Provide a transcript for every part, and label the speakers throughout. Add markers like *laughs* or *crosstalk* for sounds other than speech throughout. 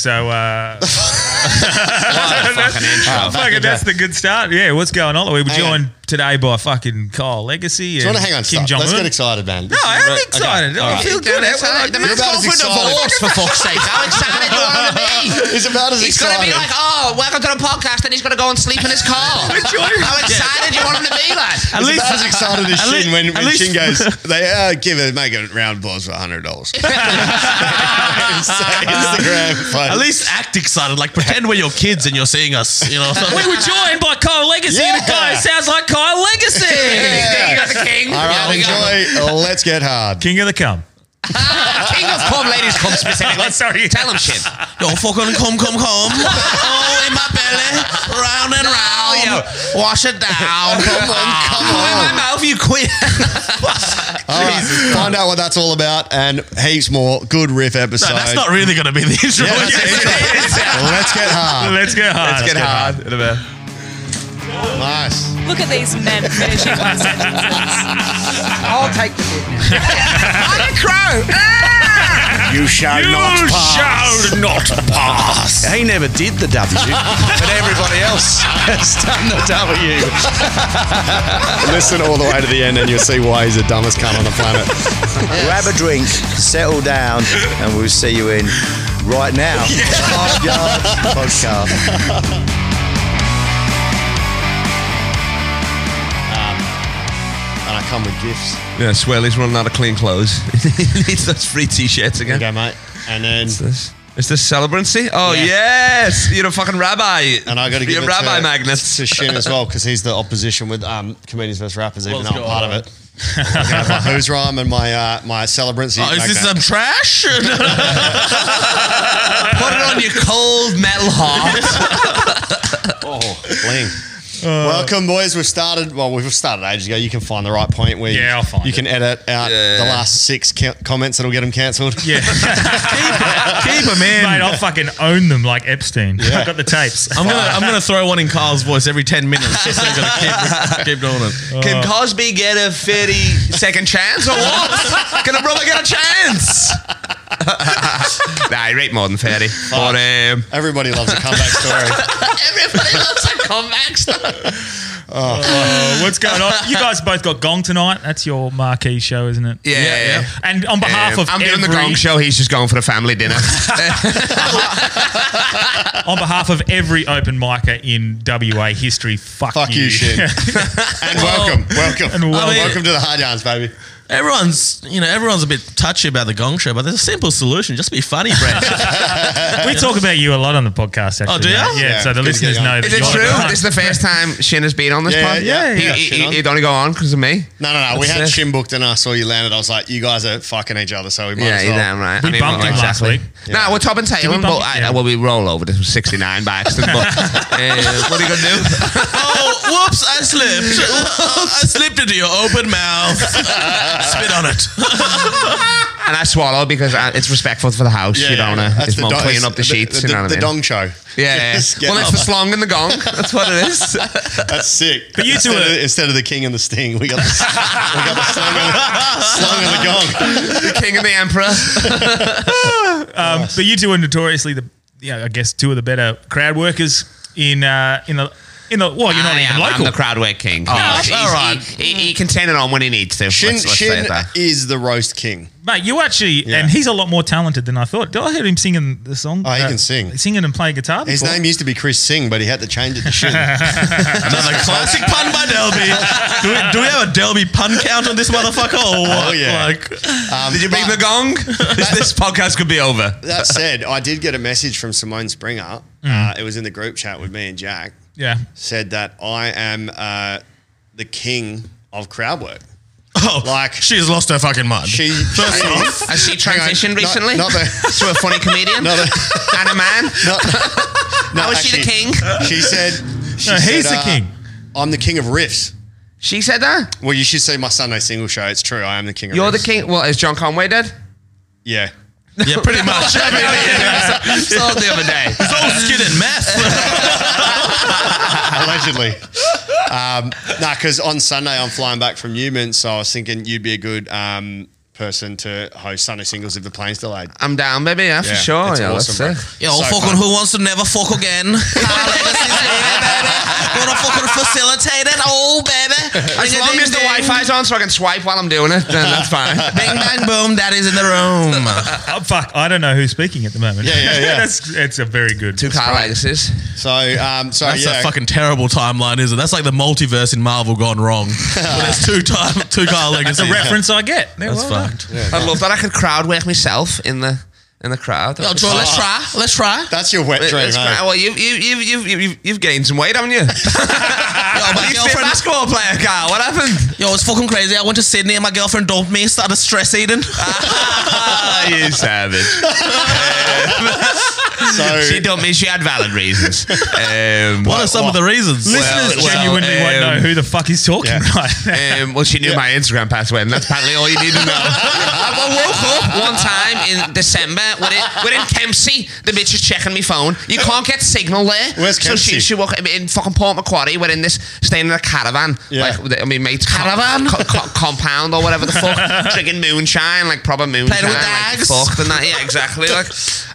Speaker 1: So, *laughs* uh,
Speaker 2: What a fucking intro.
Speaker 3: Wow, fucking
Speaker 1: fucking, that's the good start. Yeah, what's going on? We're
Speaker 3: Hang on.
Speaker 1: joined today by fucking Kyle Legacy
Speaker 3: Do you
Speaker 1: and
Speaker 3: want to hang on?
Speaker 1: Kim
Speaker 3: Stop.
Speaker 1: Jong
Speaker 3: Let's
Speaker 1: Un.
Speaker 3: get excited, man.
Speaker 1: No, I am excited. I *laughs* feel good.
Speaker 2: The man's
Speaker 3: about
Speaker 2: gone
Speaker 3: as
Speaker 2: for
Speaker 3: excited.
Speaker 2: divorce, for fuck's sake. How excited do I want to
Speaker 4: *laughs*
Speaker 2: be?
Speaker 3: It's about as
Speaker 2: He's going to
Speaker 3: excited.
Speaker 2: be like, oh, welcome to the podcast, and he's going to go and sleep
Speaker 4: *laughs*
Speaker 2: in his car.
Speaker 1: Enjoy it.
Speaker 2: How excited do you want him to be, lad?
Speaker 1: At
Speaker 3: it's
Speaker 1: least,
Speaker 3: about as excited
Speaker 1: *laughs*
Speaker 3: as
Speaker 1: at
Speaker 3: Shin
Speaker 1: least-
Speaker 3: when,
Speaker 1: at
Speaker 3: when
Speaker 1: least-
Speaker 3: Shin
Speaker 1: *laughs*
Speaker 3: goes, they uh, give it, make a round applause for $100. It's like Instagram. post.
Speaker 4: At least act excited. Like pretend we're your kids and you're seeing us.
Speaker 3: *laughs*
Speaker 4: You know.
Speaker 1: we were joined by Kyle Legacy and a guy who
Speaker 3: Yeah.
Speaker 1: sounds like Kyle
Speaker 3: *laughs*
Speaker 1: Legacy.
Speaker 2: You got the king.
Speaker 3: All
Speaker 2: Yeah,
Speaker 3: right,
Speaker 2: we got-
Speaker 3: enjoy. Let's get hard.
Speaker 1: King of the cum.
Speaker 2: King of Club Ladies Club specifically.
Speaker 1: Oh, *laughs* sorry.
Speaker 2: Tell him shit.
Speaker 4: Yo, fucking come,
Speaker 2: *laughs*
Speaker 4: come, come. Oh, in my belly, round and round.
Speaker 2: yo.
Speaker 4: Wash it
Speaker 2: *laughs*
Speaker 4: down.
Speaker 3: Come on, come
Speaker 2: Oh, In
Speaker 3: on.
Speaker 2: my mouth, you quit.
Speaker 3: All right, find out what that's all about and heaps more. Good riff episode.
Speaker 4: No,
Speaker 3: *laughs*
Speaker 4: that's not really going to be the intro.
Speaker 3: Yeah, that's
Speaker 4: is
Speaker 3: it.
Speaker 4: it?
Speaker 3: Let's get
Speaker 1: *laughs*
Speaker 3: hard.
Speaker 1: Let's get hard.
Speaker 3: get hard.
Speaker 1: In a bit.
Speaker 3: Nice.
Speaker 5: Look at these men finishing my sentences.
Speaker 6: I'll take the bid now.
Speaker 2: I'm a crow.
Speaker 7: You shall not pass.
Speaker 1: shall not pass.
Speaker 7: He never did
Speaker 8: *laughs*
Speaker 7: the W, but everybody else has done the W.
Speaker 3: Listen all the way to the end and you'll see why he's the dumbest cunt on the planet.
Speaker 7: Grab a drink, settle down, and we'll see you in right
Speaker 8: *laughs*
Speaker 7: now. Five Yard Podcast.
Speaker 3: And I come with gifts.
Speaker 8: Yeah, swell. He's running out of clean clothes. *laughs* he needs those free t-shirts again.
Speaker 3: Okay, mate. And then
Speaker 8: This- Is this celebrancy? Oh
Speaker 3: Yeah.
Speaker 8: yes, you're a fucking rabbi.
Speaker 3: and I got to give
Speaker 8: you're
Speaker 3: it
Speaker 8: a rabbi
Speaker 3: to,
Speaker 8: Magnus.
Speaker 3: to Shin as well because he's the opposition with um, comedians versus rappers, even though I'm part of it. I have my who's rhyme and my uh, my celebrancy.
Speaker 4: Oh, is this some
Speaker 3: magnet. *laughs*
Speaker 8: *laughs*
Speaker 4: trash?
Speaker 8: Put it on your cold metal heart.
Speaker 3: *laughs* Bling. Welcome, boys. We've started. Well, we've started ages ago. You can find the right point where
Speaker 1: Yeah,
Speaker 3: you,
Speaker 1: I'll find
Speaker 3: you can edit out the
Speaker 8: Yeah.
Speaker 3: last six ca- comments that'll get them cancelled.
Speaker 1: Yeah. keep, keep 'em in. Mate, I'll fucking own them like Epstein. I've got the tapes.
Speaker 4: *laughs* I'm gonna I'm gonna throw one in Carl's voice every ten minutes. Just so he's gonna keep, keep doing
Speaker 8: *laughs*
Speaker 4: it. Uh,
Speaker 8: Can Cosby get a 30 second chance or what? Can a brother get a chance? *laughs* nah, he rate more than 30. But um,
Speaker 3: Everybody loves a comeback story.
Speaker 2: Everybody loves a comeback story.
Speaker 1: Uh, what's going on? You guys both got Gong tonight. That's your marquee show, isn't it?
Speaker 8: Yeah, yeah, yeah.
Speaker 1: And on behalf
Speaker 8: um,
Speaker 1: of
Speaker 8: I'm doing the
Speaker 1: every-
Speaker 8: gong show. He's just going for the family dinner.
Speaker 1: on behalf of every open micer in WA history, fuck,
Speaker 3: Fuck you, Shin. and welcome, welcome,
Speaker 1: And well- I mean-
Speaker 3: welcome to the hard yarns, baby.
Speaker 4: Everyone's you know everyone's a bit touchy about the Gong Show, but there's a simple solution. Just be funny,
Speaker 1: *laughs*
Speaker 4: Brad. *laughs*
Speaker 1: we talk about you a lot on the podcast. Actually,
Speaker 4: Oh, do
Speaker 1: mate.
Speaker 4: you?
Speaker 1: Yeah,
Speaker 3: Yeah,
Speaker 1: So the
Speaker 3: good to
Speaker 1: listeners
Speaker 3: get you
Speaker 1: know.
Speaker 3: on.
Speaker 1: That
Speaker 8: Is it
Speaker 1: you're
Speaker 8: true?
Speaker 1: the-
Speaker 8: This is the first time Shin has been on this
Speaker 3: Yeah,
Speaker 8: pod.
Speaker 3: yeah,
Speaker 8: He-
Speaker 3: yeah,
Speaker 8: he-
Speaker 3: Shin on.
Speaker 8: he- He'd only go on because of me.
Speaker 3: No, no, no. We had
Speaker 8: That's it.
Speaker 3: Shin booked and I saw you landed. I was like, you guys are fucking each other, so we might
Speaker 8: Yeah,
Speaker 3: as
Speaker 8: you're
Speaker 3: well.
Speaker 8: damn right.
Speaker 1: We
Speaker 8: I mean,
Speaker 1: bumped
Speaker 8: well,
Speaker 1: him last
Speaker 8: exactly.
Speaker 1: week.
Speaker 8: Nah, we're top and
Speaker 1: we
Speaker 8: tail, but
Speaker 1: bump him?
Speaker 8: I, well, we roll over. This was 69 by
Speaker 1: *laughs*
Speaker 8: accident, but uh, what are you going to do?
Speaker 4: oh, whoops! I *laughs* slipped. I slipped into your open mouth. Spit on it.
Speaker 8: And I swallow because I, it's respectful for the house. you don't want to
Speaker 3: do-
Speaker 8: clean up the
Speaker 3: it's
Speaker 8: sheets.
Speaker 3: The,
Speaker 8: you know what
Speaker 3: the
Speaker 8: I mean?
Speaker 3: dong show.
Speaker 8: Yeah,
Speaker 3: *laughs*
Speaker 8: yeah.
Speaker 3: Just get
Speaker 8: Well, it's
Speaker 3: up.
Speaker 8: the slong and the gong. That's what it
Speaker 3: *laughs*
Speaker 8: is.
Speaker 3: That's sick.
Speaker 1: But you two
Speaker 3: instead,
Speaker 1: are-
Speaker 3: of, instead of the king and the sting, we got the, we got the slung, and the, slung and the gong.
Speaker 8: the king and the emperor.
Speaker 1: Um, But you two are notoriously the, you know, I guess two of the better crowd workers in uh, in the in the. Well, you're not
Speaker 8: I
Speaker 1: even
Speaker 8: am,
Speaker 1: local.
Speaker 8: I'm the crowd work king.
Speaker 4: that's all right.
Speaker 8: He, he can turn it on when he needs to.
Speaker 3: Shin,
Speaker 8: let's, let's say
Speaker 3: Shin
Speaker 8: that.
Speaker 3: is the roast king.
Speaker 1: Mate, you actually, and he's a lot more talented than I thought. Did I hear him singing the song? Uh,
Speaker 3: Oh, he can sing.
Speaker 1: Singing and playing guitar.
Speaker 3: His
Speaker 1: before?
Speaker 3: name used to be Chris Singh, but he had to change it to Shin.
Speaker 4: Another classic pun by Delby. Do we, do we have a Delby pun count on this motherfucker? Or what?
Speaker 3: Oh, yeah.
Speaker 4: Like,
Speaker 3: Um,
Speaker 8: Did you bring
Speaker 3: but
Speaker 8: the gong?
Speaker 3: *laughs*
Speaker 8: this, this podcast could be over.
Speaker 3: That said, I did get a message from Simone Springer. Uh, it was in the group chat with me and Jack.
Speaker 1: Yeah.
Speaker 3: Said that I am uh, the king of crowd work.
Speaker 4: oh,
Speaker 3: Like-
Speaker 4: she's lost her fucking mind.
Speaker 3: She
Speaker 4: First
Speaker 3: she-
Speaker 4: off,
Speaker 8: Has she transitioned
Speaker 3: Not- *laughs*
Speaker 8: recently?
Speaker 3: Not, the,
Speaker 8: to a funny *laughs* comedian
Speaker 3: not the,
Speaker 8: and a *laughs* man.
Speaker 3: not,
Speaker 8: How is she the
Speaker 3: actually- *laughs*
Speaker 8: king?
Speaker 3: She said, she
Speaker 1: No, he's
Speaker 3: said, uh,
Speaker 1: the king.
Speaker 3: I'm the king of riffs.
Speaker 8: She said that.
Speaker 3: Well, you should see my Sunday single show. It's true. I am the king of
Speaker 8: You're
Speaker 3: riffs.
Speaker 8: the king. Well, is John Conway *laughs* dead?
Speaker 3: Yeah.
Speaker 4: yeah, pretty much. I mean,
Speaker 8: Saw it the other day.
Speaker 4: it's all skid and *laughs* meth.
Speaker 8: *laughs*
Speaker 3: Allegedly. um, nah, because on Sunday I'm flying back from Newman, so I was thinking you'd be a good um, person to host Sunday singles if the plane's delayed.
Speaker 8: I'm down, baby. Yeah, for
Speaker 3: Yeah,
Speaker 8: sure.
Speaker 3: it's
Speaker 8: Yeah,
Speaker 3: awesome,
Speaker 8: that's
Speaker 3: bro.
Speaker 8: it.
Speaker 4: Yo,
Speaker 3: So fun.
Speaker 4: fucking who wants to never fuck *laughs* again? Carl Evans is here, baby. Gonna fucking facilitate it all, Oh, baby.
Speaker 8: As long as the Wi-Fi's on, so I can swipe while I'm doing it, then *laughs* that's fine.
Speaker 4: Bing, bang, boom, daddy's in the room.
Speaker 1: Oh, fuck, I don't know who's speaking at the moment.
Speaker 3: Yeah, yeah, yeah.
Speaker 1: *laughs* That's it's a very good.
Speaker 8: Two car legacies.
Speaker 3: So, um, so
Speaker 4: That's
Speaker 3: yeah,
Speaker 4: a fucking terrible timeline, isn't it? That's like the multiverse in Marvel gone *laughs* wrong. but there's two time, two Carl
Speaker 1: That's
Speaker 4: legacies.
Speaker 1: a *laughs* reference I get. They're
Speaker 4: That's
Speaker 1: well done.
Speaker 4: fucked.
Speaker 8: I love that I could crowd work myself in the in the crowd.
Speaker 4: Yo, Troy, let's try. Let's try.
Speaker 3: that's your wet
Speaker 8: Let-
Speaker 3: dream,
Speaker 8: let's
Speaker 3: eh?
Speaker 8: crowd- Well, you you you you you've, you've gained some weight, haven't you? *laughs*
Speaker 4: Yo, my
Speaker 8: you used to be a
Speaker 4: girlfriend.
Speaker 8: basketball player, Carl. What happened?
Speaker 4: Yo, it's fucking crazy. I went to Sydney and my girlfriend dumped me. Started stress *laughs* eating.
Speaker 8: Ah, you savage.
Speaker 3: So
Speaker 8: she dumped me. She had valid *laughs* reasons. Um,
Speaker 4: What are some of the reasons?
Speaker 1: Listeners
Speaker 8: Well, well,
Speaker 1: genuinely won't
Speaker 8: um,
Speaker 1: know who the fuck is talking
Speaker 3: yeah.
Speaker 1: *laughs* right now.
Speaker 8: Um, well, she knew my Instagram password, and that's apparently all you need to know. *laughs* I woke up one time in December. We're in, we're in Kempsey. The bitch is checking my phone. You can't get signal there.
Speaker 3: Where's
Speaker 8: So she,
Speaker 3: Kempsey?
Speaker 8: she woke in fucking Port Macquarie. We're in this, staying in a caravan.
Speaker 3: Yeah.
Speaker 8: Like, with- I mean, mate's caravan? compound or whatever the fuck. Drinking moonshine, like proper moonshine.
Speaker 4: with
Speaker 8: like,
Speaker 4: dags.
Speaker 8: fucked and that. Yeah, exactly. Like,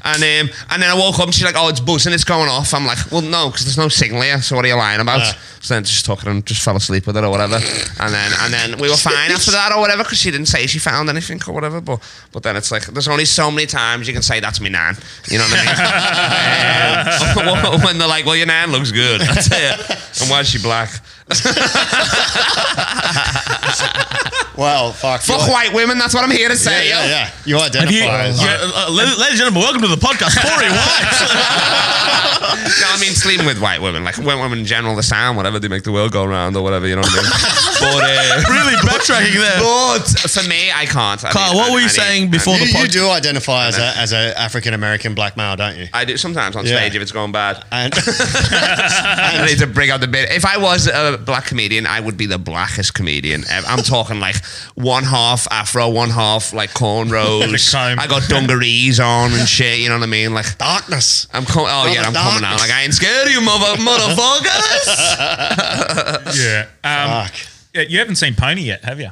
Speaker 8: and um, and then I woke up and she's like, oh, it's buzzing, it's going off. I'm like, well, no, because there's no signal here. So what are you lying about?
Speaker 3: Yeah.
Speaker 8: So then just talking and just fell asleep with it or whatever. And then and then we were fine after that or whatever because she didn't say she found anything or whatever. But but then it's like there's only so many times you can say that's me nan. You know what
Speaker 3: *laughs*
Speaker 8: I mean? Um, *laughs* when they're like, well, your nan looks good. That's it. And why is she black?
Speaker 3: well, fuck.
Speaker 8: Fuck
Speaker 3: you-
Speaker 8: white women. That's what I'm here to
Speaker 3: Yeah,
Speaker 8: say.
Speaker 3: yeah,
Speaker 8: yo.
Speaker 3: yeah. You identify as.
Speaker 4: Yeah, uh, uh, ladies and gentlemen, welcome to the podcast.
Speaker 1: *laughs*
Speaker 4: Corey White.
Speaker 8: No, I mean sleeping with white women, like white women in general, the sound, whatever they make the world go round or whatever. You know what
Speaker 4: *laughs*
Speaker 8: I mean? but, uh,
Speaker 4: really backtracking there.
Speaker 8: but for me, I can't. I
Speaker 4: Carl,
Speaker 8: need-
Speaker 4: what
Speaker 8: I-
Speaker 4: were
Speaker 8: I
Speaker 4: you
Speaker 8: need-
Speaker 4: saying
Speaker 8: I
Speaker 4: before
Speaker 3: You,
Speaker 4: the
Speaker 3: you
Speaker 4: podcast?
Speaker 3: do identify as a, as a African American black male, don't you?
Speaker 8: I do sometimes on
Speaker 3: Yeah.
Speaker 8: stage if it's going
Speaker 4: *laughs*
Speaker 8: bad.
Speaker 3: And *laughs*
Speaker 8: I need to bring out the bit. If I was a black comedian, I would be the blackest comedian. ever. I'm talking like one half afro, one half like
Speaker 4: *laughs*
Speaker 1: The
Speaker 8: cornrows.
Speaker 1: comb.
Speaker 8: I got dungarees on and shit. You know what I mean? Like
Speaker 3: darkness.
Speaker 8: I'm coming. Oh yeah, I'm coming out. Like I ain't scared of you, mother
Speaker 4: *laughs*
Speaker 8: motherfuckers.
Speaker 1: Yeah. Um,
Speaker 3: Fuck.
Speaker 1: yeah, you haven't seen Pony yet, have you?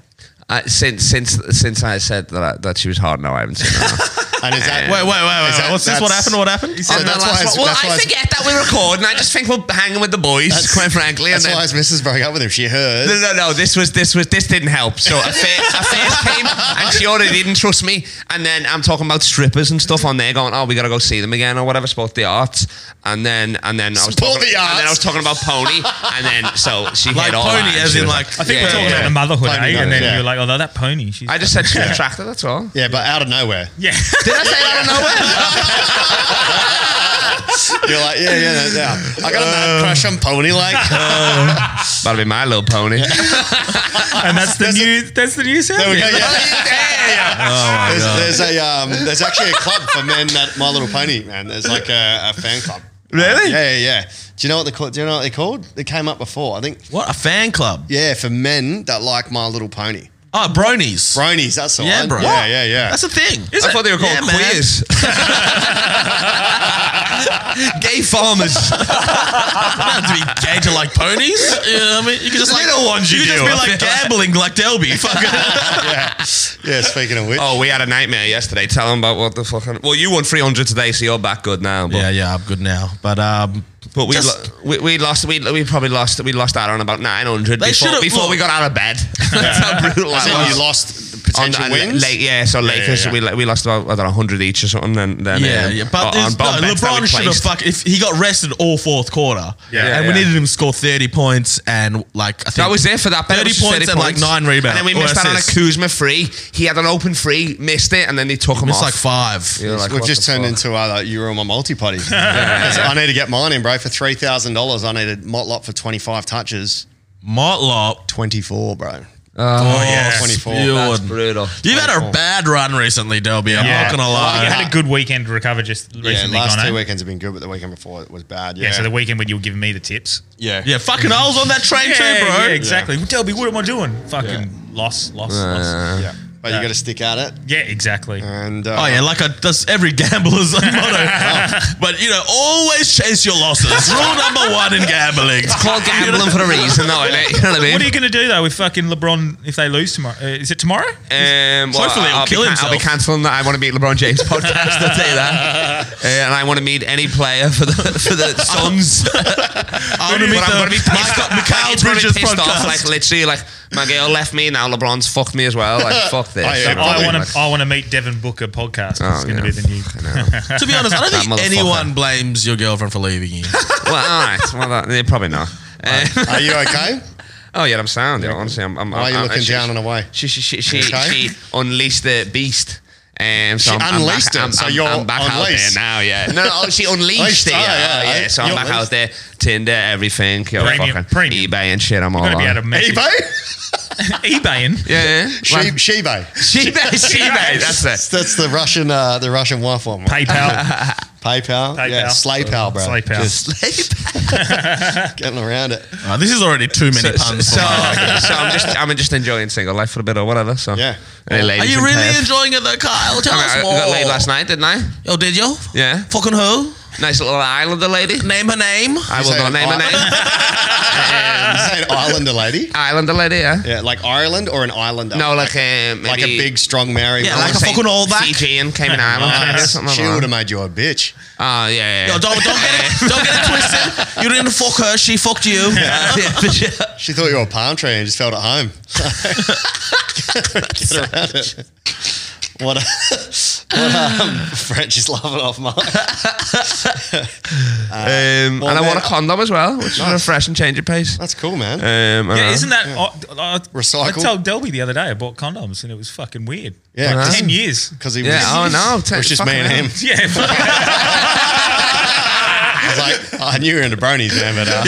Speaker 8: I, since since since I said that I, that she was hard, no, I haven't seen her.
Speaker 3: And is that
Speaker 4: Wait, wait, wait, wait.
Speaker 3: Is that-
Speaker 4: What's this? What
Speaker 3: that's-
Speaker 4: happened? What happened?
Speaker 3: said
Speaker 8: And
Speaker 3: that's
Speaker 8: the
Speaker 3: why
Speaker 8: last
Speaker 3: it's-
Speaker 8: one- well,
Speaker 3: that's why
Speaker 8: I
Speaker 3: it's-
Speaker 8: forget that *laughs* we record, and I just think we're hanging with the boys, quite frankly.
Speaker 3: That's
Speaker 8: and
Speaker 3: why
Speaker 8: then-
Speaker 3: his missus broke up with him. She heard.
Speaker 8: No, no, no. This was this was this didn't help. So a first, a first came and she already didn't trust me. And then I'm talking about strippers and stuff on there, going, "Oh, we gotta go see them again or whatever." Sport the arts, and then and then I was
Speaker 3: Sport
Speaker 8: talking,
Speaker 3: the
Speaker 8: and then I
Speaker 3: arts.
Speaker 8: was talking about pony, and then so she
Speaker 4: Like
Speaker 8: hit all
Speaker 4: pony,
Speaker 8: that, and
Speaker 4: as
Speaker 8: she was
Speaker 4: in like-
Speaker 1: I think
Speaker 8: Yeah,
Speaker 1: we're talking
Speaker 8: yeah,
Speaker 1: about
Speaker 8: yeah.
Speaker 1: the motherhood,
Speaker 3: Pony
Speaker 1: eh? and then
Speaker 3: does, yeah.
Speaker 1: you're like, although that pony, she's
Speaker 8: *laughs* I just said she's attractive. That's all.
Speaker 3: Yeah, but out of nowhere,
Speaker 1: yeah.
Speaker 8: Did I say that out of nowhere?
Speaker 3: you're like, yeah, yeah, yeah. yeah. I got a mad crush on Pony. Like,
Speaker 8: That'll be my little pony.
Speaker 1: *laughs* and that's the new that's the new sound.
Speaker 3: there we go. Yeah. *laughs*
Speaker 8: yeah.
Speaker 3: There's, there's a um, there's actually a club for men that My Little Pony man. There's like a, a fan club.
Speaker 4: Really?
Speaker 3: Yeah, yeah, yeah. Do you know what they call? Do you know what they called? It came up before. I think.
Speaker 4: What a fan club.
Speaker 3: Yeah, for men that like My Little Pony.
Speaker 4: Oh, bronies.
Speaker 3: Bronies, that's the
Speaker 4: Yeah,
Speaker 3: one.
Speaker 4: bro.
Speaker 3: Yeah, yeah, yeah.
Speaker 4: That's a thing.
Speaker 8: I thought they were called
Speaker 4: man.
Speaker 8: queers. Gay farmers.
Speaker 4: You don't have to be gay to like ponies. You know what I mean? You can just
Speaker 8: The
Speaker 4: like
Speaker 8: little ones you
Speaker 4: can
Speaker 8: do,
Speaker 4: just be
Speaker 8: I
Speaker 4: like
Speaker 8: feel like.
Speaker 4: gambling like Delby. Fucking.
Speaker 3: yeah, speaking of which.
Speaker 8: Oh, we had a nightmare yesterday. Tell them about what the fucking. Well, you won 300 today, so you're back good now. But,
Speaker 4: yeah, yeah, I'm good now. But um,
Speaker 8: But we,
Speaker 4: Just-
Speaker 8: lo- we we lost we, we probably lost we lost out on about 900
Speaker 4: They
Speaker 8: before,
Speaker 4: should've-
Speaker 8: before we
Speaker 4: look-
Speaker 8: got out of
Speaker 4: *laughs*
Speaker 8: bed. That's how brutal that
Speaker 3: So
Speaker 8: was.
Speaker 3: you lost the
Speaker 8: On
Speaker 3: potential
Speaker 8: the-
Speaker 3: wins.
Speaker 8: late, yeah, so Lakers,
Speaker 3: yeah.
Speaker 8: we we we lost about I don't know 100 each or something. Then, then
Speaker 4: yeah,
Speaker 8: um,
Speaker 4: yeah. But,
Speaker 8: on- on
Speaker 4: it's- no,
Speaker 8: bets that we
Speaker 4: LeBron should have
Speaker 8: placed.
Speaker 4: fuck if he got rested all fourth quarter.
Speaker 8: Yeah,
Speaker 4: and
Speaker 8: yeah.
Speaker 4: we needed him to score 30 points and like I think
Speaker 8: That was it for that. bet. It
Speaker 4: 30
Speaker 8: was just
Speaker 4: points and like nine rebounds.
Speaker 8: And then we
Speaker 4: or
Speaker 8: missed out on a
Speaker 4: assists.
Speaker 8: Kuzma free. He had an open free, missed it, and then they took him
Speaker 4: Missed
Speaker 8: off.
Speaker 4: like five.
Speaker 8: You're like,
Speaker 3: We've
Speaker 8: what
Speaker 3: just
Speaker 8: the
Speaker 3: turned
Speaker 8: fuck?
Speaker 3: into uh, you were on my multi potty. I need to get mine in, bro. For three thousand dollars, I needed Motlop for twenty five touches.
Speaker 4: Motlop.
Speaker 3: Twenty four, bro.
Speaker 4: Oh,
Speaker 1: yeah.
Speaker 3: 24.
Speaker 8: That's
Speaker 4: spewed.
Speaker 8: brutal.
Speaker 4: You've had a bad run recently, Delby. I'm
Speaker 1: Yeah.
Speaker 4: not gonna
Speaker 1: You
Speaker 4: lie.
Speaker 1: had a good weekend to recover just
Speaker 3: Yeah,
Speaker 1: recently.
Speaker 3: last
Speaker 1: gone,
Speaker 3: two
Speaker 1: eh?
Speaker 3: weekends have been good, but the weekend before it was bad. Yeah,
Speaker 1: Yeah, so the weekend when you were giving me the tips.
Speaker 3: yeah.
Speaker 4: Yeah, fucking I was on that train
Speaker 1: Yeah,
Speaker 4: too, bro.
Speaker 1: yeah, exactly. Delby, what am I doing? Fucking loss, loss, loss.
Speaker 3: Yeah. But you got to stick at it.
Speaker 1: Yeah, exactly.
Speaker 3: And uh,
Speaker 4: Oh yeah, like I, that's every gambler's *laughs* motto. but you know, always chase your losses. Rule number one in gambling.
Speaker 8: It's called gambling for a reason, though, isn't it? You know what I mean?
Speaker 1: What are you going to do though with fucking LeBron if they lose tomorrow? Uh, is it tomorrow?
Speaker 8: Um, well,
Speaker 4: Hopefully he'll
Speaker 8: I'll,
Speaker 4: kill
Speaker 8: be, I'll be
Speaker 4: himself.
Speaker 8: cancelling that. I want to meet LeBron James podcast. I'll tell you that. Uh, and I want to meet any player for the for the Suns. *laughs*
Speaker 4: I want to meet
Speaker 8: but I'm
Speaker 4: the
Speaker 8: gonna be pissed
Speaker 4: Michael,
Speaker 8: off.
Speaker 4: Mikhail
Speaker 8: It's gonna be
Speaker 4: Bridges
Speaker 8: pissed
Speaker 4: podcast.
Speaker 8: off. Like literally, like my girl left me. Now LeBron's fucked me as well. Like fuck this.
Speaker 3: Oh, yeah,
Speaker 8: Like,
Speaker 1: I
Speaker 3: probably.
Speaker 1: want
Speaker 8: like,
Speaker 1: to. I want to meet Devin Booker podcast.
Speaker 8: Oh,
Speaker 1: it's going to
Speaker 8: yeah.
Speaker 1: be the new.
Speaker 4: to be honest, I don't
Speaker 8: That
Speaker 4: think
Speaker 8: motherfucker.
Speaker 4: anyone blames your girlfriend for leaving you.
Speaker 8: well, all right. Well, that, yeah, probably not. Uh,
Speaker 3: *laughs*
Speaker 8: *laughs*
Speaker 3: are you okay?
Speaker 8: oh yeah, I'm sound. Yeah, honestly, I'm. I'm
Speaker 3: Why are you
Speaker 8: I'm-
Speaker 3: looking
Speaker 8: she-
Speaker 3: down and away?
Speaker 8: She she she she,
Speaker 3: Okay.
Speaker 8: she unleashed the beast. Um,
Speaker 3: She
Speaker 8: so I'm, I'm
Speaker 3: unleashed
Speaker 8: back,
Speaker 3: it,
Speaker 8: I'm,
Speaker 3: so
Speaker 8: I'm,
Speaker 3: you're
Speaker 8: I'm back
Speaker 3: unleashed.
Speaker 8: out there now. Yeah, no, no,
Speaker 3: *laughs*
Speaker 8: oh, she unleashed
Speaker 3: Unleashed,
Speaker 8: it.
Speaker 3: oh,
Speaker 8: Yeah,
Speaker 3: yeah,
Speaker 8: yeah. So I'm
Speaker 3: you're
Speaker 8: back out there, Tinder, everything, yo,
Speaker 1: Premium,
Speaker 8: fucking
Speaker 1: premium.
Speaker 8: eBay and shit. I'm all
Speaker 1: Got to
Speaker 8: on.
Speaker 1: be able to message.
Speaker 3: eBay?
Speaker 1: *laughs* eBaying.
Speaker 8: yeah, yeah.
Speaker 3: She,
Speaker 8: Like-
Speaker 3: Shebay.
Speaker 8: *laughs*
Speaker 3: *laughs*
Speaker 8: She bay, she bay. That's it.
Speaker 3: That's the Russian, uh, the Russian wife one.
Speaker 1: PayPal.
Speaker 3: PayPal. Yeah,
Speaker 1: PayPal.
Speaker 3: Slaypal, bro.
Speaker 1: PayPal.
Speaker 3: Just *laughs* getting around it.
Speaker 4: Uh, this is already too many puns.
Speaker 8: So,
Speaker 4: for my-
Speaker 8: so I'm just I'm just enjoying single life for a bit or whatever. So
Speaker 3: Yeah.
Speaker 8: Any
Speaker 4: Are
Speaker 8: ladies
Speaker 4: you
Speaker 8: in
Speaker 4: really
Speaker 8: Perth?
Speaker 4: enjoying it though, Kyle? Tell
Speaker 8: I, mean, I
Speaker 4: us more.
Speaker 8: got laid last night, didn't I?
Speaker 4: Oh, did you?
Speaker 8: Yeah.
Speaker 4: Fucking who?
Speaker 8: Nice little islander lady.
Speaker 4: Name her name.
Speaker 8: I
Speaker 3: You
Speaker 8: will
Speaker 3: say
Speaker 8: not name her
Speaker 3: an
Speaker 8: name.
Speaker 3: Is that an islander lady?
Speaker 8: Islander lady, yeah.
Speaker 3: Yeah, like Ireland or an islander?
Speaker 8: No, like um,
Speaker 3: like a
Speaker 8: maybe-
Speaker 3: big, strong Maori.
Speaker 4: Yeah,
Speaker 3: woman.
Speaker 4: like a fucking old back.
Speaker 8: Fijian, Cayman Islands, or something
Speaker 3: she would
Speaker 8: like that.
Speaker 3: have made you a bitch.
Speaker 8: Oh, yeah, yeah.
Speaker 4: Yo, don't, don't get it. Don't get it twisted. You didn't fuck her. She fucked you. *laughs* Uh, yeah, but yeah.
Speaker 3: She thought you were a palm tree and just felt at home. *laughs* Get around it. What, a, what um, French is laughing off my.
Speaker 8: um,
Speaker 3: well,
Speaker 8: and I
Speaker 3: man,
Speaker 8: want a condom as well, which is a fresh and change of pace.
Speaker 3: That's cool, man.
Speaker 8: Um, I
Speaker 1: Yeah,
Speaker 8: know.
Speaker 1: isn't that I, I, I
Speaker 3: Recycle.
Speaker 1: told Delby the other day I bought condoms and it was fucking weird.
Speaker 3: yeah,
Speaker 8: Uh-huh.
Speaker 1: ten years.
Speaker 3: because he was.
Speaker 8: Yeah, oh no.
Speaker 3: *laughs* It was just me and him.
Speaker 1: *laughs* Yeah, fuck.
Speaker 3: I was like, I knew you were into bronies, man, but uh,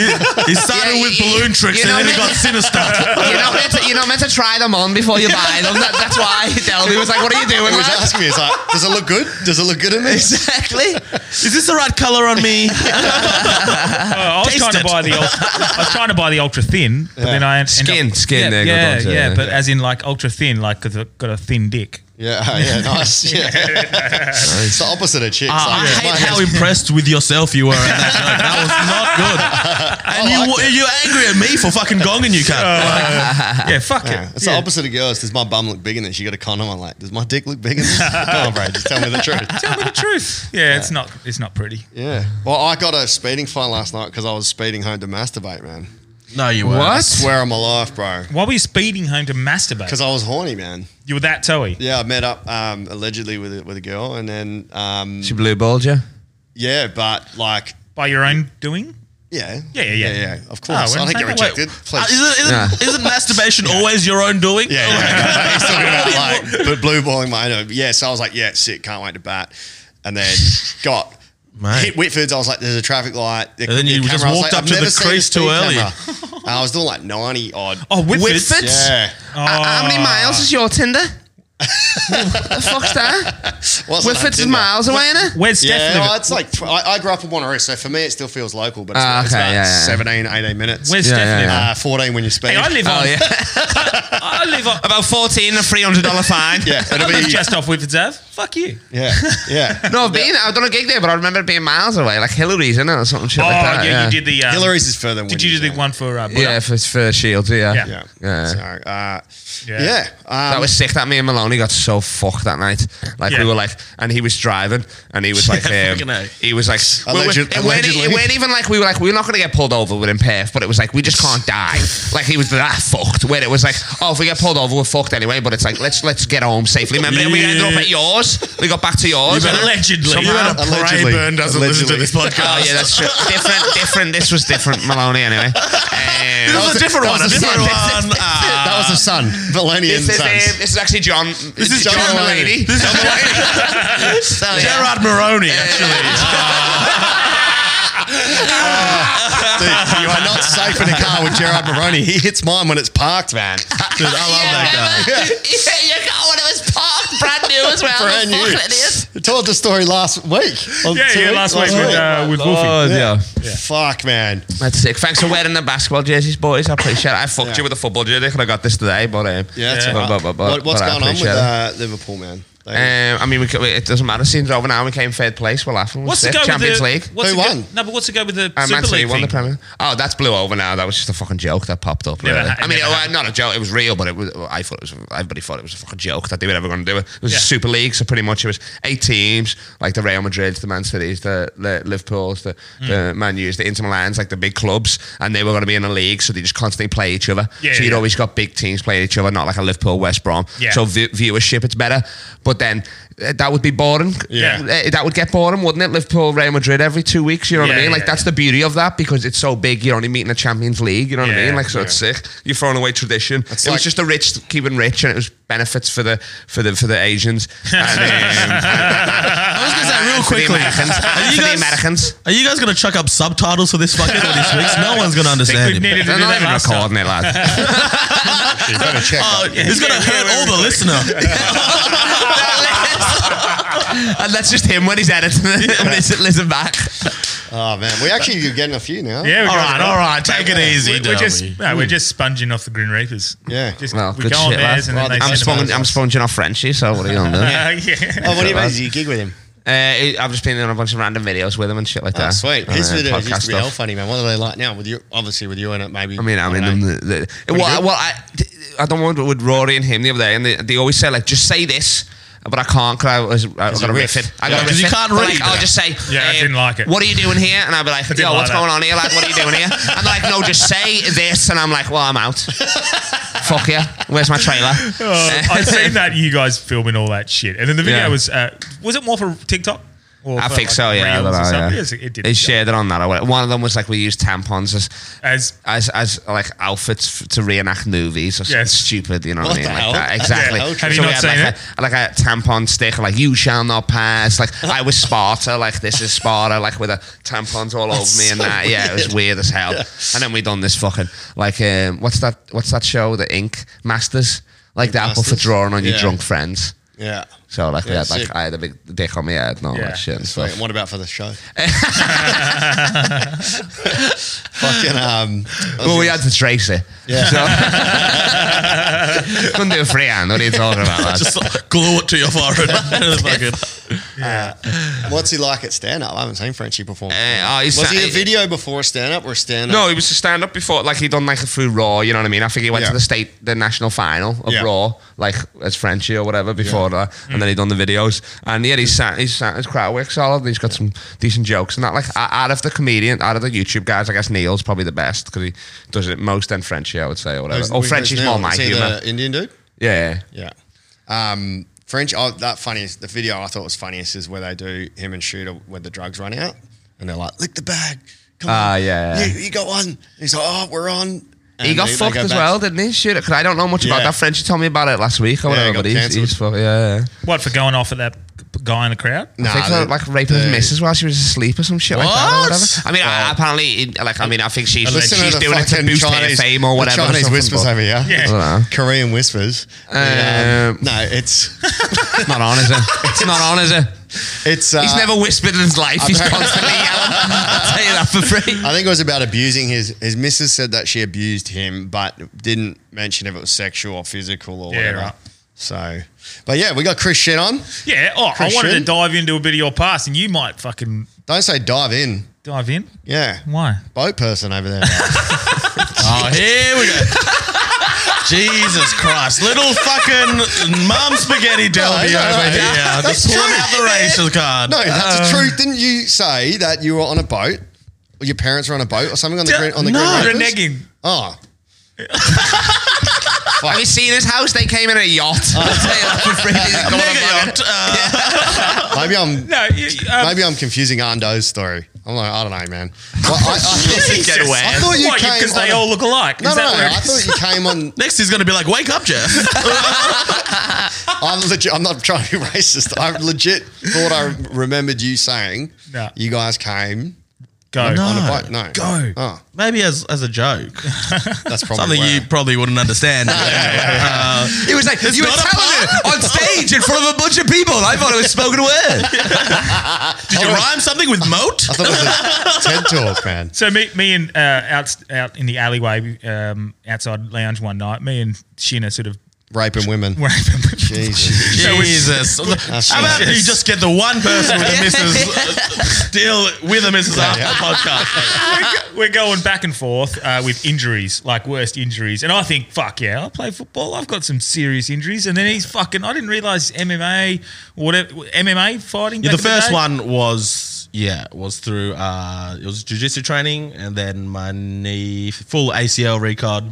Speaker 4: He started
Speaker 8: Yeah,
Speaker 4: with
Speaker 8: you-
Speaker 4: balloon tricks
Speaker 8: you
Speaker 4: and
Speaker 8: know
Speaker 4: then he
Speaker 8: me.
Speaker 4: got sinister.
Speaker 8: You're not, meant to, you're not meant to try them on before you buy them. That, that's why Delby was like, what are *laughs* you doing,
Speaker 3: he was
Speaker 8: lad?
Speaker 3: asking me, it's like, does it look good? Does it look good in me?
Speaker 4: exactly. *laughs* Is this the right color on *laughs* me?
Speaker 1: Uh, I was
Speaker 4: Taste
Speaker 1: trying
Speaker 4: it.
Speaker 1: to buy the
Speaker 8: *laughs*
Speaker 1: ultra, I was trying to buy the ultra thin, but then I end
Speaker 8: Skin,
Speaker 1: up,
Speaker 8: skin,
Speaker 1: Yeah,
Speaker 8: there you go,
Speaker 1: yeah,
Speaker 8: don't you?
Speaker 1: yeah,
Speaker 8: Yeah.
Speaker 1: But as in like ultra thin, like 'cause I've got a thin dick.
Speaker 3: Yeah, oh, yeah, nice. Yeah. it's the opposite of chicks.
Speaker 4: Ah, I
Speaker 3: like,
Speaker 4: hate
Speaker 3: mine
Speaker 4: how
Speaker 3: is-
Speaker 4: impressed with yourself you were at that joke. That was not *laughs* good. And you you're angry at me for fucking gonging you, cunt.
Speaker 8: Uh-huh.
Speaker 1: yeah, fuck
Speaker 3: Yeah,
Speaker 1: it.
Speaker 3: it's
Speaker 1: Yeah.
Speaker 3: the opposite of girls. Does my bum look big in this? You got a condom on, like, does my dick look big in this? Come on, Oh, bro, just tell me the truth.
Speaker 1: Tell me the
Speaker 3: *laughs*
Speaker 1: truth. Yeah, it's not. It's not pretty.
Speaker 3: Yeah. Well, I got a speeding fine last night because I was speeding home to masturbate, man.
Speaker 4: no, you weren't.
Speaker 3: Swear on my life, bro.
Speaker 1: Why were you speeding home to masturbate?
Speaker 3: Because I was horny, man.
Speaker 1: you were that toey.
Speaker 3: Yeah, I met up um, allegedly with a, with a girl, and then um,
Speaker 8: She blue balled you.
Speaker 3: yeah, but like,
Speaker 1: by your own doing.
Speaker 3: yeah,
Speaker 1: Yeah, yeah, yeah.
Speaker 3: of course.
Speaker 1: Oh, well,
Speaker 3: I didn't get
Speaker 1: no, wait.
Speaker 3: rejected.
Speaker 4: Uh,
Speaker 3: Please.
Speaker 4: isn't, isn't,
Speaker 8: Yeah.
Speaker 4: isn't masturbation always your own doing?
Speaker 3: Yeah, yeah.
Speaker 4: *laughs*
Speaker 3: He's talking about like but blue balling my own. Yeah, so I was like, yeah, sick, can't wait to bat. And then got
Speaker 4: Mate.
Speaker 3: hit Whitford's. I was like, there's a traffic light. There
Speaker 4: And then
Speaker 3: could be a
Speaker 4: you just
Speaker 3: camera. I was
Speaker 4: walked
Speaker 3: like,
Speaker 4: up
Speaker 3: I've
Speaker 4: to the
Speaker 3: never seen a
Speaker 4: crease too
Speaker 3: speed
Speaker 4: early.
Speaker 3: camera. And I was doing like 90 odd.
Speaker 1: Oh, Whitford's.
Speaker 8: Whitford's?
Speaker 3: Yeah.
Speaker 8: Uh, how many miles is your Tinder? the fuck's that?
Speaker 3: Wasn't on
Speaker 8: Whitford's is
Speaker 3: Tinder.
Speaker 8: miles away, innit?
Speaker 1: Where's Steph?
Speaker 3: Yeah,
Speaker 1: live
Speaker 3: well,
Speaker 1: at?
Speaker 3: it's like, tw- I, I grew up in Wanneroo, so for me it still feels local, but it's,
Speaker 8: Ah,
Speaker 3: about- it's
Speaker 8: okay,
Speaker 3: about
Speaker 8: yeah, yeah.
Speaker 3: 17, 18 minutes.
Speaker 1: Where's
Speaker 8: Yeah,
Speaker 1: Steph?
Speaker 8: yeah,
Speaker 1: live at?
Speaker 8: yeah.
Speaker 3: uh, 14 when you speed.
Speaker 1: Hey, I live on.
Speaker 8: Oh, yeah.
Speaker 1: I live on.
Speaker 8: *laughs* About 14 and $300 fine.
Speaker 3: *laughs* Yeah,
Speaker 1: I
Speaker 3: it'll
Speaker 1: live
Speaker 3: *laughs*
Speaker 4: *laughs*
Speaker 3: be,
Speaker 1: just off Whitford's Ave. Fuck you.
Speaker 3: yeah, yeah.
Speaker 8: No, I've been. I've done a gig there, but I remember it being miles away, like Hillary's, innit, or something shit
Speaker 1: oh
Speaker 8: like that.
Speaker 1: yeah, you did the. Um,
Speaker 3: Hillary's is further. than
Speaker 1: Did you do
Speaker 3: Whitney's,
Speaker 1: the
Speaker 3: yeah.
Speaker 1: one for? Uh, Buddha?
Speaker 8: Yeah, for, for Shields, yeah.
Speaker 1: Yeah.
Speaker 3: Yeah.
Speaker 8: Yeah.
Speaker 3: So, uh,
Speaker 1: Yeah.
Speaker 3: yeah.
Speaker 8: That
Speaker 3: um,
Speaker 8: was sick. That me and Maloney got so fucked that night. Like
Speaker 1: Yeah.
Speaker 8: we were like, and he was driving, and he was like,
Speaker 4: *laughs* fucking
Speaker 8: um,
Speaker 4: hell.
Speaker 8: he was like, we were-
Speaker 3: Alleged-
Speaker 8: it, weren't,
Speaker 3: allegedly.
Speaker 8: it weren't even like we were like we're not gonna get pulled over with Perth, but it was like we just can't die. like he was that fucked. Where it was like, oh, if we get pulled over, we're fucked anyway. But it's like let's let's get home safely. Remember, then we
Speaker 4: Yeah.
Speaker 8: ended up at yours. We got back to
Speaker 4: Oh,
Speaker 8: yours. and-
Speaker 4: *laughs*
Speaker 1: Allegedly.
Speaker 8: Somehow-
Speaker 3: Allegedly.
Speaker 4: Burn doesn't listen to
Speaker 3: Allegedly.
Speaker 4: this podcast.
Speaker 8: Oh yeah, that's true. different, different. This was different, Maloney. Anyway, um,
Speaker 4: This is a different one. A different one. *laughs* Ah.
Speaker 3: *laughs* That was the son, Melanie and
Speaker 8: This is, um,
Speaker 3: sons.
Speaker 8: this is actually John. This
Speaker 4: is
Speaker 8: John,
Speaker 4: John
Speaker 8: Mulaney.
Speaker 4: This is
Speaker 3: *laughs*
Speaker 8: So, yeah.
Speaker 4: Gerard Maroney, actually.
Speaker 3: Dude, you are not safe in a car with Gerard Maroney. He hits *laughs* mine when it's parked, man.
Speaker 4: Dude, I love that guy.
Speaker 8: yeah, you got one of his parked brand new
Speaker 2: as well. I'm
Speaker 3: Brand new.
Speaker 2: fucking idiot.
Speaker 3: You told the story last week. Or
Speaker 1: Yeah,
Speaker 3: two
Speaker 1: yeah,
Speaker 3: weeks-
Speaker 1: last week with, uh, with uh, Wolfie.
Speaker 8: Oh, yeah.
Speaker 3: Fuck, man.
Speaker 8: That's sick. Thanks for wearing the basketball jerseys, boys. I appreciate it. I fucked
Speaker 3: Yeah.
Speaker 8: you with a football jersey and I got this today, but um,
Speaker 3: Yeah, that's
Speaker 1: Yeah.
Speaker 3: all right.
Speaker 8: But- but- but-
Speaker 3: what, what's
Speaker 8: but I
Speaker 3: going on with
Speaker 8: appreciate
Speaker 3: uh, Liverpool, man? They-
Speaker 8: Um, I mean, we, c- we- it doesn't matter. Seems over now. We came third place. We're laughing. We're
Speaker 1: What's the
Speaker 8: fifth.
Speaker 1: go
Speaker 8: Champions
Speaker 1: with the,
Speaker 8: League?
Speaker 1: What's
Speaker 3: Who
Speaker 1: the go-
Speaker 3: won?
Speaker 1: no, but what's the go with the
Speaker 8: And Man
Speaker 1: Super
Speaker 8: City
Speaker 1: League
Speaker 8: Um, won the
Speaker 1: thing?
Speaker 8: Premier. Oh, that's blew over now. That was just a fucking joke that popped up.
Speaker 1: Never
Speaker 8: really.
Speaker 1: ha-
Speaker 8: I mean,
Speaker 1: never
Speaker 8: it, was
Speaker 1: happened.
Speaker 8: not a joke. It was real, but it was. I thought it was. Everybody thought it was a fucking joke that they were ever going to do it. It was
Speaker 1: Yeah.
Speaker 8: a Super League, so pretty much it was eight teams, like the Real Madrids, the Man Cities, the, the Liverpool's, the,
Speaker 1: Hmm.
Speaker 8: the Man U's, the Inter Milan's, like the big clubs, and they were going to be in a league, so they just constantly play each other.
Speaker 1: Yeah,
Speaker 8: so you'd
Speaker 1: yeah.
Speaker 8: always got big teams playing each other, not like a Liverpool West Brom.
Speaker 1: Yeah.
Speaker 8: So vi- viewership, it's better, but then. uh, That would be boring.
Speaker 1: Yeah.
Speaker 8: Uh, that would get boring, wouldn't it? Liverpool, Real Madrid every two weeks. You know
Speaker 1: Yeah,
Speaker 8: what I mean? Like
Speaker 1: yeah,
Speaker 8: that's
Speaker 1: yeah.
Speaker 8: the the beauty of that because it's so big. You're only meeting the Champions League. You know what
Speaker 1: Yeah,
Speaker 8: I mean? Like, so it's sick. You're throwing away tradition. it
Speaker 3: like-
Speaker 8: was just a rich, keeping rich, and it was benefits for the for the for the Asians. And, um,
Speaker 4: I was gonna say
Speaker 8: for
Speaker 4: real
Speaker 8: the
Speaker 4: quickly.
Speaker 8: Americans.
Speaker 4: Are you
Speaker 8: For the
Speaker 4: guys-
Speaker 8: Americans.
Speaker 4: Are you guys gonna chuck up subtitles for this fucking all these *laughs* weeks? No one's gonna understand
Speaker 1: We
Speaker 4: him.
Speaker 1: needed to
Speaker 8: They're
Speaker 1: do
Speaker 8: not
Speaker 1: that
Speaker 8: even
Speaker 1: last time.
Speaker 8: recording it, lad.
Speaker 3: you better check.
Speaker 4: *laughs* Oh,
Speaker 3: that.
Speaker 4: it's gonna
Speaker 1: Yeah,
Speaker 4: hurt
Speaker 1: yeah,
Speaker 4: all the *laughs* listener.
Speaker 8: and that's just him when he's editing it. When he's listen back.
Speaker 3: Oh, man. We actually are getting a few now.
Speaker 1: Yeah, we
Speaker 4: all
Speaker 1: got
Speaker 4: right,
Speaker 1: it.
Speaker 4: all right, take it easy.
Speaker 1: We're, we're *laughs*
Speaker 4: dummy.
Speaker 1: just no, we're just sponging off the Grim Reapers.
Speaker 3: Hmm. Yeah.
Speaker 1: just
Speaker 8: Well,
Speaker 1: we
Speaker 8: good
Speaker 1: go on
Speaker 8: shit,
Speaker 1: theirs and then
Speaker 8: lad.
Speaker 1: they send
Speaker 8: I'm,
Speaker 1: them
Speaker 8: sponging,
Speaker 1: ours.
Speaker 8: I'm sponging off Frenchie, so what are you going to
Speaker 1: *laughs*
Speaker 8: do?
Speaker 1: Uh, yeah.
Speaker 3: Oh, what do you mean? Did you gig with him?
Speaker 8: Uh, he- I've just been doing a bunch of random videos with him and shit like that.
Speaker 3: Oh, sweet.
Speaker 8: And,
Speaker 3: His
Speaker 8: uh,
Speaker 3: videos
Speaker 8: podcast
Speaker 3: used to be
Speaker 8: stuff.
Speaker 3: hell funny, man. What are they like now? With you, obviously, with you in it, maybe.
Speaker 8: I mean, I mean,
Speaker 3: don't know.
Speaker 8: the, the, well,
Speaker 3: good.
Speaker 8: well, I, I don't want with Rory and him the other day, and they, they always say like, just say this. But I can't because I was I got
Speaker 3: you
Speaker 8: to riff
Speaker 3: riff.
Speaker 8: it. I got
Speaker 4: Yeah,
Speaker 8: to
Speaker 4: 'cause
Speaker 8: riff
Speaker 4: you
Speaker 8: it.
Speaker 4: can't
Speaker 8: They're
Speaker 4: read
Speaker 8: Like, I'll
Speaker 4: that.
Speaker 8: just say,
Speaker 1: Yeah, I
Speaker 8: um,
Speaker 1: didn't like it.
Speaker 8: What are you doing here? And I'll
Speaker 1: *laughs*
Speaker 8: be like,
Speaker 1: didn't
Speaker 8: Yo,
Speaker 1: like
Speaker 8: what's
Speaker 1: that.
Speaker 8: going on here? Like, what are you doing here? And they're like, no, just say this. And I'm like, well,
Speaker 1: *laughs*
Speaker 8: I'm out. Fuck yeah. Where's my trailer?
Speaker 1: *laughs* Oh, I've seen that you guys filming all that shit, and then the video
Speaker 8: Yeah.
Speaker 1: was uh, was it more for TikTok? Or
Speaker 8: *laughs* I
Speaker 1: for, like,
Speaker 8: think so. Yeah, I
Speaker 1: Reels
Speaker 8: don't
Speaker 1: or
Speaker 8: know,
Speaker 1: something?
Speaker 8: yeah.
Speaker 1: Yes, it did.
Speaker 8: They shared it on that. or whatever. One of them was like, we use tampons as
Speaker 1: as
Speaker 8: as as like outfits f- to reenact movies or something
Speaker 1: Yes.
Speaker 8: stupid, you know what,
Speaker 3: What
Speaker 8: I mean?
Speaker 3: the
Speaker 8: like
Speaker 3: hell?
Speaker 8: that. Exactly.
Speaker 3: Yeah,
Speaker 1: have you
Speaker 8: we
Speaker 1: not
Speaker 8: had
Speaker 1: seen
Speaker 8: like A, like a tampon stick, like you shall not pass. Like I was Sparta, like this is Sparta, like with a tampons all over me and
Speaker 3: so
Speaker 8: that. Yeah, it was weird as hell. And then we done this fucking like um, what's that what's that show? The Ink Masters, like that, but for
Speaker 3: Masters?
Speaker 8: drawing on your
Speaker 3: Yeah.
Speaker 8: drunk friends.
Speaker 3: Yeah.
Speaker 8: So like we
Speaker 3: Yeah,
Speaker 8: had like
Speaker 3: sick.
Speaker 8: I had a big dick on my head and all
Speaker 1: Yeah.
Speaker 8: that shit and
Speaker 3: Sweet.
Speaker 8: stuff.
Speaker 3: And what about for the show? *laughs* Fucking um. I was
Speaker 8: Well, we
Speaker 3: gonna-
Speaker 8: had to trace it.
Speaker 3: Yeah.
Speaker 8: So- *laughs* couldn't do a freehand. What are you talking about? lad?
Speaker 4: just like, glue it to your forehead. *laughs* Fucking-
Speaker 3: What's he like at stand up? I haven't seen Frenchie perform.
Speaker 8: Uh, oh, he's-
Speaker 3: was he a video before a stand up or a stand up?
Speaker 8: No, he was to stand up before, like he done like a through Raw. You know what I mean? I think he went
Speaker 3: Yeah.
Speaker 8: to the state, the national final of
Speaker 3: Yeah.
Speaker 8: Raw, like as Frenchie or whatever before that, and then he done the videos. And
Speaker 3: Mm.
Speaker 8: yeah, he's sat, he's sat his crowd work solid. and He's got some decent jokes and that. Like o- out of the comedian, out of the YouTube guys, I guess Neil's probably the best because he does it most. And Frenchie, I would say, or whatever.
Speaker 3: Who's-
Speaker 8: or
Speaker 3: who's
Speaker 8: oh, Frenchie's
Speaker 3: now?
Speaker 8: more
Speaker 3: Is
Speaker 8: my
Speaker 3: he
Speaker 8: humor.
Speaker 3: The Indian dude.
Speaker 8: Yeah.
Speaker 3: Yeah. Um, French. Oh, that funniest. The video I thought was funniest is where they do him and Shooter when the drugs run out, and they're like, "Lick the bag." Come
Speaker 8: Ah,
Speaker 3: on.
Speaker 8: yeah, yeah.
Speaker 3: You, you got one. He's like, "Oh, we're on."
Speaker 8: he
Speaker 3: And
Speaker 8: got
Speaker 3: they- they
Speaker 8: fucked
Speaker 3: go
Speaker 8: as
Speaker 3: back.
Speaker 8: well, didn't he? Shit, 'cause I don't know much about
Speaker 3: Yeah.
Speaker 8: that. Frenchie told me about it last week or
Speaker 3: Yeah, he
Speaker 8: whatever.
Speaker 3: got
Speaker 8: but he's, he's fucked. Yeah. yeah.
Speaker 1: what for going off at that guy in the crowd?
Speaker 3: Nah,
Speaker 8: I think
Speaker 3: the-
Speaker 8: for, like raping
Speaker 3: the-
Speaker 8: his missus while she was asleep or some shit like that. Or
Speaker 4: What?
Speaker 8: whatever. I mean, I, apparently, like, I mean, I think she's,
Speaker 3: Listen to
Speaker 8: she's
Speaker 3: the
Speaker 8: doing it to
Speaker 3: fucking
Speaker 8: boost her
Speaker 3: Chinese-
Speaker 8: fame or
Speaker 3: the
Speaker 8: whatever. or
Speaker 3: Chinese
Speaker 8: something,
Speaker 3: whispers
Speaker 8: but
Speaker 3: over here.
Speaker 1: Yeah.
Speaker 8: I don't know.
Speaker 3: Korean whispers.
Speaker 8: Um,
Speaker 3: no, it's
Speaker 8: *laughs* It's not on, is
Speaker 3: *laughs*
Speaker 8: it? It's not on, is it?
Speaker 3: it's. Uh,
Speaker 8: He's never whispered in his life. He's constantly yelling. I'll tell you that for free.
Speaker 3: I think it was about abusing his. His missus said that she abused him, but didn't mention if it was sexual or physical or
Speaker 1: Yeah,
Speaker 3: whatever.
Speaker 1: right.
Speaker 3: So, but yeah, we got Chris Shit on.
Speaker 1: Yeah, oh, I wanted
Speaker 3: Christian?
Speaker 1: to dive into a bit of your past, and you might fucking
Speaker 3: Don't say dive in.
Speaker 1: dive in.
Speaker 3: Yeah.
Speaker 1: Why?
Speaker 3: Boat person over
Speaker 8: *laughs*
Speaker 3: there.
Speaker 4: *laughs* Oh, here we go. Jesus Christ. Little fucking mum spaghetti
Speaker 3: No,
Speaker 4: derby
Speaker 3: no,
Speaker 4: over
Speaker 3: no,
Speaker 4: here.
Speaker 3: yeah. *laughs*
Speaker 4: Just
Speaker 3: That's
Speaker 4: pulling
Speaker 3: true.
Speaker 4: out the racial card.
Speaker 3: No, that's
Speaker 8: Um,
Speaker 3: the truth. Didn't you say that you were on a boat? Or your parents were on a boat or something on the
Speaker 1: D-
Speaker 3: green on the
Speaker 1: no.
Speaker 3: green Reapers?
Speaker 1: Reneging.
Speaker 3: Oh,
Speaker 8: Have you seen his house? They came in a yacht. I'll tell you that
Speaker 3: *laughs*
Speaker 8: for free. He's going about it.
Speaker 4: Uh, Mega yacht. Uh,
Speaker 3: maybe I'm
Speaker 1: No, you,
Speaker 4: *laughs*
Speaker 1: um,
Speaker 3: maybe I'm confusing Arndo's story. I'm like, I don't know, man. Well,
Speaker 4: *laughs*
Speaker 3: I, I,
Speaker 8: Jesus. Get away.
Speaker 3: I thought you
Speaker 1: why?
Speaker 3: came
Speaker 1: Because
Speaker 3: on
Speaker 1: they
Speaker 3: a-
Speaker 1: all look alike.
Speaker 3: No,
Speaker 1: is
Speaker 3: no,
Speaker 1: that
Speaker 3: no.
Speaker 1: where it
Speaker 3: I
Speaker 1: is?
Speaker 3: thought you came
Speaker 4: *laughs*
Speaker 3: on.
Speaker 4: Next, he's going to be like, wake up, Jeff.
Speaker 3: I'm legit. I'm not trying to be racist. I legit thought I remembered you saying
Speaker 1: No.
Speaker 3: you guys came
Speaker 1: Go.
Speaker 3: on a bike? No.
Speaker 4: Go.
Speaker 3: Oh,
Speaker 4: Maybe as, as a joke.
Speaker 3: that's probably
Speaker 4: Something
Speaker 3: where-
Speaker 4: you probably wouldn't understand. Uh,
Speaker 8: It was like you were
Speaker 4: not a
Speaker 8: telling it on stage in front of a bunch of people. I thought it was spoken word.
Speaker 4: *laughs* did you rhyme something with moat?
Speaker 3: I thought it was a TED talk, man.
Speaker 1: So me, me and uh, out out in the alleyway um, outside lounge one night, me and Shinner sort of *laughs*
Speaker 3: Raping
Speaker 4: *laughs*
Speaker 3: women.
Speaker 1: were
Speaker 3: Jesus.
Speaker 4: Jesus. How about you
Speaker 1: Jesus.
Speaker 4: just get the one person *laughs* with a Mrs. still with a Mrs. after the podcast?
Speaker 1: we're going back and forth uh, with injuries, like worst injuries. And I think, fuck yeah, I play football. I've got some serious injuries. And then he's fucking. I didn't realize MMA, whatever MMA fighting.
Speaker 4: Yeah,
Speaker 1: back
Speaker 4: the
Speaker 1: in
Speaker 4: first
Speaker 1: day.
Speaker 4: one was yeah, was through uh it was jujitsu training and then my knee full ACL recod,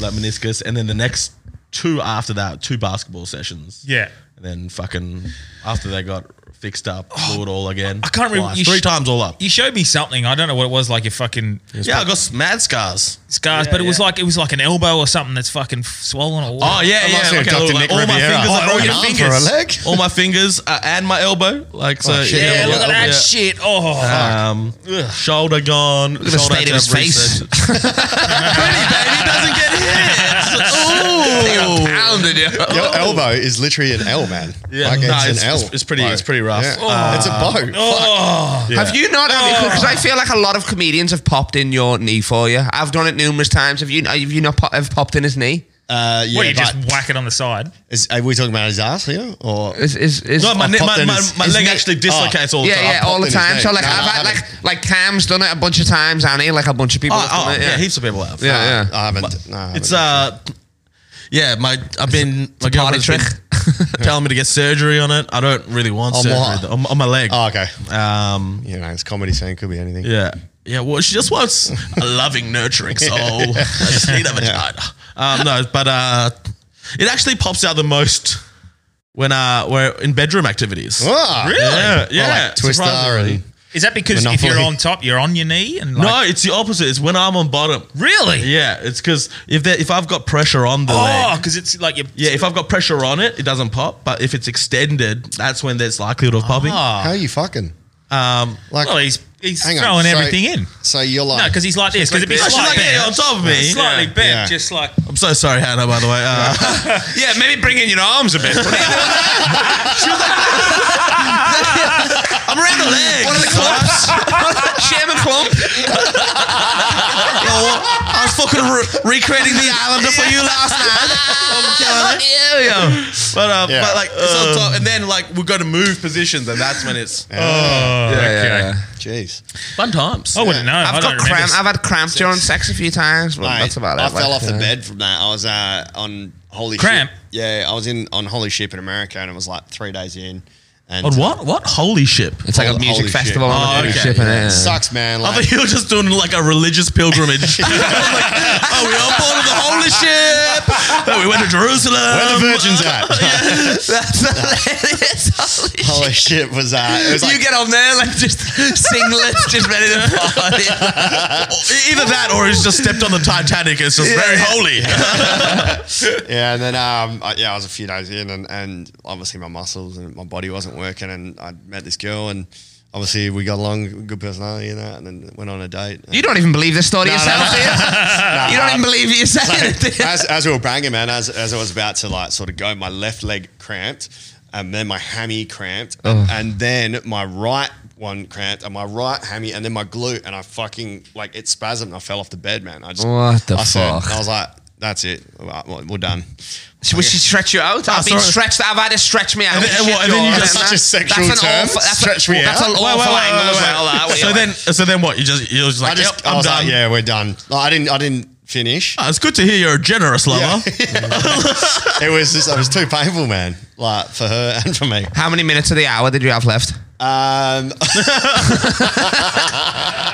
Speaker 4: like meniscus, and then the next two after that, two basketball sessions.
Speaker 1: Yeah.
Speaker 4: And then fucking after they got fixed up, blew it all again.
Speaker 1: I can't remember-
Speaker 4: Twice,
Speaker 1: you
Speaker 4: three
Speaker 1: sh-
Speaker 4: times all up.
Speaker 1: You showed me something. I don't know what it was like. Your fucking
Speaker 4: Yeah, I got s- mad scars.
Speaker 1: scars,
Speaker 4: Yeah,
Speaker 1: but it was
Speaker 4: yeah.
Speaker 1: like it was like an elbow or something that's fucking swollen or.
Speaker 4: Oh yeah,
Speaker 3: I'm not
Speaker 4: yeah.
Speaker 3: seeing
Speaker 4: okay,
Speaker 3: Dr.
Speaker 4: look,
Speaker 3: Nick
Speaker 4: all my
Speaker 3: Riviera.
Speaker 4: fingers
Speaker 3: Oh,
Speaker 4: are
Speaker 3: an
Speaker 4: broken.
Speaker 3: arm for
Speaker 4: fingers.
Speaker 3: a leg?
Speaker 4: *laughs* All my fingers uh, and my elbow. Like so.
Speaker 3: shit.
Speaker 1: Yeah, look at that
Speaker 4: Oh, yeah.
Speaker 1: shit. Oh,
Speaker 4: Um, shoulder gone. Look
Speaker 8: at the state of his face. *laughs*
Speaker 4: baby doesn't
Speaker 3: *laughs*
Speaker 4: get hit. Ooh.
Speaker 8: Pounded you.
Speaker 3: Your elbow is literally an L, man.
Speaker 4: Oh. Yeah.
Speaker 3: Like it's,
Speaker 4: No,
Speaker 3: an
Speaker 4: it's-
Speaker 3: L.
Speaker 4: it's- it's pretty-
Speaker 3: bow.
Speaker 4: it's pretty rough. Oh.
Speaker 3: Yeah. it's a bow.
Speaker 1: oh.
Speaker 8: Have you not?
Speaker 3: Oh.
Speaker 8: Because I feel like a lot of comedians have popped in your knee for you. I've done it numerous times. Have you? uh, Have you not pop, have popped in his knee?
Speaker 3: Uh, yeah,
Speaker 1: what you
Speaker 3: but
Speaker 1: just whack it on the side?
Speaker 3: is, are we talking about his ass here? Or
Speaker 8: Is is, is
Speaker 4: No, my,
Speaker 3: I've
Speaker 4: ne-
Speaker 3: popped
Speaker 4: my,
Speaker 3: in
Speaker 4: my,
Speaker 3: his-
Speaker 4: my
Speaker 3: his
Speaker 4: leg
Speaker 3: neck.
Speaker 4: actually dislocates all the
Speaker 8: yeah,
Speaker 4: time.
Speaker 8: yeah, all the
Speaker 3: in his
Speaker 8: time. So
Speaker 3: knee.
Speaker 8: like,
Speaker 3: No,
Speaker 8: I've
Speaker 3: I
Speaker 8: had, like,
Speaker 3: haven't.
Speaker 8: like Cam's done it a bunch of times, and he like a bunch of people.
Speaker 4: Oh,
Speaker 8: have done
Speaker 4: oh,
Speaker 8: it,
Speaker 4: yeah, heaps of people have.
Speaker 8: yeah, yeah.
Speaker 3: I haven't. No, I haven't.
Speaker 4: It's uh, yeah, my I've been my girlfriend's
Speaker 8: party
Speaker 4: been telling me to get surgery on it. I don't really want
Speaker 3: On
Speaker 4: surgery
Speaker 3: what?
Speaker 4: though, on, on my leg.
Speaker 3: Oh, okay.
Speaker 4: Um,
Speaker 3: You know, it's comedy scene. Could be anything.
Speaker 4: yeah, yeah. Well, she just wants a loving, nurturing soul.
Speaker 3: *laughs*
Speaker 4: I just need a vagina. Um, no, but uh, it actually pops out the most when uh we're in bedroom activities.
Speaker 3: Ah,
Speaker 4: Yeah, yeah.
Speaker 3: Well, like Twister
Speaker 4: surprisingly.
Speaker 3: and
Speaker 1: Is that because if you're
Speaker 3: Monopoly.
Speaker 1: on top, you're on your knee and like,
Speaker 4: no, it's the opposite. It's when I'm on bottom.
Speaker 1: really?
Speaker 4: Yeah, it's because if there- if I've got pressure on the
Speaker 1: Oh,
Speaker 4: leg,
Speaker 1: because it's like your
Speaker 4: yeah, if I've got pressure on it, it doesn't pop. But if it's extended, that's when there's likelihood of popping.
Speaker 1: Ah.
Speaker 3: how are you fucking?
Speaker 4: Um,
Speaker 3: Like,
Speaker 1: Well, he's he's
Speaker 3: hang on,
Speaker 1: throwing
Speaker 3: so-
Speaker 1: everything in.
Speaker 3: so you're
Speaker 1: No,
Speaker 3: like,
Speaker 1: because he's like this. Because it'd be
Speaker 4: Oh, she's
Speaker 1: slightly
Speaker 4: like, yeah,
Speaker 1: bent.
Speaker 4: on top of me.
Speaker 1: Slightly
Speaker 4: Yeah.
Speaker 1: bent,
Speaker 3: Yeah.
Speaker 1: just like
Speaker 4: I'm so sorry, Hannah. By the way, uh,
Speaker 8: *laughs* yeah, maybe bring in your arms a bit.
Speaker 4: *laughs* I'm around the leg.
Speaker 8: One of the *laughs*
Speaker 4: *laughs*
Speaker 8: clumps. Chairman
Speaker 3: *laughs*
Speaker 8: Clump.
Speaker 4: I was fucking re- recreating the islander for you last
Speaker 8: *laughs*
Speaker 4: night. I'm telling you. But, uh,
Speaker 3: Yeah.
Speaker 4: but like, it's on
Speaker 8: Um.
Speaker 4: top, and then like we go to move positions, and that's when it's
Speaker 1: Oh, okay.
Speaker 3: jeez.
Speaker 4: fun times.
Speaker 1: I wouldn't know. I
Speaker 8: I've
Speaker 1: don't
Speaker 8: got
Speaker 1: remember.
Speaker 8: cramp. I've had cramp during sex a few times, but that's about it.
Speaker 3: I fell
Speaker 8: like,
Speaker 3: off the
Speaker 8: yeah.
Speaker 3: bed from that. I was uh, on holy
Speaker 1: Cramp?
Speaker 3: Ship. Yeah, I was in on holy ship in America, and it was like three days in. And
Speaker 4: On what? What? Holy ship!
Speaker 8: It's like a
Speaker 3: Holy
Speaker 8: music
Speaker 3: shit.
Speaker 8: festival on
Speaker 4: Oh,
Speaker 8: a cruise
Speaker 4: okay.
Speaker 8: ship, and
Speaker 3: It
Speaker 8: it.
Speaker 3: sucks, man.
Speaker 4: I
Speaker 3: Like,
Speaker 4: *laughs* thought you were just doing like a religious pilgrimage. *laughs* I was like, oh, we all boarded the holy
Speaker 3: *laughs*
Speaker 8: *laughs*
Speaker 4: ship. Oh, we went to Jerusalem.
Speaker 3: where the virgins at?
Speaker 8: That's hilarious. Holy shit.
Speaker 3: holy shit was uh, it was like
Speaker 8: you get on there like just *laughs* singlets, just ready to *laughs*
Speaker 3: *laughs*
Speaker 8: party.
Speaker 4: Either that, or he's just stepped on the Titanic. It's just very holy.
Speaker 3: Yeah, and then um, I, yeah, I was a few days in, and, and obviously my muscles and my body wasn't working, and I met this girl, and obviously we got along, good personality and that, and then went on a date.
Speaker 8: You don't even believe this story
Speaker 3: No, no,
Speaker 8: yourself,
Speaker 3: no.
Speaker 8: do you?
Speaker 3: Nah, *laughs*
Speaker 8: You don't even believe it yourself. do you?
Speaker 3: as, as we were banging, man, as, as I was about to like sort of go, my left leg cramped, and then my hammy cramped, and then my right one cramped, and my right hammy, and then my glute, and I fucking like it spasmed, and I fell off the bed, man. I just
Speaker 8: What the
Speaker 3: I said-
Speaker 8: fuck?
Speaker 3: I was like, that's it, Well, well, we're done.
Speaker 8: Would she stretch you out? I've been
Speaker 4: sorry.
Speaker 8: stretched. I've had to stretch me out.
Speaker 4: And then- and what- and then you just-
Speaker 3: Such a sexual term. Stretch me
Speaker 8: that's
Speaker 3: out?
Speaker 8: an
Speaker 3: Wait,
Speaker 8: awful
Speaker 3: wait, wait,
Speaker 8: angle as
Speaker 3: wait,
Speaker 8: well. that, where
Speaker 4: So
Speaker 8: you're
Speaker 4: then,
Speaker 8: like-
Speaker 4: so then what? You just you're just
Speaker 3: I
Speaker 4: like,
Speaker 3: just,
Speaker 4: yep,
Speaker 3: I
Speaker 4: I'm
Speaker 3: was
Speaker 4: done.
Speaker 3: like, yeah, we're done. Like, I didn't, I didn't finish.
Speaker 4: Oh, it's good to hear you're a
Speaker 3: *laughs*
Speaker 4: generous lover.
Speaker 3: It was just, it was too painful, man. Like for her *laughs* and for me.
Speaker 8: how many minutes of the hour did you have left?
Speaker 3: Um, *laughs*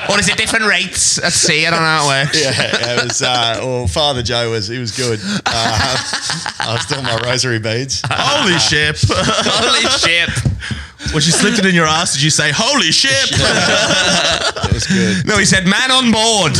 Speaker 8: Or is it different rates? Let's see. I don't know how it works.
Speaker 3: yeah, it was. Uh, well, Father Joe was. He was good. Uh, *laughs* I was doing my rosary beads.
Speaker 4: Holy shit!
Speaker 8: Holy shit.
Speaker 4: When she slipped it in your ass, did you say,
Speaker 3: *laughs*
Speaker 4: holy shit?
Speaker 8: No, he said, man on board.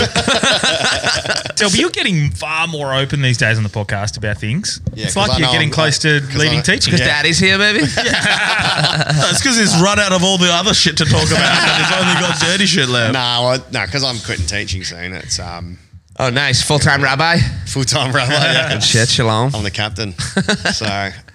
Speaker 3: *laughs*
Speaker 1: Delby, you're getting far more open these days on the podcast about things.
Speaker 3: Yeah,
Speaker 1: it's
Speaker 3: 'cause
Speaker 1: like
Speaker 3: I
Speaker 1: you're
Speaker 3: know
Speaker 1: getting
Speaker 3: I'm-
Speaker 1: close to
Speaker 3: um, uh, 'cause
Speaker 1: leading
Speaker 3: I-
Speaker 1: teaching.
Speaker 8: Because daddy's here, baby.
Speaker 4: That's because he's run out of all the other shit to talk about and he's only got dirty shit left.
Speaker 3: Nah, I, nah, because I'm quitting teaching soon. It's um,
Speaker 8: Oh, nice. Full time rabbi.
Speaker 3: full time rabbi. yeah.
Speaker 8: Shit, shalom.
Speaker 3: I'm the captain. so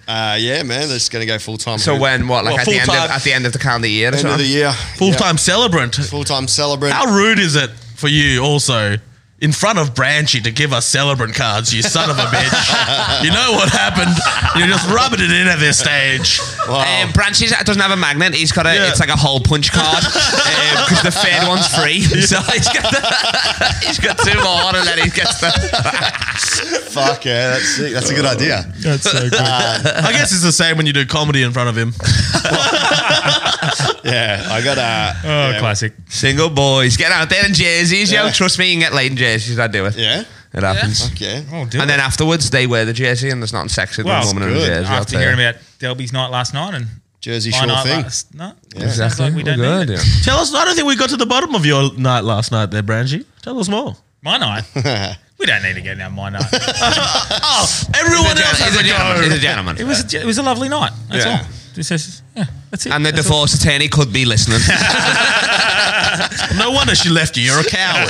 Speaker 3: uh, yeah, man, they're just gonna go full time.
Speaker 8: So when what? Like at
Speaker 4: Well,
Speaker 8: the end of
Speaker 4: full-time-
Speaker 8: at the end of the calendar year. Or
Speaker 3: End of the
Speaker 8: something?
Speaker 3: year,
Speaker 4: Full time celebrant.
Speaker 3: full time celebrant.
Speaker 4: How rude is it for you also? In front of Branchy to give us celebrant cards, you son of a bitch. you know what happened. You're just rubbing it in at this stage.
Speaker 8: Um, Branchy's doesn't have a magnet. He's got a.
Speaker 4: Yeah.
Speaker 8: It's like a hole punch card because the third one's free. *laughs* So he's got, the, *laughs* he's got two more, and then he gets the.
Speaker 3: Fuck yeah, that's sick. *laughs* That's a good idea.
Speaker 1: That's so *laughs* good.
Speaker 4: I guess it's the same when you do comedy in front of him.
Speaker 3: Yeah, I got uh,
Speaker 1: Oh,
Speaker 3: yeah,
Speaker 1: classic.
Speaker 8: Single boys, get out there in jerseys, yo.
Speaker 3: Yeah.
Speaker 8: Trust me, you can get laid in jerseys. I do it.
Speaker 3: Yeah,
Speaker 8: It happens.
Speaker 3: fuck yeah.
Speaker 1: Oh, dude.
Speaker 8: And then afterwards, they wear the jersey, and there's nothing sexy than
Speaker 1: Well,
Speaker 8: a woman in a
Speaker 3: good.
Speaker 8: jersey. I'll
Speaker 1: after
Speaker 8: tell you.
Speaker 1: hearing about Delby's night last night and
Speaker 3: Jersey
Speaker 1: my
Speaker 3: sure
Speaker 1: night
Speaker 3: thing.
Speaker 1: last night,
Speaker 3: Yeah.
Speaker 1: sounds like we
Speaker 8: We're
Speaker 1: don't need it.
Speaker 8: yeah.
Speaker 4: Tell us, I don't think we got to the bottom of your night last night there, Branchy. Tell us more.
Speaker 1: My
Speaker 3: *laughs*
Speaker 1: night. we don't need to get now my night.
Speaker 4: Oh, everyone else
Speaker 8: He's
Speaker 4: has
Speaker 8: a
Speaker 4: a
Speaker 8: gentleman. He's a
Speaker 4: go.
Speaker 8: gentleman.
Speaker 1: It was a, it was a lovely night. That's
Speaker 3: Yeah.
Speaker 1: all. This is- yeah, that's it.
Speaker 8: And the
Speaker 1: That's
Speaker 8: divorce attorney could be listening.
Speaker 4: No wonder she left you. You're a coward.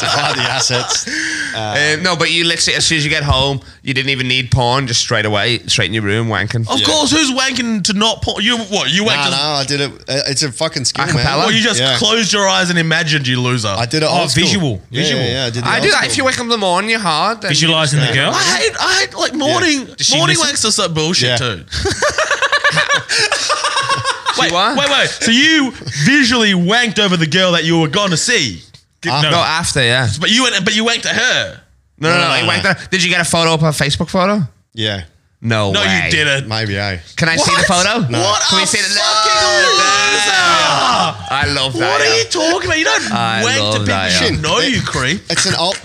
Speaker 3: Divide the *laughs* assets.
Speaker 8: Um, no, but you literally, as soon as you get home, you didn't even need porn, just straight away, straight in your room, wanking.
Speaker 4: Of course, who's wanking to not porn? You what? You
Speaker 3: Nah,
Speaker 4: wanked.
Speaker 3: no, I did it. uh, It's a fucking skill, man.
Speaker 8: Acapella?
Speaker 4: Or you just
Speaker 3: Yeah.
Speaker 4: closed your eyes and imagined you loser.
Speaker 3: I did it.
Speaker 1: Oh,
Speaker 3: old school.
Speaker 1: visual,
Speaker 3: Yeah,
Speaker 1: visual.
Speaker 3: Yeah, yeah, I did. the
Speaker 8: I
Speaker 3: old
Speaker 8: do that.
Speaker 3: school.
Speaker 8: If you wake up in the morning, you're hard. then you-
Speaker 1: Visualizing the girl.
Speaker 4: I hate, I hate like morning,
Speaker 1: Does she
Speaker 4: morning
Speaker 1: listen?
Speaker 4: wanks are so bullshit
Speaker 3: Yeah.
Speaker 4: too.
Speaker 8: She what?
Speaker 4: Wait, wait. So you visually wanked over the girl that you were going to see,
Speaker 8: No, after, yeah.
Speaker 4: but you went, but you wanked at her.
Speaker 8: No, no, no.
Speaker 3: No, no,
Speaker 8: he
Speaker 3: no.
Speaker 8: wanked her. Did you get a photo up, a Facebook photo?
Speaker 3: Yeah,
Speaker 8: No,
Speaker 4: No,
Speaker 8: way.
Speaker 4: you didn't.
Speaker 3: maybe eh? I.
Speaker 8: Can I see the photo?
Speaker 4: What
Speaker 8: Can
Speaker 4: a
Speaker 8: we see the
Speaker 4: fucking loser!
Speaker 8: I love that.
Speaker 4: What are
Speaker 8: yeah.
Speaker 4: you talking about? You don't
Speaker 8: I
Speaker 4: wank to
Speaker 8: love
Speaker 4: people.
Speaker 8: that,
Speaker 4: you
Speaker 8: yeah.
Speaker 4: should know you creep.
Speaker 3: It's an old.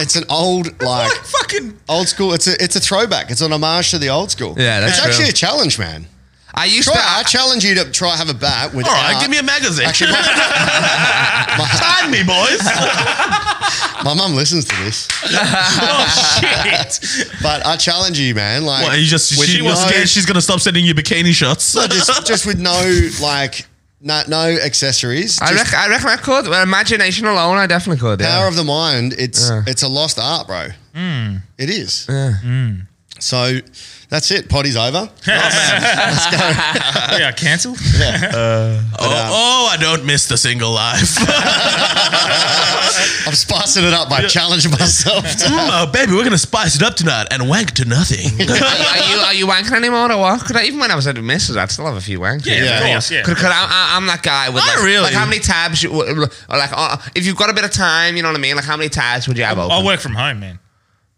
Speaker 3: It's an old like
Speaker 4: Fucking
Speaker 3: old school. It's a it's a throwback. It's an homage to the old school.
Speaker 8: Yeah, that's
Speaker 3: it's
Speaker 8: true.
Speaker 3: actually a challenge, man.
Speaker 8: I used
Speaker 3: Try.
Speaker 8: to.
Speaker 3: I challenge you to try have a bat with.
Speaker 4: all right. Give me a magazine.
Speaker 3: Actually, my,
Speaker 4: Time me,
Speaker 8: *laughs*
Speaker 4: boys.
Speaker 3: my mum listens to this,
Speaker 1: Oh shit!
Speaker 3: but I challenge you, man. Like,
Speaker 4: What, you just
Speaker 3: with
Speaker 4: she was
Speaker 3: no-
Speaker 4: scared she's gonna stop sending you bikini shots.
Speaker 3: No, *laughs* just, just with no like, no, no accessories.
Speaker 8: I,
Speaker 3: just
Speaker 8: reckon, I reckon I could. Well, imagination alone, I definitely could. Yeah.
Speaker 3: power of the mind. It's it's a lost art, bro. It is. So that's it. Potty's over.
Speaker 1: we are
Speaker 3: *laughs*
Speaker 1: cancelled.
Speaker 8: um,
Speaker 4: oh, oh, I don't miss the single
Speaker 8: *laughs*
Speaker 4: life. *laughs*
Speaker 3: I'm spicing it up by challenging myself. to-
Speaker 4: oh, baby, we're gonna spice it up tonight and wank to
Speaker 8: *laughs*
Speaker 4: nothing.
Speaker 8: are, you, are you wanking anymore or what? Could I, even when I was at the missus, I'd still have a few wanks.
Speaker 1: Yeah,
Speaker 3: Yeah.
Speaker 1: of course. Yeah.
Speaker 8: Because I'm, I'm that guy with
Speaker 4: Not
Speaker 8: like,
Speaker 4: really.
Speaker 8: like how many tabs you or like uh, if you've got a bit of time, you know what I mean. Like how many tabs would you have open?
Speaker 1: I work from home, man.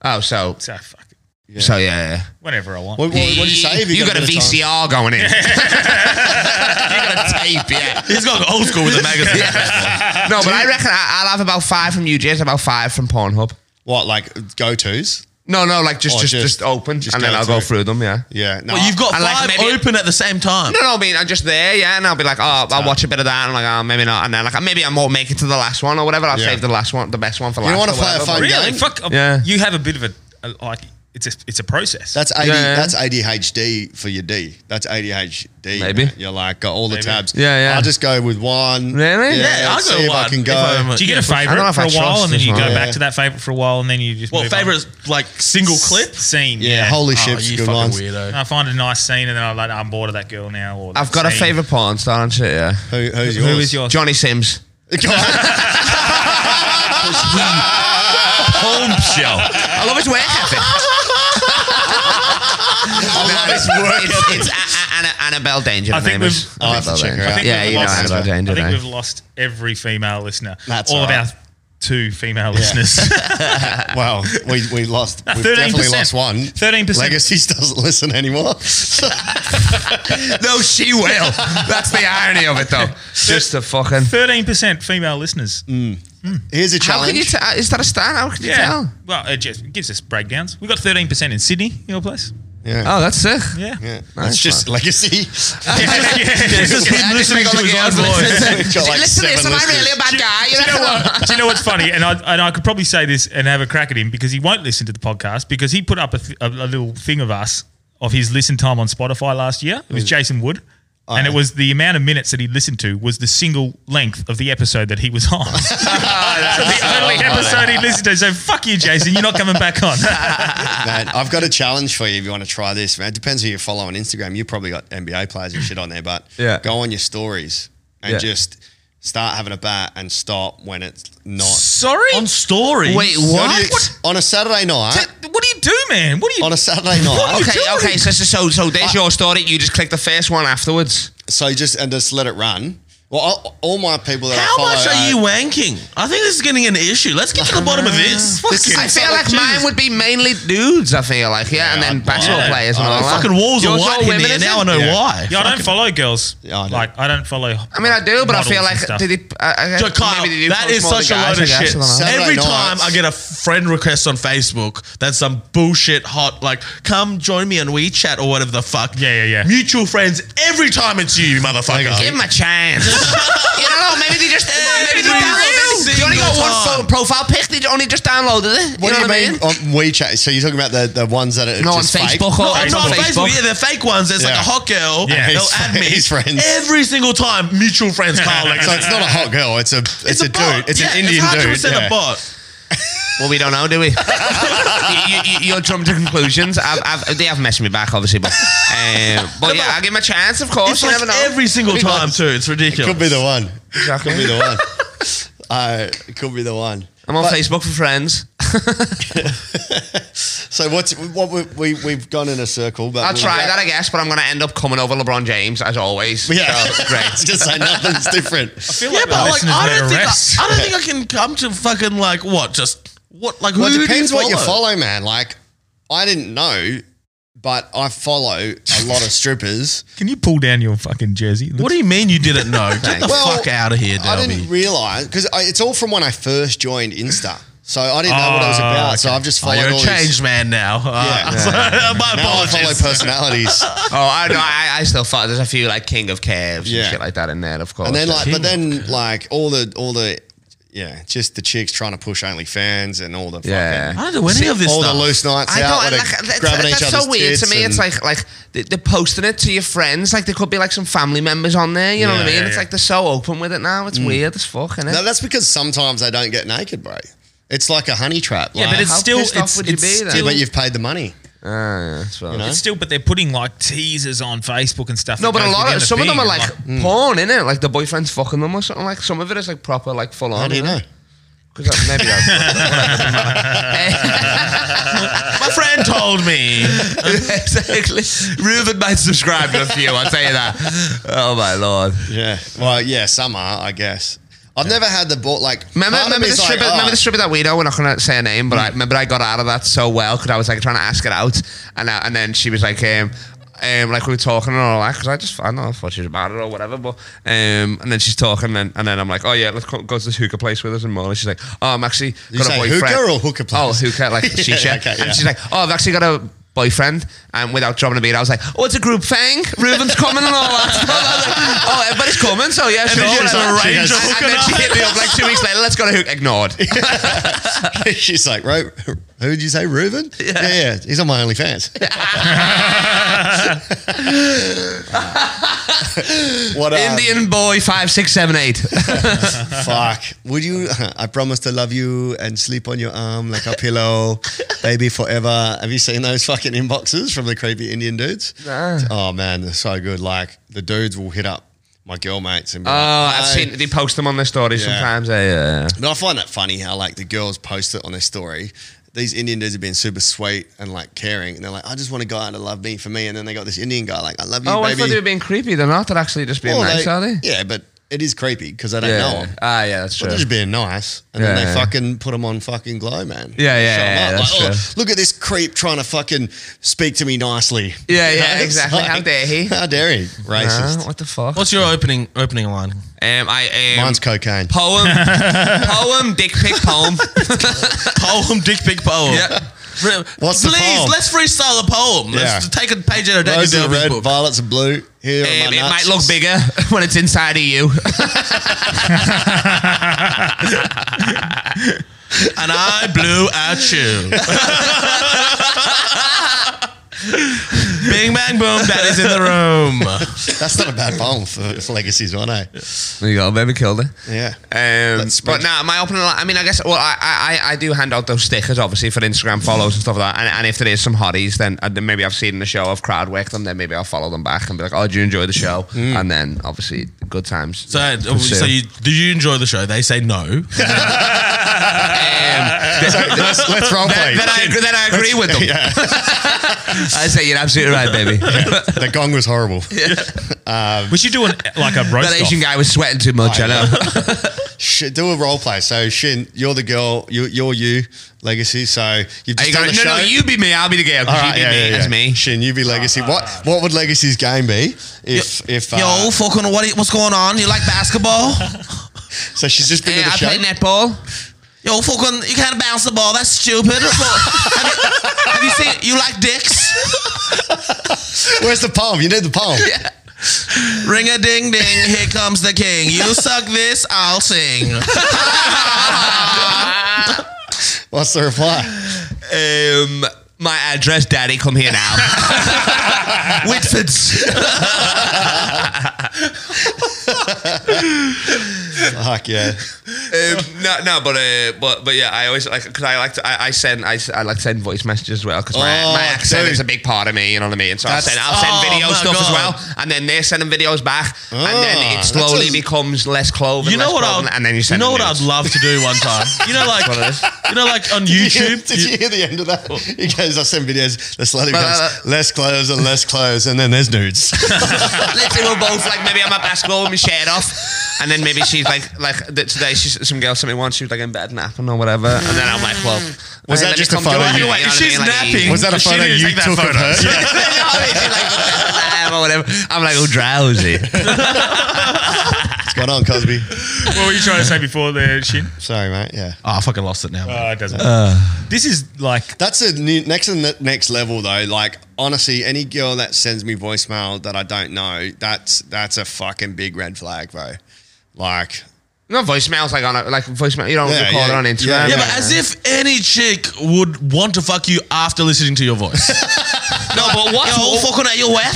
Speaker 8: Oh, so
Speaker 1: So fuck it.
Speaker 8: so yeah.
Speaker 1: Whenever I want.
Speaker 3: what, what, what do you say? if
Speaker 8: You,
Speaker 3: you've
Speaker 8: got, a
Speaker 3: bit of time?
Speaker 8: VCR going in. you got a tape, yeah.
Speaker 4: He's going old school with the magazine.
Speaker 8: No, but I reckon I, I'll have about five from UJ's, about five from Pornhub.
Speaker 3: What like go tos?
Speaker 8: No, no, like just
Speaker 3: Or
Speaker 8: just,
Speaker 3: just-
Speaker 8: just open,
Speaker 3: just
Speaker 8: and then
Speaker 3: go
Speaker 8: I'll go
Speaker 3: through.
Speaker 8: through them. Yeah.
Speaker 3: Yeah. No,
Speaker 4: Well, you've got
Speaker 8: I like
Speaker 4: five
Speaker 8: maybe-
Speaker 4: open at the same time.
Speaker 8: No, no, I mean, I'm just there, yeah, and I'll be like, oh, I'll watch a bit of that, and I'm like, oh, maybe not, and then like, maybe I won't make it to the last one or whatever. I'll
Speaker 3: Yeah.
Speaker 8: save the last one, the best one for
Speaker 3: You
Speaker 8: last.
Speaker 3: wanna
Speaker 8: or
Speaker 3: play a
Speaker 8: whatever.
Speaker 3: fun-
Speaker 1: really?
Speaker 3: game?
Speaker 1: Fuck. uh,
Speaker 8: Yeah.
Speaker 1: You have a bit of a, a like. It's a it's a process.
Speaker 3: That's AD,
Speaker 8: yeah.
Speaker 3: That's ADHD for your D. That's ADHD.
Speaker 8: Maybe.
Speaker 3: man. you're like got all the tabs.
Speaker 8: Yeah, yeah.
Speaker 3: I'll just go with one.
Speaker 8: Really?
Speaker 3: Yeah.
Speaker 4: Yeah, I'll
Speaker 3: see
Speaker 4: go
Speaker 3: if I
Speaker 4: one
Speaker 3: can
Speaker 4: if
Speaker 3: go.
Speaker 4: I'm-
Speaker 1: Do you get a
Speaker 8: I don't
Speaker 1: favorite
Speaker 8: know if
Speaker 1: for a
Speaker 8: I
Speaker 1: while,
Speaker 8: trust
Speaker 1: and then
Speaker 8: this
Speaker 1: you go
Speaker 8: one.
Speaker 1: back
Speaker 3: Yeah.
Speaker 1: to that favorite for a while, and then you just
Speaker 4: Well,
Speaker 1: move on?
Speaker 4: favorite like single clip.
Speaker 1: scene.
Speaker 3: yeah,
Speaker 1: Yeah.
Speaker 3: Holy
Speaker 4: Oh,
Speaker 3: shit.
Speaker 4: you
Speaker 3: good
Speaker 4: fucking
Speaker 3: ones.
Speaker 4: weirdo.
Speaker 8: *laughs*
Speaker 1: I find a nice scene, and then I'm like, I'm bored of that girl now. Or
Speaker 8: I've
Speaker 1: that
Speaker 8: got a
Speaker 1: scene.
Speaker 8: favorite porn star and shit. Yeah.
Speaker 3: Who, who's
Speaker 1: Who
Speaker 3: yours?
Speaker 1: is yours?
Speaker 8: Johnny Sims.
Speaker 4: Home
Speaker 8: *laughs*
Speaker 4: show.
Speaker 8: I love his work ethic. Ah! I love his work *laughs* ethic. It's, it's A- A- Anna- Annabelle Danger.
Speaker 1: I
Speaker 8: her
Speaker 1: think
Speaker 8: name is.
Speaker 1: we've-
Speaker 3: I'll have to
Speaker 8: Annabelle
Speaker 3: check her out.
Speaker 8: Danger.
Speaker 3: I think
Speaker 8: Yeah,
Speaker 3: we've
Speaker 8: you know
Speaker 3: lost-
Speaker 8: Annabelle
Speaker 1: I
Speaker 8: Danger.
Speaker 1: think
Speaker 8: eh?
Speaker 1: we've lost every female listener.
Speaker 3: That's
Speaker 1: all
Speaker 3: all right.
Speaker 1: of our two female listeners.
Speaker 3: *laughs*
Speaker 1: *laughs*
Speaker 3: Well, we, we lost.
Speaker 1: 13%.
Speaker 3: We've definitely lost one.
Speaker 1: 13%.
Speaker 3: Legacies *laughs* doesn't listen anymore.
Speaker 8: No, she will. That's the irony of it, though. *laughs* Just a fucking.
Speaker 1: Thirteen percent female listeners.
Speaker 8: Mm.
Speaker 3: Here's a
Speaker 8: How can you
Speaker 3: challenge.
Speaker 8: tell? Is that a star? How can you
Speaker 1: Yeah.
Speaker 8: tell?
Speaker 1: Well, it just gives us breakdowns. We've got thirteen percent in Sydney, your place.
Speaker 3: Yeah.
Speaker 8: Oh, that's sick. *laughs*
Speaker 1: Yeah. *laughs*
Speaker 3: Yeah.
Speaker 8: Nice
Speaker 3: That's just legacy.
Speaker 8: *laughs*
Speaker 3: *laughs*
Speaker 1: This is him listening to his own voice.
Speaker 3: Got like
Speaker 2: Listen to this, and
Speaker 3: seven
Speaker 2: I'm
Speaker 3: listeners.
Speaker 2: really a bad guy. You
Speaker 1: Do you know
Speaker 2: know
Speaker 1: what? Do you know what's funny? And I and I could probably say this and have a crack at him because he won't listen to the podcast because he put up a, th- a, a little thing of us of his listen time on Spotify last year. It was
Speaker 8: Mm.
Speaker 1: Jason Wood. And it was the amount of minutes that he listened to was the single length of the episode that he was
Speaker 8: *laughs*
Speaker 1: on. so the only episode he listened to. So fuck you, Jason. You're not coming back
Speaker 8: *laughs*
Speaker 1: on.
Speaker 3: Man, I've got a challenge for you if you want to try this, man. It depends who you follow on Instagram. You probably got NBA players and shit on there, but
Speaker 8: Yeah.
Speaker 3: go on your stories and
Speaker 8: Yeah.
Speaker 3: just start having a bat and stop when it's not.
Speaker 1: Sorry.
Speaker 4: On stories.
Speaker 8: Wait,
Speaker 3: Go to-
Speaker 8: what?
Speaker 3: On a Saturday night,
Speaker 1: Oh, what do you do, man? What do you?
Speaker 3: on a Saturday night.
Speaker 8: Okay, okay. So, so, so, so there's your story. You just click the first one afterwards.
Speaker 3: So you just and just let it run. Well, all, all my people that I
Speaker 4: How
Speaker 3: follow,
Speaker 4: much
Speaker 3: uh,
Speaker 4: are you wanking? I think this is getting an issue. Let's get to the bottom of this.
Speaker 3: This is-
Speaker 8: I feel like mine would be mainly dudes. I feel like yeah, and then basketball
Speaker 1: yeah.
Speaker 8: players and
Speaker 3: Oh,
Speaker 8: all that.
Speaker 4: Uh, Fucking walls are
Speaker 8: Yours all
Speaker 4: white in
Speaker 8: women,
Speaker 4: here.
Speaker 8: is
Speaker 4: Now
Speaker 8: it?
Speaker 4: I know
Speaker 3: Yeah.
Speaker 4: why.
Speaker 1: yeah, I don't follow girls.
Speaker 3: Yeah, I don't.
Speaker 1: Like I don't follow.
Speaker 8: I mean, I do, but I feel
Speaker 1: models and stuff.
Speaker 8: like did he, I, I,
Speaker 4: Yo, Kyle,
Speaker 8: maybe they do
Speaker 4: that
Speaker 8: post
Speaker 4: is
Speaker 8: more
Speaker 4: such a
Speaker 8: guys,
Speaker 4: load
Speaker 8: I
Speaker 4: of
Speaker 8: guess, I
Speaker 4: shit.
Speaker 8: don't know.
Speaker 3: Saturday
Speaker 4: Every
Speaker 3: nights.
Speaker 4: time I get a friend request on Facebook that's some bullshit hot, like, come join me on WeChat or whatever the fuck.
Speaker 1: Yeah, yeah, yeah.
Speaker 4: Mutual friends every time it's you, you
Speaker 8: Give
Speaker 4: motherfucker.
Speaker 8: him a
Speaker 4: *laughs*
Speaker 8: chance. you don't know, maybe they just maybe they
Speaker 4: every
Speaker 8: downloaded it. You only got
Speaker 4: single
Speaker 8: one
Speaker 4: time.
Speaker 8: photo profile pic. They only just downloaded it. You
Speaker 3: What
Speaker 8: know
Speaker 3: do you
Speaker 8: what I
Speaker 3: mean? On WeChat. So you're talking about the, the ones that are
Speaker 8: No, on
Speaker 3: just fake?
Speaker 8: Facebook or
Speaker 4: Oh,
Speaker 8: it's
Speaker 4: no,
Speaker 8: on Facebook.
Speaker 4: Yeah, the fake ones. There's like
Speaker 3: Yeah.
Speaker 4: a hot girl.
Speaker 1: Yeah,
Speaker 4: they'll
Speaker 3: his
Speaker 4: add me.
Speaker 3: friends- his friends.
Speaker 4: Every single time, mutual friends, Carl. Like,
Speaker 3: So it's not a hot girl. It's a it's, a,
Speaker 4: bot.
Speaker 3: dude. It's
Speaker 4: yeah,
Speaker 3: an Indian
Speaker 4: it's 100%
Speaker 3: dude. yeah.
Speaker 4: a bot.
Speaker 8: Well, we don't know, do we? you, you, you're jumping to conclusions. I've, I've, they have messed me back, obviously,
Speaker 4: *laughs*
Speaker 8: but um, but yeah, I'll give him a chance. Of course,
Speaker 4: It's
Speaker 8: you
Speaker 4: like
Speaker 8: never know.
Speaker 4: every single time too. It's
Speaker 3: *laughs*
Speaker 4: ridiculous.
Speaker 3: Could be the one.
Speaker 8: Exactly.
Speaker 4: *laughs*
Speaker 3: Could be the one. Uh, could be the one.
Speaker 8: I'm on Facebook for friends.
Speaker 3: So what's what we, we we've gone in a circle, but
Speaker 8: I'll
Speaker 3: we'll-
Speaker 8: try that, I guess, but I'm going to end up coming over LeBron James as always.
Speaker 3: Yeah,
Speaker 8: So, great.
Speaker 3: *laughs* Just say nothing's different.
Speaker 4: Yeah, but like
Speaker 1: listeners
Speaker 4: I
Speaker 1: need
Speaker 4: don't
Speaker 1: a
Speaker 4: think
Speaker 1: rest.
Speaker 4: I, I don't think I can come to fucking like what just what like
Speaker 3: Well,
Speaker 4: who
Speaker 3: it
Speaker 4: do
Speaker 3: depends
Speaker 4: you
Speaker 3: what you follow, man. Like I didn't know, but I follow a lot of strippers.
Speaker 1: Can you pull down your fucking jersey?
Speaker 4: What do you mean you didn't know? Get the
Speaker 3: Well,
Speaker 4: fuck out of here, Delby.
Speaker 3: I didn't realize because it's all from when I first joined Insta. So I didn't know what it was
Speaker 1: Ah,
Speaker 3: about. So I've just
Speaker 4: Oh,
Speaker 3: followed
Speaker 4: you're a
Speaker 3: all
Speaker 4: changed man now. *laughs*
Speaker 3: Yeah.
Speaker 4: Uh, my
Speaker 3: these. Now I follow
Speaker 4: apologies.
Speaker 3: personalities.
Speaker 8: Oh, I know. I, I still thought there's a few like King of Caves
Speaker 3: Yeah.
Speaker 8: and shit like that in there, of course.
Speaker 3: and then like, but
Speaker 4: King
Speaker 3: then like all the all the yeah, just the chicks trying to push OnlyFans and all the
Speaker 8: Yeah.
Speaker 3: fucking
Speaker 4: I don't do any of this
Speaker 3: all
Speaker 4: stuff.
Speaker 3: the loose nights
Speaker 8: I
Speaker 3: out,
Speaker 8: don't
Speaker 3: where
Speaker 8: like,
Speaker 3: they're
Speaker 8: that's,
Speaker 3: grabbing
Speaker 8: that's
Speaker 3: each
Speaker 8: so
Speaker 3: other's
Speaker 8: weird to
Speaker 3: tits
Speaker 8: me.
Speaker 3: and-
Speaker 8: It's like like they- they're posting it to your friends. Like there could be like some family members on there. You know
Speaker 1: Yeah,
Speaker 8: what I mean?
Speaker 1: yeah,
Speaker 8: it's
Speaker 1: yeah.
Speaker 8: like they're so open with it now.
Speaker 3: Mm.
Speaker 8: It's weird as fuck, innit?
Speaker 3: no, that's because sometimes they don't get naked, bro. It's like a honey trap.
Speaker 1: Yeah,
Speaker 3: like-
Speaker 1: but it's
Speaker 8: How
Speaker 1: still
Speaker 8: pissed off
Speaker 1: it's,
Speaker 8: would you
Speaker 1: it's
Speaker 8: be then?
Speaker 3: Yeah,
Speaker 1: still
Speaker 3: but you've paid the money.
Speaker 8: Ah, yeah, that's well.
Speaker 3: You know?
Speaker 1: It's still, but they're putting like teasers on Facebook and stuff.
Speaker 8: No,
Speaker 1: that
Speaker 8: but a
Speaker 1: goes with
Speaker 8: lot
Speaker 1: the
Speaker 8: of
Speaker 1: other
Speaker 8: some of them
Speaker 1: thing,
Speaker 8: are
Speaker 1: and,
Speaker 8: like
Speaker 3: Mm.
Speaker 8: porn, innit? Like the boyfriend's fucking them or something. Like some of it is like proper, like full on.
Speaker 3: How do you know?
Speaker 8: Because maybe
Speaker 4: My friend told
Speaker 8: *laughs*
Speaker 4: me.
Speaker 8: exactly. Ruben might subscribe to a few. I'll tell you that. Oh my lord.
Speaker 3: Yeah. Well, yeah, some are, I guess. I've never had the ball like.
Speaker 8: Remember,
Speaker 3: part of
Speaker 8: remember, the
Speaker 3: me's like,
Speaker 8: stripper,
Speaker 3: oh, Mm.
Speaker 8: remember the stripper that we know? We're not going to say her name, but I remember I got out of that so well because I was like trying to ask it out, and I, and then she was like, um, um, like we were talking and all that because I just I don't know what she was about it or whatever, but um, and then she's talking and, and then I'm like, oh yeah, let's go, go to this hookah place with us and more. And she's like, oh, I'm actually got
Speaker 3: You
Speaker 8: a
Speaker 3: say
Speaker 8: boyfriend.
Speaker 3: hookah or hookah place?
Speaker 8: Oh, hookah
Speaker 3: *laughs*
Speaker 8: like shisha.
Speaker 3: okay, yeah.
Speaker 8: And she's like, oh, I've actually got a. Boyfriend, and without dropping a beat, I was like, "Oh, it's a group thing. Ruben's coming and all that." *laughs* I was like, oh, everybody's coming, so yeah, sure.
Speaker 3: then she has a
Speaker 8: whatever."
Speaker 3: range of
Speaker 8: And- and
Speaker 3: hookah
Speaker 8: then she hit me up like two weeks later. Let's go to hook.
Speaker 4: *laughs*
Speaker 8: Ignored.
Speaker 4: Um,
Speaker 3: "Oh." *laughs* She's like, right? Who did you say, Reuben? Yeah. yeah, He's on my
Speaker 8: *laughs*
Speaker 3: OnlyFans. what um, a *laughs*
Speaker 8: Indian boy five six seven eight.
Speaker 4: *laughs*
Speaker 3: fuck. Would you? *laughs* I promise to love you and sleep on your arm like a pillow, baby forever. Have you seen those fucking inboxes from the creepy Indian dudes? Oh man, they're so good. Like the dudes will hit up my girl mates and be
Speaker 8: Oh,
Speaker 3: like,
Speaker 8: I've
Speaker 3: "Hey,
Speaker 8: seen they post them on their stories
Speaker 3: Yeah.
Speaker 8: sometimes. eh, Yeah, yeah. Oh,
Speaker 3: But I find that funny how like the girls post it on their story. These Indian dudes have been super sweet and like caring, and they're like, "I just want a guy to love me for me." And then they got this Indian guy like, "I love you,
Speaker 8: Oh, I
Speaker 3: baby."
Speaker 8: thought they were being creepy. They're not. They're actually just being
Speaker 3: Well,
Speaker 8: nice, are they?
Speaker 3: Yeah, but it is creepy because I don't
Speaker 8: Yeah.
Speaker 3: know him.
Speaker 8: Ah, yeah, that's true.
Speaker 3: But they're just being nice, and then
Speaker 8: Yeah,
Speaker 3: they
Speaker 8: yeah.
Speaker 3: fucking put them on fucking glow, man.
Speaker 8: Yeah, yeah,
Speaker 3: Show 'em
Speaker 8: yeah,
Speaker 3: up.
Speaker 8: that's
Speaker 3: like,
Speaker 8: true.
Speaker 3: "Oh, look at this creep trying to fucking speak to me nicely. *laughs*
Speaker 8: Yeah,
Speaker 3: You
Speaker 8: yeah,
Speaker 3: It's
Speaker 8: exactly. How dare
Speaker 3: *laughs*
Speaker 8: he? Uh-huh.
Speaker 3: How dare he? Racist.
Speaker 8: Huh? what the fuck?
Speaker 4: What's your opening opening line?
Speaker 8: Um, I um,
Speaker 3: Mine's cocaine.
Speaker 4: *laughs*
Speaker 8: poem, poem, dick pic poem.
Speaker 4: Poem, Oh, dick pic poem.
Speaker 8: yeah.
Speaker 3: What's the
Speaker 4: Please,
Speaker 3: poem?
Speaker 4: let's freestyle a poem. Let's
Speaker 3: Yeah.
Speaker 4: *laughs* take a page out of Danny
Speaker 3: Rose are
Speaker 4: Delby's
Speaker 3: red,
Speaker 4: book.
Speaker 3: violets are blue. Here are
Speaker 8: Um,
Speaker 3: my
Speaker 8: it might
Speaker 3: nuts.
Speaker 8: look bigger *laughs* when it's inside of you.
Speaker 4: and I blew at you. Bing bang boom, that
Speaker 8: *laughs*
Speaker 4: is in *laughs* the room.
Speaker 3: That's not a bad poem for, for Legacies one, eh?
Speaker 8: There you go, baby killed it.
Speaker 3: Yeah.
Speaker 8: Um,
Speaker 3: Let's spread-
Speaker 8: but now, my opening line, I mean, I guess, well, I, I, I- I do hand out those stickers, obviously, for Instagram follows and stuff like that. And, and if there is some hotties, then uh, then maybe I've seen in the show, I've crowd worked them, then maybe I'll follow them back and be like, oh, do you enjoy the show?
Speaker 3: Mm.
Speaker 8: And then, obviously, good times. Um,
Speaker 4: So, uh,
Speaker 8: Pursue.
Speaker 4: so you, do you enjoy the show? They say no.
Speaker 3: uh, let's, let's role play.
Speaker 8: then, I, agree- then I agree with them.
Speaker 3: *laughs*
Speaker 8: *laughs* I say, you're absolutely right, baby.
Speaker 3: the gong was horrible.
Speaker 1: We should do an, like a roast.
Speaker 8: that Asian
Speaker 1: off.
Speaker 8: guy was sweating too much,
Speaker 3: *laughs*
Speaker 8: I know.
Speaker 3: Sh- do a role play. So Shin, you're the girl. You, you're you, Legacy. So you've
Speaker 8: Are
Speaker 3: just done
Speaker 8: you going,
Speaker 3: the
Speaker 8: no,
Speaker 3: show.
Speaker 8: no, you be me, I'll be the girl, 'cause
Speaker 3: All right,
Speaker 8: you
Speaker 3: yeah,
Speaker 8: be me,
Speaker 3: yeah, yeah.
Speaker 8: that's me.
Speaker 3: Shin, you be Legacy. What what would Legacy's game be if if uh,
Speaker 4: *laughs* Yo, fucking what? What's going on? You like *laughs* basketball?
Speaker 3: so she's just been
Speaker 8: Yeah,
Speaker 3: to the
Speaker 8: I
Speaker 3: show.
Speaker 8: play netball.
Speaker 4: Yo, fucking, you can't bounce the ball. That's *laughs* stupid. have, you, have you seen? You like dicks?
Speaker 3: Where's the palm? You need the palm.
Speaker 4: Ring a ding ding. Here comes the king. You suck this. I'll sing.
Speaker 3: What's the reply?
Speaker 8: Um, my address, daddy, come here now. *laughs* Whitford's.
Speaker 3: Fuck yeah.
Speaker 8: um, no, no, but uh, but but yeah, I always like because I like to I, I send I, s- I like to send voice messages as well because my,
Speaker 3: Oh,
Speaker 8: my accent
Speaker 3: dude.
Speaker 8: is a big part of me. You know what I mean? So I'll
Speaker 3: That's-
Speaker 8: send I'll send
Speaker 4: oh,
Speaker 8: video
Speaker 4: my
Speaker 8: stuff as
Speaker 4: God.
Speaker 8: well, and then they're sending videos back, and then
Speaker 3: Ah,
Speaker 8: it
Speaker 3: that's
Speaker 8: slowly
Speaker 3: a-
Speaker 8: becomes less clove. and
Speaker 4: You know
Speaker 8: less
Speaker 4: what?
Speaker 8: clove,
Speaker 4: I'll,
Speaker 8: and then you
Speaker 4: you
Speaker 8: send.
Speaker 4: know
Speaker 8: them
Speaker 4: what
Speaker 8: nudes.
Speaker 4: I'd love to do one time. You know, like you know, like on
Speaker 3: *laughs*
Speaker 4: YouTube.
Speaker 3: Did you, hear the end of that? He goes, I send videos. The slowly
Speaker 8: Oh. But,
Speaker 3: becomes
Speaker 8: uh,
Speaker 3: less clothes and less clothes, and then there's nudes.
Speaker 8: *laughs* Let's say we're both like maybe I'm at basketball with my shirt off, and then maybe she's like like th- today she's some girl sent me once she was like in bed napping or whatever, and then I'm like, well,
Speaker 4: Mm.
Speaker 3: Was
Speaker 8: hey,
Speaker 3: that
Speaker 8: let me
Speaker 3: just a
Speaker 8: come do it
Speaker 3: photo you-
Speaker 8: anyway,
Speaker 1: If
Speaker 8: you know what I
Speaker 1: she's
Speaker 8: mean? Like, *laughs*
Speaker 1: napping,
Speaker 3: Was that a
Speaker 1: she
Speaker 3: photo
Speaker 1: didn't
Speaker 3: you
Speaker 1: take that
Speaker 3: took of
Speaker 1: photo.
Speaker 3: her?
Speaker 1: Yeah.
Speaker 8: or whatever. I'm like, oh, drowsy.
Speaker 3: What's going on, Cosby?
Speaker 1: What were you trying to say before there, *laughs* Shin?
Speaker 3: Sorry, mate. Yeah.
Speaker 4: *laughs* Oh, I fucking lost it now.
Speaker 1: Oh, it doesn't.
Speaker 4: Uh.
Speaker 1: this is like
Speaker 3: That's a new, next and the next level though. Like honestly, any girl that sends me voicemail that I don't know, that's that's a fucking big red flag, bro. Like
Speaker 8: Not voicemails, like on a, like voicemail. You don't
Speaker 3: Yeah,
Speaker 8: record
Speaker 3: yeah,
Speaker 8: it on Instagram.
Speaker 3: yeah,
Speaker 4: Yeah, but as if any chick would want to fuck you after listening to your voice. no, but what? Yo, fucking are you wet?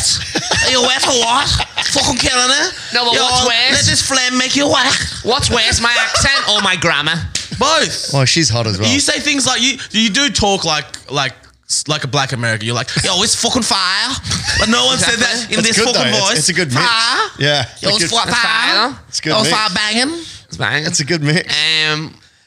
Speaker 4: Are you wet or what? Fucking killing it?
Speaker 8: No, but
Speaker 4: Yo,
Speaker 8: what's worse?
Speaker 4: Let this flame make you whack.
Speaker 8: what's worse, my accent or my grammar?
Speaker 4: Both.
Speaker 3: Oh, she's hot as well.
Speaker 4: You say things like you you do talk like like like a black American. You're like, yo, it's fucking fire. But no one said that in
Speaker 3: It's
Speaker 4: this
Speaker 3: good,
Speaker 4: fucking
Speaker 3: though. It's-
Speaker 4: voice.
Speaker 3: it's a good mix.
Speaker 8: Ah!
Speaker 4: Fire.
Speaker 3: yeah.
Speaker 4: Yo,
Speaker 3: Like,
Speaker 4: it's
Speaker 3: it's,
Speaker 4: fire. fire.
Speaker 8: It's
Speaker 3: good
Speaker 4: Yo, it's
Speaker 3: mix.
Speaker 4: fire banging.
Speaker 8: It's bang.
Speaker 3: it's a good mix.
Speaker 8: um.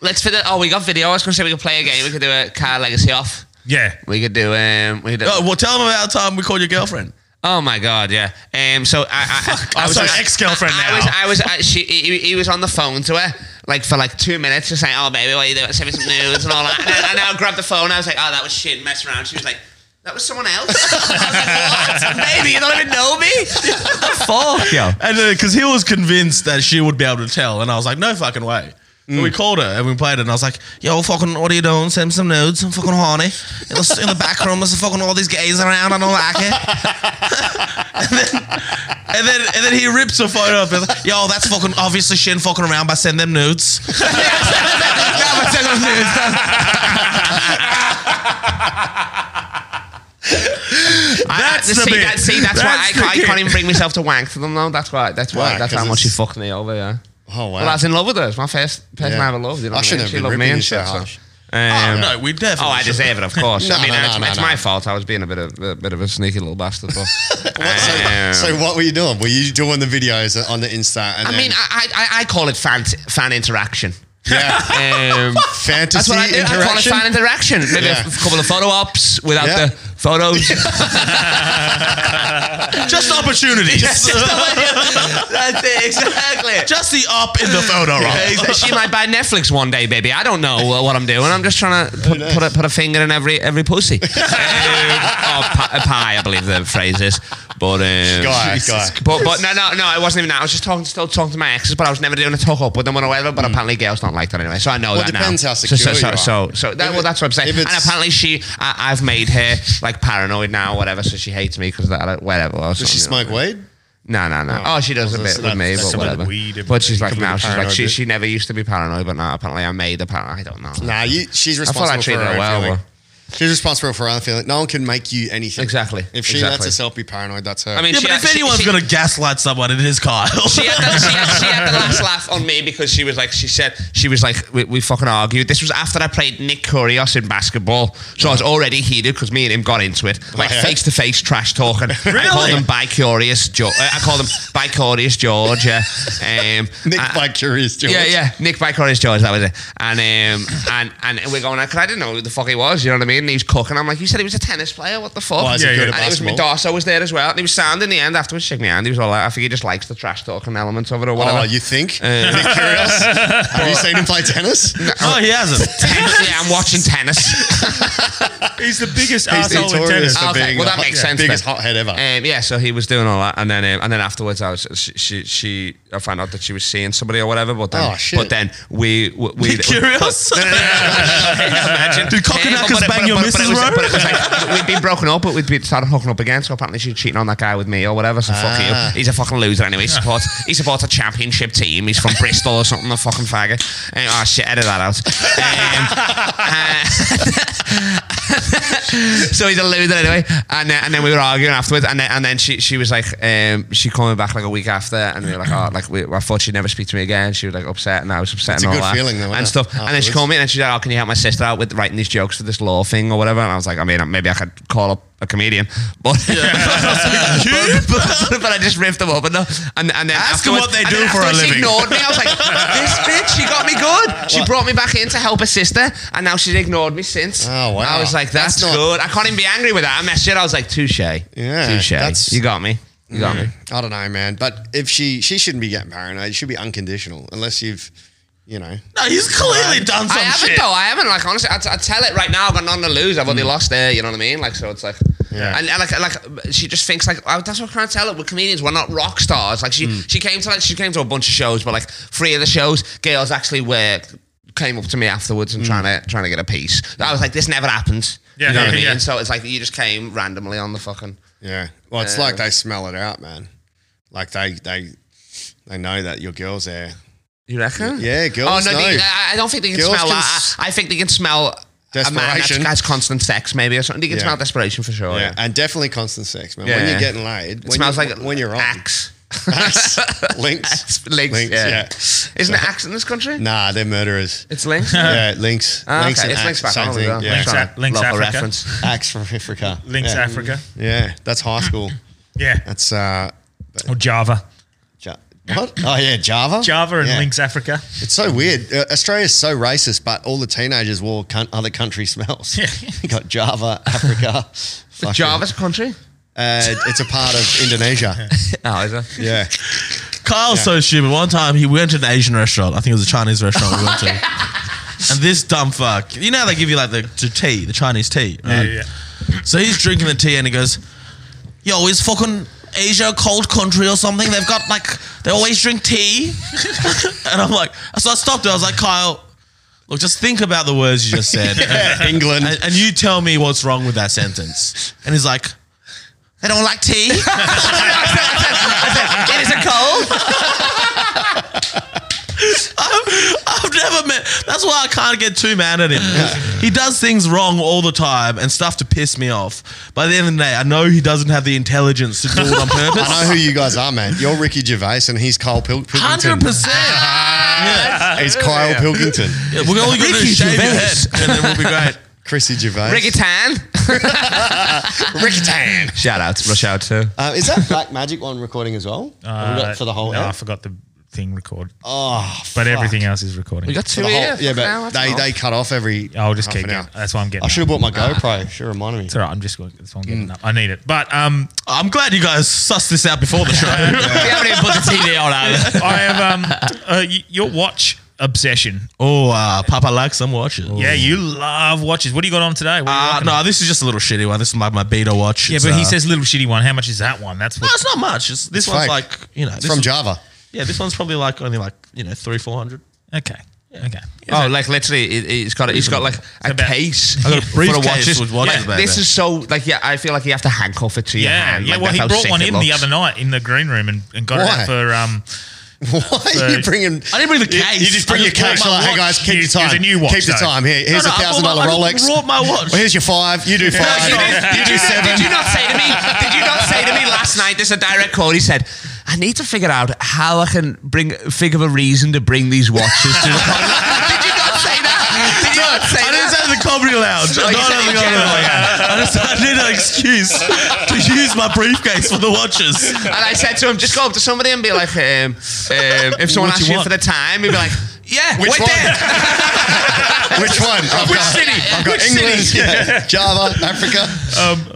Speaker 8: Let's fit it. Oh, we got video. I was gonna say we could play a game. We could do a car legacy off.
Speaker 1: yeah.
Speaker 8: We could do um. We could do,
Speaker 4: Oh, well, tell them about the time we called your girlfriend.
Speaker 8: Oh my god, yeah. Um, so I, I, I, I
Speaker 1: I'm
Speaker 8: was
Speaker 1: sorry, ex-girlfriend
Speaker 8: I, I
Speaker 1: now.
Speaker 8: was, I was, I, she, he, he was on the phone to her like for like two minutes, just saying, "Oh baby, what are you doing? Send me some news and all that." And then, and then I grabbed the phone. I was like, "Oh, that was shit. Mess around." She was like. That was someone else. *laughs* I was like, what? Baby, you don't even know me. What the
Speaker 4: *laughs*
Speaker 8: fuck, yo?
Speaker 4: And because he was convinced that she would be able to tell, and I was like, no fucking way. And we called her and we played it, and I was like, yo, fucking, what are you doing? Send me some nudes. I'm fucking horny. It was in the back room, there's fucking all these gays around. I don't like it. and, then, and then and then he rips a photo up. He's like, yo, that's fucking obviously Shin fucking around by sending them nudes. Yeah, by sending them nudes.
Speaker 8: That's
Speaker 1: the
Speaker 8: see,
Speaker 1: bit.
Speaker 8: That, see, that's, why I,
Speaker 1: That's the
Speaker 8: can't- I
Speaker 1: bit.
Speaker 8: can't even bring myself to wank to them though. That's why. That's why.
Speaker 3: Why?
Speaker 8: that's how
Speaker 3: 'Cause
Speaker 8: much she
Speaker 3: it's-
Speaker 8: fucked me over. Yeah.
Speaker 3: Oh wow.
Speaker 8: Well, I was in love with her. It's my first person
Speaker 3: Yeah.
Speaker 8: I ever loved. You know
Speaker 3: I
Speaker 8: what
Speaker 3: shouldn't
Speaker 8: mean?
Speaker 3: have
Speaker 8: She
Speaker 3: been
Speaker 8: loved me
Speaker 3: ripping
Speaker 8: and
Speaker 3: you
Speaker 8: shit.
Speaker 3: so
Speaker 8: So.
Speaker 3: harsh.
Speaker 8: Um,
Speaker 4: No, we definitely.
Speaker 8: Oh, I
Speaker 4: should-
Speaker 8: deserve it, of
Speaker 3: *laughs*
Speaker 8: course.
Speaker 3: No,
Speaker 8: I mean,
Speaker 3: no,
Speaker 8: it's,
Speaker 3: no,
Speaker 8: it's
Speaker 3: no.
Speaker 8: my fault. I was being a bit of a bit of a sneaky little bastard.
Speaker 3: *laughs*
Speaker 8: But,
Speaker 3: What- so,
Speaker 8: Um,
Speaker 3: so what were you doing? Were you doing the videos on the Insta? And
Speaker 8: I
Speaker 3: then
Speaker 8: mean, I, I I call it fan fan interaction. *laughs*
Speaker 3: yeah,
Speaker 8: Um,
Speaker 3: fantasy *laughs*
Speaker 8: that's what I do. I call it
Speaker 3: interaction.
Speaker 8: fan interaction. Maybe
Speaker 3: Yeah.
Speaker 8: a f- couple of photo ops without
Speaker 3: Yeah.
Speaker 8: the *laughs* photos.
Speaker 4: Just opportunities.
Speaker 8: That's
Speaker 4: *laughs*
Speaker 8: it, exactly.
Speaker 4: Just the up in the *laughs* photo
Speaker 8: Yeah,
Speaker 4: roll.
Speaker 8: he's like, she might buy Netflix one day, baby. I don't know uh, what I'm doing. I'm just trying to put, put, a, put a finger in every every pussy. *laughs* um, or pi- a pie, I believe the phrase is. But um,
Speaker 3: Guy, guy.
Speaker 8: But but no no no, it wasn't even that. I was just talking, still talking to my exes, but I was never doing a talk up with them or whatever. But apparently, girls don't like that anyway. So I know
Speaker 3: Mm. Well, it
Speaker 8: that
Speaker 3: depends
Speaker 8: now.
Speaker 3: how
Speaker 8: So- so,
Speaker 3: secure
Speaker 8: so,
Speaker 3: you are.
Speaker 8: so so that,
Speaker 3: If
Speaker 8: well,
Speaker 3: it-
Speaker 8: that's what I'm saying.
Speaker 3: if
Speaker 8: And
Speaker 3: it's-
Speaker 8: apparently, she I, I've made her like paranoid now, whatever. So she hates me because that whatever. Or
Speaker 3: Does she smoke weed?
Speaker 8: no, no, no.
Speaker 3: Oh.
Speaker 8: Oh, she does a
Speaker 3: Well,
Speaker 8: bit
Speaker 3: so
Speaker 8: with
Speaker 3: that-
Speaker 8: me,
Speaker 3: that's
Speaker 8: but
Speaker 3: a bit of
Speaker 8: whatever.
Speaker 1: weed, a
Speaker 8: but
Speaker 1: bit-
Speaker 8: she's like
Speaker 1: couple of
Speaker 8: now, she's like
Speaker 1: paranoid
Speaker 8: she,
Speaker 1: bit.
Speaker 8: she never used to be paranoid, but now apparently I made the paranoid. I don't know.
Speaker 3: Nah, you, she's
Speaker 8: I thought I
Speaker 3: responsible for
Speaker 8: treated
Speaker 3: her
Speaker 8: her
Speaker 3: own
Speaker 8: well,
Speaker 3: feeling.
Speaker 8: but-
Speaker 3: She's responsible for her own feeling. No one can make you anything.
Speaker 8: Exactly,
Speaker 3: If she lets
Speaker 8: exactly.
Speaker 3: herself be paranoid, that's her. *laughs*
Speaker 8: I mean,
Speaker 4: Yeah,
Speaker 8: she,
Speaker 4: but if
Speaker 8: she-
Speaker 4: anyone's
Speaker 8: she-
Speaker 4: gonna gaslight someone, it is *laughs* Kyle.
Speaker 8: she had, the, she, had, she had the last laugh on me because she was like, she said, she was like, we, we fucking argued. This was after I played Nick Kyrgios in basketball, so I was already heated because me and him got into it, like
Speaker 3: yeah?
Speaker 8: face to face trash talking. I called him bi curious. Jo- uh, I called him bi curious George. yeah. Um,
Speaker 3: Nick
Speaker 8: I-
Speaker 3: by Curious George.
Speaker 8: Yeah, yeah. Nick by Corey's George, that was it. And um, *coughs* and and we're going because I didn't know who the fuck he was. You know what I mean? And he was cooking. I'm like, you said he was a tennis player. What the fuck?
Speaker 3: Why is he
Speaker 1: Yeah,
Speaker 3: good
Speaker 1: yeah.
Speaker 3: at
Speaker 8: And it was
Speaker 3: basketball?
Speaker 8: Medarso was there as well, and he was sound in the end afterwards, shaking my hand. He was all like, "I think he just likes the trash talking element of it or whatever."
Speaker 3: Oh, you think?
Speaker 8: Uh, *laughs*
Speaker 3: Nick Curious? Have you seen him play tennis?
Speaker 4: oh, he hasn't.
Speaker 8: yeah, I'm watching tennis.
Speaker 3: *laughs*
Speaker 1: He's the biggest
Speaker 3: He's
Speaker 1: asshole in tennis.
Speaker 3: notorious for
Speaker 8: Okay,
Speaker 3: being
Speaker 8: well,
Speaker 3: the
Speaker 8: that
Speaker 3: hot-
Speaker 8: makes sense
Speaker 3: biggest
Speaker 8: then.
Speaker 3: hothead ever.
Speaker 8: Um, yeah, so he was doing all that, and then um, and then afterwards, I was she, she she I found out that she was seeing somebody or whatever. But then,
Speaker 3: Oh, shit.
Speaker 8: but then we we,
Speaker 3: *laughs*
Speaker 8: we *laughs*
Speaker 4: Curious?
Speaker 8: No, no, no, no, no, no, no, imagine.
Speaker 4: Did Cockanackers
Speaker 8: Yeah, but- but-
Speaker 4: bang
Speaker 8: but-
Speaker 4: your
Speaker 8: but it
Speaker 4: missus,
Speaker 8: was-
Speaker 4: bro?
Speaker 8: But it was like we'd been broken up, but we'd be started hooking up again. So apparently she's cheating on that guy with me or whatever. So fuck
Speaker 3: Ah.
Speaker 8: you. He's a fucking loser anyway. He supports he supports a championship team. He's from Bristol or something. A fucking faggot. Um, oh shit, edit that out. Um, *laughs* so he's a loser anyway. And then, and then we were arguing afterwards, and then, and then she she was like, um, she coming back like a week after, and we were like, oh, like we, I thought she'd never speak to me again. She was like upset, and I was upset
Speaker 3: It's a
Speaker 8: and all
Speaker 3: good
Speaker 8: that
Speaker 3: feeling though, isn't
Speaker 8: and
Speaker 3: it?
Speaker 8: stuff. And then she
Speaker 3: Afterwards.
Speaker 8: called me and she's like, oh, can you help my sister out with writing these jokes for this law thing or whatever? And I was like, I mean, maybe I could call up a comedian, *laughs* but
Speaker 4: *laughs*
Speaker 8: but, but I just ripped them up and and, and then
Speaker 4: Ask 'em
Speaker 8: afterwards-
Speaker 4: what they
Speaker 8: and
Speaker 4: do
Speaker 8: then
Speaker 4: for a
Speaker 8: afterwards
Speaker 4: living.
Speaker 8: She ignored me. I was like, this bitch, she got me good. She brought me back in to help her sister, and now she's ignored me since.
Speaker 3: Oh, wow.
Speaker 8: I was like, that's,
Speaker 3: That's not-
Speaker 8: good. I can't even be angry with that. I messed it. I was like, touche.
Speaker 3: Yeah,
Speaker 8: touche.
Speaker 3: that's-
Speaker 8: You got me. You got
Speaker 4: Mm.
Speaker 8: me.
Speaker 3: I don't know, man. But if she she shouldn't be getting paranoid, she should be unconditional unless you've, you know.
Speaker 4: No, he's clearly done some
Speaker 8: I haven't
Speaker 4: shit.
Speaker 8: though. I haven't. Like honestly, I, I tell it right now. I've got nothing to lose. I've already lost there. You know what I mean? Like so, it's like.
Speaker 3: Hmm. Yeah.
Speaker 8: And, and like, like she just thinks like oh, that's what I'm trying to tell her. We're comedians. We're not rock stars. Like she,
Speaker 3: Hmm.
Speaker 8: she came to like she came to a bunch of shows, but like three of the shows, girls actually were came up to me afterwards
Speaker 3: Hmm.
Speaker 8: and trying to trying to get a piece. I was like, this never happens.
Speaker 1: Yeah,
Speaker 8: you know what I mean?
Speaker 1: yeah.
Speaker 8: So it's like you just came randomly on the fucking.
Speaker 3: Yeah. Well, it's like they smell it out, man. Like they they they know that your girl's there.
Speaker 8: You reckon?
Speaker 3: Yeah, girls
Speaker 8: oh no,
Speaker 3: know.
Speaker 8: they- I I don't think they can
Speaker 3: Girls
Speaker 8: smell.
Speaker 3: can
Speaker 8: that.
Speaker 3: s-
Speaker 8: I, I think they can smell. A man that's,
Speaker 3: Desperation.
Speaker 8: that's constant sex, maybe, or something. They can
Speaker 3: Yeah.
Speaker 8: smell desperation for sure.
Speaker 3: Oh, Yeah, and definitely constant sex, man.
Speaker 8: Yeah.
Speaker 3: When you're getting laid,
Speaker 8: It
Speaker 3: when
Speaker 8: smells
Speaker 3: you,
Speaker 8: like
Speaker 3: when you're on *laughs*
Speaker 8: *laughs* axe.
Speaker 3: Axe. links,
Speaker 8: Axe, links, yeah. Isn't it
Speaker 3: So-
Speaker 8: axe in this country?
Speaker 3: Nah, they're murderers.
Speaker 8: It's links.
Speaker 3: yeah, links,
Speaker 8: Ah,
Speaker 3: links,
Speaker 8: okay.
Speaker 3: and
Speaker 8: It's
Speaker 3: axe,
Speaker 8: links back
Speaker 3: same
Speaker 8: home as well.
Speaker 3: thing. Yeah.
Speaker 1: Links
Speaker 8: Trying to
Speaker 1: A- Links
Speaker 8: local
Speaker 1: Africa.
Speaker 8: reference.
Speaker 3: Axe from Africa.
Speaker 1: Links
Speaker 3: yeah.
Speaker 1: Africa.
Speaker 3: Yeah, that's high school.
Speaker 1: Yeah.
Speaker 3: That's uh,
Speaker 1: Or Java.
Speaker 3: Ja- what? Oh yeah, Java.
Speaker 1: Java and
Speaker 3: Yeah.
Speaker 1: Links Africa.
Speaker 3: It's so weird. Uh, Australia's so racist, but all the teenagers wore cunt other country smells. *laughs*
Speaker 1: Yeah.
Speaker 3: you got Java, Africa. fucking-
Speaker 8: Java's a country.
Speaker 3: Uh, it's a part of Indonesia.
Speaker 8: Oh, is it?
Speaker 3: Yeah.
Speaker 4: Kyle's so stupid. One time he went to an Asian restaurant. I think it was a Chinese restaurant we
Speaker 8: *laughs*
Speaker 4: went to. And this dumb fuck, you know, how they give you like the, the tea, the Chinese tea.
Speaker 1: Yeah,
Speaker 4: Right?
Speaker 1: yeah.
Speaker 4: So he's drinking the tea and he goes, Yo, is fucking Asia cold country or something? They've got like, they always drink tea. *laughs* and I'm like, so I stopped it. I was like, Kyle, look, just think about the words you just said.
Speaker 3: *laughs* England.
Speaker 4: and, and you tell me what's wrong with that sentence. And he's like, they don't like tea.
Speaker 8: it is a cold.
Speaker 4: I've, I've never met. That's why I can't get too mad at him. He does things wrong all the time and stuff to piss me off. By the end of the day, I know he doesn't have the intelligence to do
Speaker 3: *laughs*
Speaker 4: it on purpose.
Speaker 3: I know who you guys are, man. You're Ricky Gervais and he's Kyle Pil- Pilkington.
Speaker 4: Hundred percent.
Speaker 3: He's Kyle Pilkington.
Speaker 4: Yeah, we're only going to shave your head, and then we'll be great.
Speaker 3: Chrissy Gervais.
Speaker 8: Ricky Tan. Ricky Tan. Shout out. Rush out too.
Speaker 3: Uh, is that Black Magic one recording as well? Have we got for the whole
Speaker 1: No, I
Speaker 3: hour?
Speaker 1: forgot the thing record,
Speaker 3: Oh,
Speaker 1: but everything else is recording.
Speaker 8: We got two
Speaker 3: The whole-
Speaker 8: here.
Speaker 3: yeah,
Speaker 8: Fucking hell,
Speaker 3: but
Speaker 8: that's
Speaker 3: they,
Speaker 8: not-
Speaker 3: they cut off every.
Speaker 1: I'll just
Speaker 3: half
Speaker 1: keep
Speaker 3: an
Speaker 1: it.
Speaker 3: hour.
Speaker 1: That's why I'm getting.
Speaker 3: I should have
Speaker 1: up.
Speaker 3: bought my GoPro. Should have reminded me.
Speaker 1: It's all right. I'm just going. That's why I'm getting
Speaker 8: Mm.
Speaker 1: up. I need it. But um,
Speaker 4: I'm glad you guys sussed this out before the show.
Speaker 8: We haven't even put the TV
Speaker 1: *laughs*
Speaker 8: on either.
Speaker 1: I have um, uh, y- your watch obsession.
Speaker 4: oh, uh, Papa likes some watches.
Speaker 1: Yeah, you love watches. What do you got on today? What are you
Speaker 4: Uh,
Speaker 1: rocking?
Speaker 4: no, this is just a little shitty one. This is my, my beta watch.
Speaker 1: Yeah,
Speaker 4: It's,
Speaker 1: but he
Speaker 4: uh,
Speaker 1: says little shitty one. How much is that one? That's
Speaker 4: no,
Speaker 1: what.
Speaker 4: it's not much. It's, this one's
Speaker 3: fake.
Speaker 4: like you know,
Speaker 3: It's
Speaker 4: this
Speaker 3: from
Speaker 4: is-
Speaker 3: Java. *laughs*
Speaker 4: yeah, this one's probably like only like you know three four hundred.
Speaker 1: Okay. Okay.
Speaker 8: Oh, like literally, it, it's got it's got like a
Speaker 1: about-
Speaker 8: case
Speaker 1: I got *laughs* a
Speaker 8: for the
Speaker 4: briefcase
Speaker 8: watches.
Speaker 4: with watches,
Speaker 8: Like, this
Speaker 4: baby.
Speaker 8: is so like yeah. I feel like you have to handcuff it to your
Speaker 1: Yeah.
Speaker 8: hand.
Speaker 1: Yeah.
Speaker 8: like,
Speaker 1: well,
Speaker 8: that's
Speaker 1: he
Speaker 8: how
Speaker 1: brought
Speaker 8: sick
Speaker 1: one
Speaker 8: it
Speaker 1: in the
Speaker 8: looks.
Speaker 1: other night in the green room and, and got it
Speaker 3: Why?
Speaker 1: out for
Speaker 8: *laughs*
Speaker 1: um.
Speaker 3: Why are you bringing?
Speaker 4: I didn't bring the
Speaker 3: You-
Speaker 4: case.
Speaker 3: You,
Speaker 4: *laughs*
Speaker 3: just bring
Speaker 4: I
Speaker 3: your
Speaker 4: just brought
Speaker 3: case.
Speaker 4: my
Speaker 3: Like, hey
Speaker 4: watch.
Speaker 3: guys, keep
Speaker 1: Here's-
Speaker 3: your time.
Speaker 1: here's a new watch,
Speaker 3: Keep the
Speaker 1: though.
Speaker 3: time. Here, here's
Speaker 4: No,
Speaker 3: a
Speaker 4: no, I bought
Speaker 3: thousand dollar
Speaker 4: my- I
Speaker 3: Rolex.
Speaker 4: just brought my watch.
Speaker 3: Well, here's your five. You do five.
Speaker 8: you did-
Speaker 3: you do seven.
Speaker 8: Did you not say to me? Did you not say to me last night? There's a direct quote. He said, "I need to figure out how I can bring figure of a reason to bring these watches to." the *laughs* podcast." did you not say that? *laughs* Did you not say
Speaker 4: I didn't
Speaker 8: that?
Speaker 4: say the comedy lounge.
Speaker 8: No,
Speaker 4: No,
Speaker 8: you
Speaker 4: no,
Speaker 8: said
Speaker 4: no,
Speaker 8: in
Speaker 4: no, no,
Speaker 8: general.
Speaker 4: no. I just I need an excuse to use my briefcase for the watches.
Speaker 8: And *laughs* I said to him, just go up to somebody and be like, um, um, if someone
Speaker 1: What do
Speaker 8: asks
Speaker 1: you
Speaker 8: you,
Speaker 1: want?
Speaker 8: for the time, he'd be like, yeah,
Speaker 3: Which
Speaker 8: wait
Speaker 3: one?
Speaker 8: there.
Speaker 3: Which one? I've
Speaker 8: *laughs* Which
Speaker 3: got-
Speaker 8: city?
Speaker 3: I've got
Speaker 8: Which
Speaker 3: England,
Speaker 8: *laughs* city?
Speaker 3: yeah, *laughs* Java, Africa.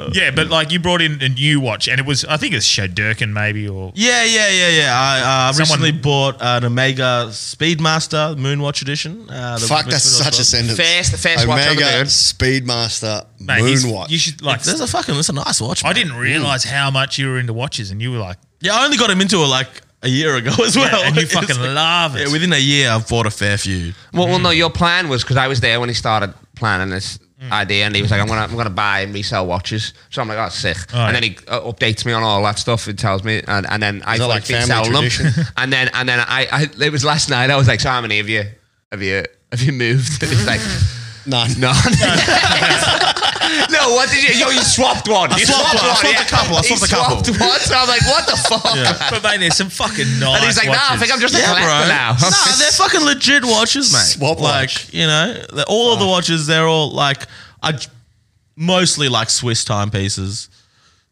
Speaker 1: Um, yeah, but like you brought in a new watch, and it was I think it's Shadurkin maybe or
Speaker 4: Yeah, yeah, yeah, yeah. I uh,
Speaker 1: Someone-
Speaker 4: recently bought uh, an Omega Speedmaster Moonwatch Edition. Uh, the
Speaker 3: Fuck, that's such a sentence.
Speaker 8: First- the first watch on the
Speaker 3: Omega
Speaker 8: moon.
Speaker 3: Speedmaster
Speaker 1: Mate, he's-
Speaker 3: Moonwatch.
Speaker 1: You should like.
Speaker 4: There's a fucking. That's a nice watch.
Speaker 1: I
Speaker 4: man.
Speaker 1: didn't realize how much you were into watches, and you were like,
Speaker 4: Yeah, I only got him into it like a year ago as well.
Speaker 1: and you
Speaker 4: *laughs* It's
Speaker 1: fucking
Speaker 4: like-
Speaker 1: love it.
Speaker 4: Yeah, within a year, I've bought a fair few.
Speaker 8: Well, well, no, your plan was because I was there when he started planning this
Speaker 4: Mm.
Speaker 8: idea, and he was like, "I'm gonna, I'm gonna buy and resell watches." So I'm like, "Oh, sick!"
Speaker 1: Alright.
Speaker 8: And then he uh, updates me on all that stuff. and tells me, and, and then I
Speaker 3: that like
Speaker 8: like been
Speaker 3: family
Speaker 8: selling them,
Speaker 3: tradition?
Speaker 8: *laughs* and then and then I, I, it was last night. I was like, "So how many of you have you have you moved?" *laughs* And he's like.
Speaker 3: None.
Speaker 8: No,
Speaker 4: *laughs*
Speaker 8: no. What did you? Yo, you swapped one. You
Speaker 4: swapped one. I swapped
Speaker 8: yeah.
Speaker 4: a couple. I
Speaker 8: He
Speaker 4: swapped a couple.
Speaker 8: swapped one. So I'm like, what
Speaker 4: *laughs*
Speaker 8: the fuck?
Speaker 1: *laughs* but mate, there's some fucking nice.
Speaker 8: *laughs* And he's like, nah, I
Speaker 1: watches.
Speaker 8: think I'm just a collector now.
Speaker 4: nah,
Speaker 3: *laughs*
Speaker 4: they're fucking legit watches, mate.
Speaker 3: Swap
Speaker 4: like
Speaker 3: watch.
Speaker 4: you know, they're- all of the watches, they're all like, I j- mostly like Swiss timepieces.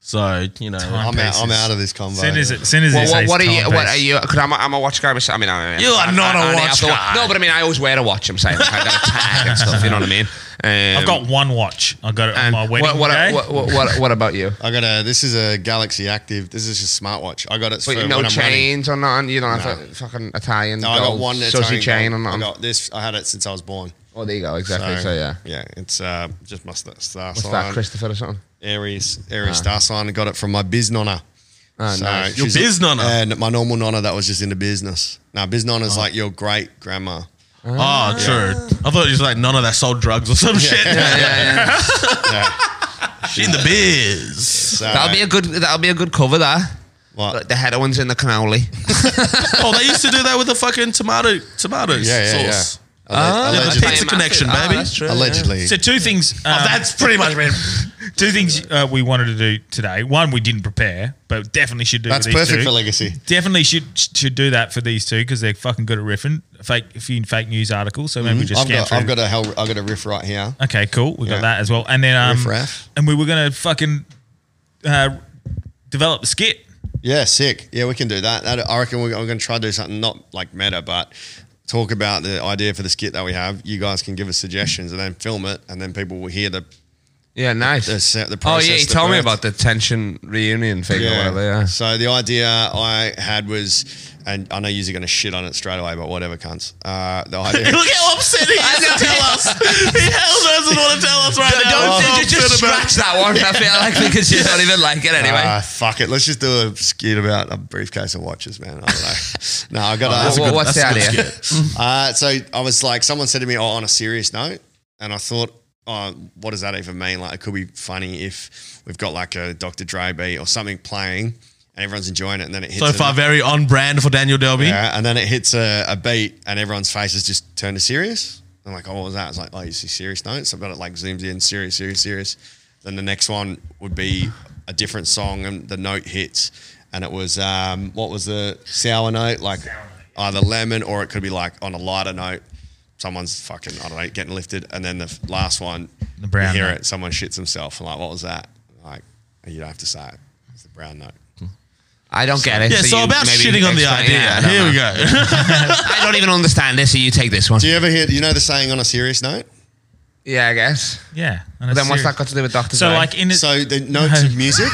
Speaker 4: So you know,
Speaker 3: I'm out, I'm
Speaker 1: pieces.
Speaker 3: out of this convo.
Speaker 1: Soon as it, soon as
Speaker 8: Well,
Speaker 1: it
Speaker 8: what,
Speaker 1: says
Speaker 8: what are you? What
Speaker 1: timepiece.
Speaker 8: are you? Because I'm, a, I'm a watch guy. myself. I mean, I,
Speaker 4: You are
Speaker 8: I-
Speaker 4: not
Speaker 8: I-
Speaker 4: a
Speaker 8: I only
Speaker 4: watch
Speaker 8: have to
Speaker 4: guy.
Speaker 8: No, but I mean, I always wear a watch. I'm saying like, I got a tag and stuff. You know what I mean? Um,
Speaker 1: I've got one watch. I got it on
Speaker 8: and
Speaker 1: my wedding
Speaker 8: what, what,
Speaker 1: day.
Speaker 8: What, what, what, what about you?
Speaker 3: I got a. This is a Galaxy Active. This is just a smartwatch. I got it for
Speaker 8: But no
Speaker 3: when I'm running.
Speaker 8: chains or nothing. You don't have
Speaker 3: Nah.
Speaker 8: a fucking Italian.
Speaker 3: No, I got
Speaker 8: gold
Speaker 3: one
Speaker 8: sushi
Speaker 3: Italian
Speaker 8: chain
Speaker 3: gold.
Speaker 8: or
Speaker 3: I
Speaker 8: nothing.
Speaker 3: got this. I had it since I was born.
Speaker 8: Oh, there you go. Exactly. So, yeah.
Speaker 3: yeah, it's uh, just my star, star
Speaker 8: What's
Speaker 3: sign.
Speaker 8: that, Christopher or something?
Speaker 3: Aries, Aries star sign. I got it from my biz nonna.
Speaker 8: Ah, nice.
Speaker 4: Your
Speaker 3: she's a-
Speaker 4: biz nonna?
Speaker 3: And my normal nonna that was just into business. Now, biz nonna's like your great grandma.
Speaker 4: oh, true. I thought it was like none of that sold drugs or some shit.
Speaker 3: Yeah.
Speaker 4: She in the biz.
Speaker 3: So,
Speaker 8: That'll be a good. That'll be a good cover. That
Speaker 3: what?
Speaker 8: Like the heroin's in the cannoli.
Speaker 4: oh, they used to do that with the fucking tomato tomatoes
Speaker 3: Yeah, yeah, yeah.
Speaker 4: sauce.
Speaker 3: Alle-
Speaker 4: Yeah, the
Speaker 3: allegedly.
Speaker 4: pizza connection,
Speaker 8: Ah,
Speaker 4: baby.
Speaker 8: that's true.
Speaker 3: allegedly.
Speaker 1: So two
Speaker 8: *laughs*
Speaker 1: things. um,
Speaker 4: Oh, that's pretty much been
Speaker 1: two things uh, we wanted to do today. One, we didn't prepare, but definitely should do.
Speaker 3: That's
Speaker 1: these
Speaker 3: perfect
Speaker 1: two.
Speaker 3: for legacy.
Speaker 1: Definitely should should do that for these two because they're fucking good at riffing fake a few fake news articles. So maybe we just
Speaker 3: Mm-hmm. I've
Speaker 1: scan
Speaker 3: got,
Speaker 1: through.
Speaker 3: I've got a hell, I've got a riff right here.
Speaker 1: okay, cool. We got
Speaker 3: Yeah.
Speaker 1: that as well. And then um,
Speaker 3: Riff raff.
Speaker 1: and we were gonna fucking uh, develop the skit.
Speaker 3: Yeah, sick. Yeah, we can do that. that I reckon we're, I'm going to try to do something not like meta, but talk about the idea for the skit that we have. You guys can give us suggestions and then film it, and then people will hear the.
Speaker 8: Yeah, nice.
Speaker 3: The se- the
Speaker 8: oh
Speaker 3: process,
Speaker 8: yeah, you
Speaker 3: the
Speaker 8: told me
Speaker 3: birth.
Speaker 8: about the tension reunion thing or whatever. Yeah.
Speaker 3: So the idea I had was, and I know you're going to shit on it straight away, but whatever, cunts. Uh, the
Speaker 8: *laughs*
Speaker 3: idea. *laughs*
Speaker 4: Look how upset he is to tell *laughs* us. He hell doesn't want to tell us right
Speaker 8: Don't,
Speaker 4: now.
Speaker 8: don't
Speaker 4: how
Speaker 8: just, just
Speaker 4: upset about it.
Speaker 8: scratch that one. I feel like because you don't even like it anyway.
Speaker 3: Ah, fuck it. Let's just do a skit about a briefcase of watches, man. I don't know. no, I got to
Speaker 8: Wha- what's the idea?
Speaker 3: Uh, so I was like, someone said to me, "Oh, on a serious note," and I thought, "Oh, what does that even mean? Like, it could be funny if we've got like a Dr. Dre beat or something playing, and everyone's enjoying it, and then it hits
Speaker 4: So
Speaker 3: a-
Speaker 4: far, very on brand for Daniel Delby.
Speaker 3: yeah, and then it hits a, a beat, and everyone's faces just turn to serious. I'm like, "Oh, what was that?" It's like, "Oh, you see serious notes." So I've got it like zooms in, serious, serious, serious. Then the next one would be a different song, and the note hits, and it was um, what was the sour note like? Either lemon, or it could be like on a lighter note someone's fucking I don't know getting lifted, and then the f- last one,
Speaker 1: The brown
Speaker 3: you hear
Speaker 1: note.
Speaker 3: it, someone shits himself. I'm like, what was that? Like, you don't have to say it. It's the brown note.
Speaker 8: I don't get it.
Speaker 4: Yeah, so
Speaker 8: you
Speaker 4: about
Speaker 8: maybe
Speaker 4: shitting on the
Speaker 8: explain-
Speaker 4: idea.
Speaker 8: yeah, I don't
Speaker 4: Here we
Speaker 8: know.
Speaker 4: go.
Speaker 8: I don't even understand this, so you take this one.
Speaker 3: Do you ever hear? You know the saying on a serious note.
Speaker 8: Yeah, I guess.
Speaker 1: Yeah. And
Speaker 8: But
Speaker 1: it's
Speaker 8: then what's
Speaker 1: serious.
Speaker 8: that got to do with Doctor?
Speaker 1: So like in
Speaker 3: So
Speaker 8: *laughs*
Speaker 3: the notes of music.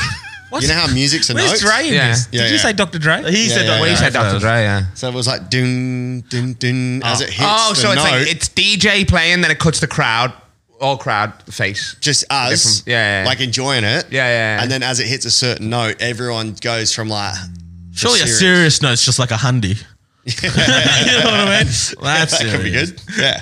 Speaker 1: What's-
Speaker 3: you know how music's a note.
Speaker 1: where's Dre in
Speaker 8: Yeah.
Speaker 1: this? Did
Speaker 3: Yeah,
Speaker 1: you
Speaker 3: yeah.
Speaker 1: say Dr. Dre?
Speaker 4: he
Speaker 3: yeah,
Speaker 4: said, that
Speaker 3: yeah.
Speaker 8: Well, you Oh, said Dr. Dre, yeah.
Speaker 3: So it was like ding, ding, ding as it hits
Speaker 8: Oh,
Speaker 3: the
Speaker 8: so
Speaker 3: note.
Speaker 8: it's like it's DJ playing, then it cuts the crowd, all crowd face.
Speaker 3: just us,
Speaker 8: Different- yeah, yeah.
Speaker 3: like enjoying it,
Speaker 8: Yeah, yeah, yeah.
Speaker 3: And then as it hits a certain note, everyone goes from like *laughs*
Speaker 4: Surely a
Speaker 3: serious.
Speaker 4: serious note's just like a *laughs* hundy. you know what I mean? That's
Speaker 3: that could be
Speaker 4: serious.
Speaker 3: good, yeah.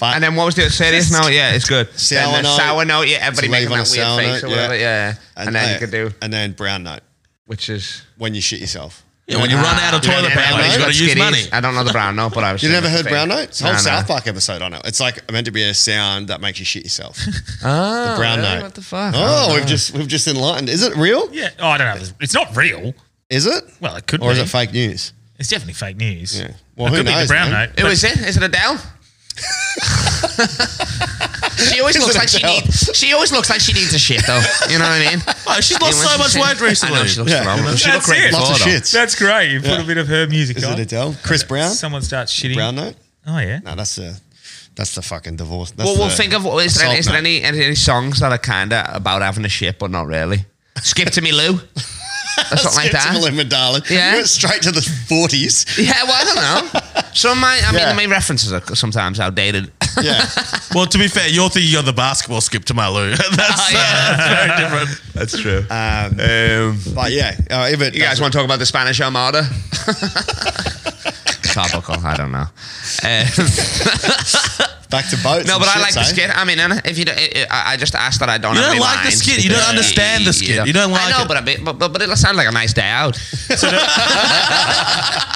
Speaker 3: But
Speaker 8: And then what was the serious note? Yeah, it's good.
Speaker 3: Sour
Speaker 8: then the
Speaker 3: note.
Speaker 8: sour note. Yeah, everybody
Speaker 3: It's
Speaker 8: making
Speaker 3: leave on
Speaker 8: that
Speaker 3: a
Speaker 8: weird
Speaker 3: sour
Speaker 8: face or
Speaker 3: note,
Speaker 8: whatever.
Speaker 3: yeah.
Speaker 8: Yeah, and, then you
Speaker 3: uh,
Speaker 8: could do,
Speaker 3: and then brown note
Speaker 8: which is
Speaker 3: when you shit yourself.
Speaker 4: Yeah, when you run out of
Speaker 8: Yeah,
Speaker 4: toilet
Speaker 8: and
Speaker 4: paper,
Speaker 8: everybody's
Speaker 4: you got
Speaker 8: got
Speaker 4: to use
Speaker 8: skitties.
Speaker 4: money.
Speaker 8: I don't know the brown note, but I was.
Speaker 3: You
Speaker 8: thinking
Speaker 3: never heard
Speaker 8: it's
Speaker 3: brown
Speaker 8: fake.
Speaker 3: note? It's a whole
Speaker 8: No, no.
Speaker 3: South Park episode on it. It's like meant to be a sound that makes you shit
Speaker 8: *laughs*
Speaker 3: yourself.
Speaker 8: Oh,
Speaker 3: brown
Speaker 8: really?
Speaker 3: note.
Speaker 8: What the fuck? Ah.
Speaker 3: oh, we've just we've just enlightened. Is it real?
Speaker 1: yeah. Oh, I don't know. It's- It's not real.
Speaker 3: Is it?
Speaker 1: Well, it could
Speaker 3: Or
Speaker 1: be.
Speaker 3: is it fake news?
Speaker 1: It's definitely fake news.
Speaker 3: Yeah. Well,
Speaker 1: it
Speaker 3: who
Speaker 1: could be
Speaker 3: knows,
Speaker 1: the brown
Speaker 3: man?
Speaker 1: note.
Speaker 8: Who
Speaker 1: but-
Speaker 8: is it? Is it
Speaker 3: *laughs*
Speaker 8: Adele? she always looks like she needs. She always looks like she needs a shit, though. You know what I mean?
Speaker 4: *laughs* Oh, she's lost so much weight
Speaker 8: I know,
Speaker 4: recently.
Speaker 8: she looks
Speaker 3: Yeah.
Speaker 8: phenomenal. She
Speaker 1: That's
Speaker 8: looked great
Speaker 1: it.
Speaker 8: before,
Speaker 3: Lots of
Speaker 8: though.
Speaker 1: *laughs*
Speaker 3: shits.
Speaker 1: That's great. You put
Speaker 3: Yeah.
Speaker 1: a bit of her music
Speaker 3: Is
Speaker 1: on.
Speaker 3: it Adele? Chris Brown?
Speaker 1: Someone starts shitting.
Speaker 3: Brown note?
Speaker 1: Oh yeah.
Speaker 3: No, that's the that's the fucking divorce. That's
Speaker 8: Well, we'll
Speaker 3: the
Speaker 8: think of is there,
Speaker 3: assault
Speaker 8: is there
Speaker 3: note.
Speaker 8: any, any any songs that are kind of about having a shit, but not really. Skip to me,
Speaker 4: *laughs*
Speaker 8: Lou. That's something like
Speaker 3: Skip to
Speaker 8: that.
Speaker 3: Melinda, darling.
Speaker 8: Yeah.
Speaker 3: You went straight to the
Speaker 8: *laughs*
Speaker 3: 40s.
Speaker 8: Yeah, well, I don't know. Some of my, I
Speaker 3: Yeah.
Speaker 8: mean, my references are sometimes outdated.
Speaker 3: Yeah.
Speaker 4: Well, to be fair, you're thinking you're the basketball skip to my Lou. *laughs* That's,
Speaker 8: Oh, yeah.
Speaker 4: uh, that's very *laughs* different. Ah. That's true.
Speaker 3: Um, but yeah, uh, if it
Speaker 8: You guys
Speaker 3: doesn't-
Speaker 8: want to talk about the Spanish Armada?
Speaker 4: *laughs*
Speaker 8: Topical, I don't know. Um,
Speaker 3: back to boats.
Speaker 8: no,
Speaker 3: and
Speaker 8: but I
Speaker 3: shit,
Speaker 8: like the
Speaker 3: eh?
Speaker 8: skit. I mean, and if you, don't, I- I I just asked that I don't.
Speaker 4: You
Speaker 8: have
Speaker 4: don't
Speaker 8: any
Speaker 4: like the
Speaker 8: lines
Speaker 4: skit. You don't
Speaker 8: because
Speaker 4: understand the skit. You don't
Speaker 8: I
Speaker 4: like
Speaker 8: know,
Speaker 4: it.
Speaker 8: but I mean, but, but but it'll sound like a nice day out.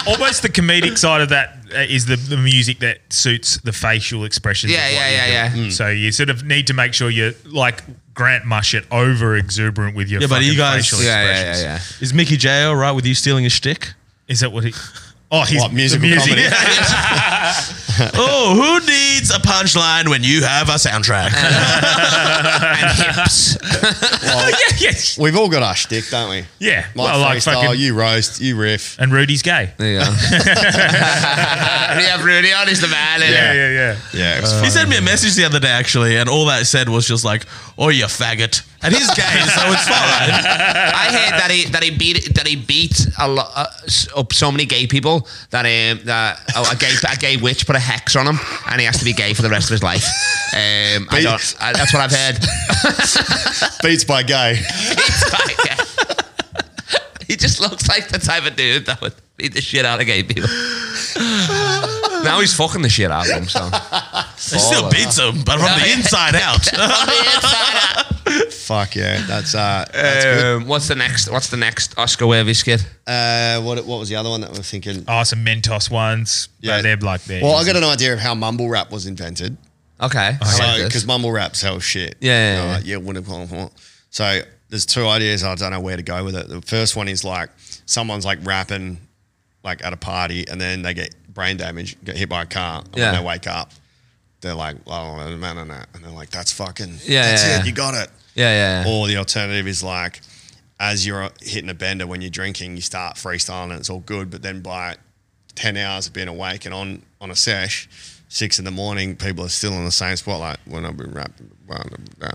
Speaker 1: Almost the comedic side of that uh, is the, the music that suits the facial expressions.
Speaker 8: Yeah,
Speaker 1: of what
Speaker 8: yeah,
Speaker 1: you're
Speaker 8: yeah,
Speaker 1: doing. So you sort of need to make sure you're like Grant Mushett over exuberant with your
Speaker 4: Yeah,
Speaker 1: yeah,
Speaker 4: but
Speaker 1: but
Speaker 4: you guys-
Speaker 1: facial
Speaker 8: Yeah, yeah,
Speaker 1: expressions.
Speaker 8: yeah,
Speaker 4: Is Mickey J all right with you stealing his *laughs* shtick?
Speaker 1: Is that what he? Oh, he's
Speaker 3: What, musical
Speaker 1: the music.
Speaker 3: comedy?
Speaker 4: oh, who needs a punchline when you have a soundtrack? *laughs*
Speaker 8: yeah. And hips.
Speaker 1: yeah, yes.
Speaker 3: We've all got our shtick, don't we?
Speaker 1: *laughs* Yeah.
Speaker 3: My
Speaker 1: well, like
Speaker 3: freestyle,
Speaker 1: fucking.
Speaker 3: you roast, you riff.
Speaker 1: And Rudy's gay.
Speaker 8: There you go. we have Rudy on. He's the man. isn't he?
Speaker 1: Yeah, yeah, yeah.
Speaker 3: Yeah.
Speaker 8: Uh,
Speaker 3: it was
Speaker 4: he
Speaker 3: fun.
Speaker 4: sent me a message the other day, actually, and all that said was just like, "Oh, you faggot," and he's gay, so it's fine.
Speaker 8: I heard that he that he beat that he beat a lot uh, s- up so many gay people that um that oh, a gay a gay witch put a hex on him and he has to be gay for the rest of his life. Um, I
Speaker 3: Beat-
Speaker 8: don't, I, that's what I've heard. *laughs*
Speaker 3: Beats by gay.
Speaker 8: he just looks like the type of dude that would beat the shit out of gay people. now he's fucking the shit out of him. So
Speaker 4: He still beats him, but from the inside out.
Speaker 3: Fuck yeah. That's uh that's good.
Speaker 8: um, what's the next? What's the next Oscar worthy skid?
Speaker 3: Uh what what was the other one that we we're thinking?
Speaker 1: Oh, some Mentos ones. Yeah,
Speaker 3: Yeah.
Speaker 1: they're like there.
Speaker 3: Well, I got an idea of how mumble rap was invented.
Speaker 8: Okay, I like
Speaker 3: So,
Speaker 8: this.
Speaker 3: because mumble rap sells shit.
Speaker 8: Yeah, yeah,
Speaker 3: You know,
Speaker 8: yeah.
Speaker 3: like, yeah, wouldn't call them. So there's two ideas. I don't know where to go with it. The first one is like someone's like rapping like at a party and then they get brain damage, get hit by a car. And
Speaker 8: Yeah.
Speaker 3: when they wake up, they're like, oh, man, and that. And they're like, that's fucking,
Speaker 8: Yeah,
Speaker 3: that's
Speaker 8: yeah,
Speaker 3: it.
Speaker 8: yeah.
Speaker 3: You got it.
Speaker 8: yeah, yeah, yeah.
Speaker 3: Or the alternative is like, as you're hitting a bender when you're drinking, you start freestyling and it's all good. But then by 10 hours of being awake and on, on a sesh, six in the morning, people are still in the same spot. Like, when I've been rapping, blah, blah, blah, blah,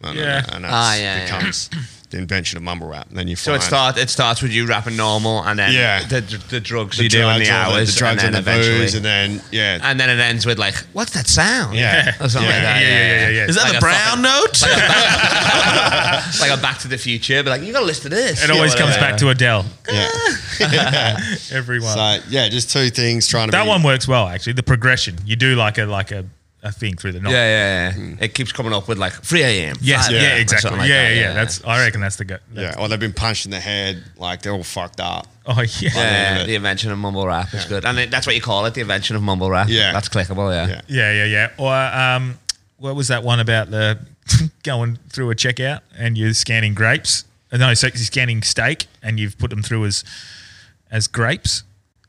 Speaker 3: blah,
Speaker 1: Yeah.
Speaker 3: blah, and that
Speaker 8: Ah, yeah, yeah.
Speaker 3: becomes the invention of mumble rap. And then you
Speaker 8: So
Speaker 3: find
Speaker 8: it starts. It starts with you rapping normal, and then
Speaker 3: Yeah.
Speaker 8: the, the drugs
Speaker 3: the
Speaker 8: you do and the
Speaker 3: drugs or
Speaker 8: hours,
Speaker 3: the drugs and,
Speaker 8: and then
Speaker 3: the
Speaker 8: eventually,
Speaker 3: booze, and then, yeah.
Speaker 8: and then it ends with like, what's that sound?
Speaker 3: yeah.
Speaker 8: *laughs* or something
Speaker 3: yeah.
Speaker 8: like that.
Speaker 1: yeah, yeah, yeah, yeah.
Speaker 4: Is that
Speaker 8: Like
Speaker 4: the
Speaker 8: a
Speaker 4: brown
Speaker 8: fucking-
Speaker 4: note? *laughs*
Speaker 8: It's like a Back to the Future, but like you gotta listen to this.
Speaker 1: It always
Speaker 8: Yeah,
Speaker 1: comes
Speaker 8: whatever.
Speaker 1: back to Adele.
Speaker 8: Ah.
Speaker 3: Yeah.
Speaker 1: Everyone.
Speaker 3: So, yeah, just two things trying to
Speaker 1: that
Speaker 3: be-
Speaker 1: one works well actually. The progression. You do like a like a, a thing through the night.
Speaker 8: Yeah, yeah, yeah. It keeps coming up with like 3 a.m.
Speaker 1: Yes,
Speaker 8: 5
Speaker 1: yeah,
Speaker 8: a.m., or
Speaker 1: exactly.
Speaker 8: something like
Speaker 1: yeah,
Speaker 8: that,
Speaker 1: yeah, yeah. That's I reckon that's the go.
Speaker 3: Yeah,
Speaker 1: That's,
Speaker 3: or they've been punched in the head, like they're all fucked up.
Speaker 1: *laughs* Oh yeah. yeah,
Speaker 8: yeah,
Speaker 3: Yeah.
Speaker 8: Uh, the invention of mumble rap is good, and it, that's what you call it, the invention of mumble rap.
Speaker 3: Yeah.
Speaker 8: that's clickable. Yeah,
Speaker 3: Yeah.
Speaker 1: yeah, yeah, Or um, what was that one about the *laughs* going through a checkout and you're scanning grapes? Uh, No, so you're scanning steak and you've put them through as as grapes,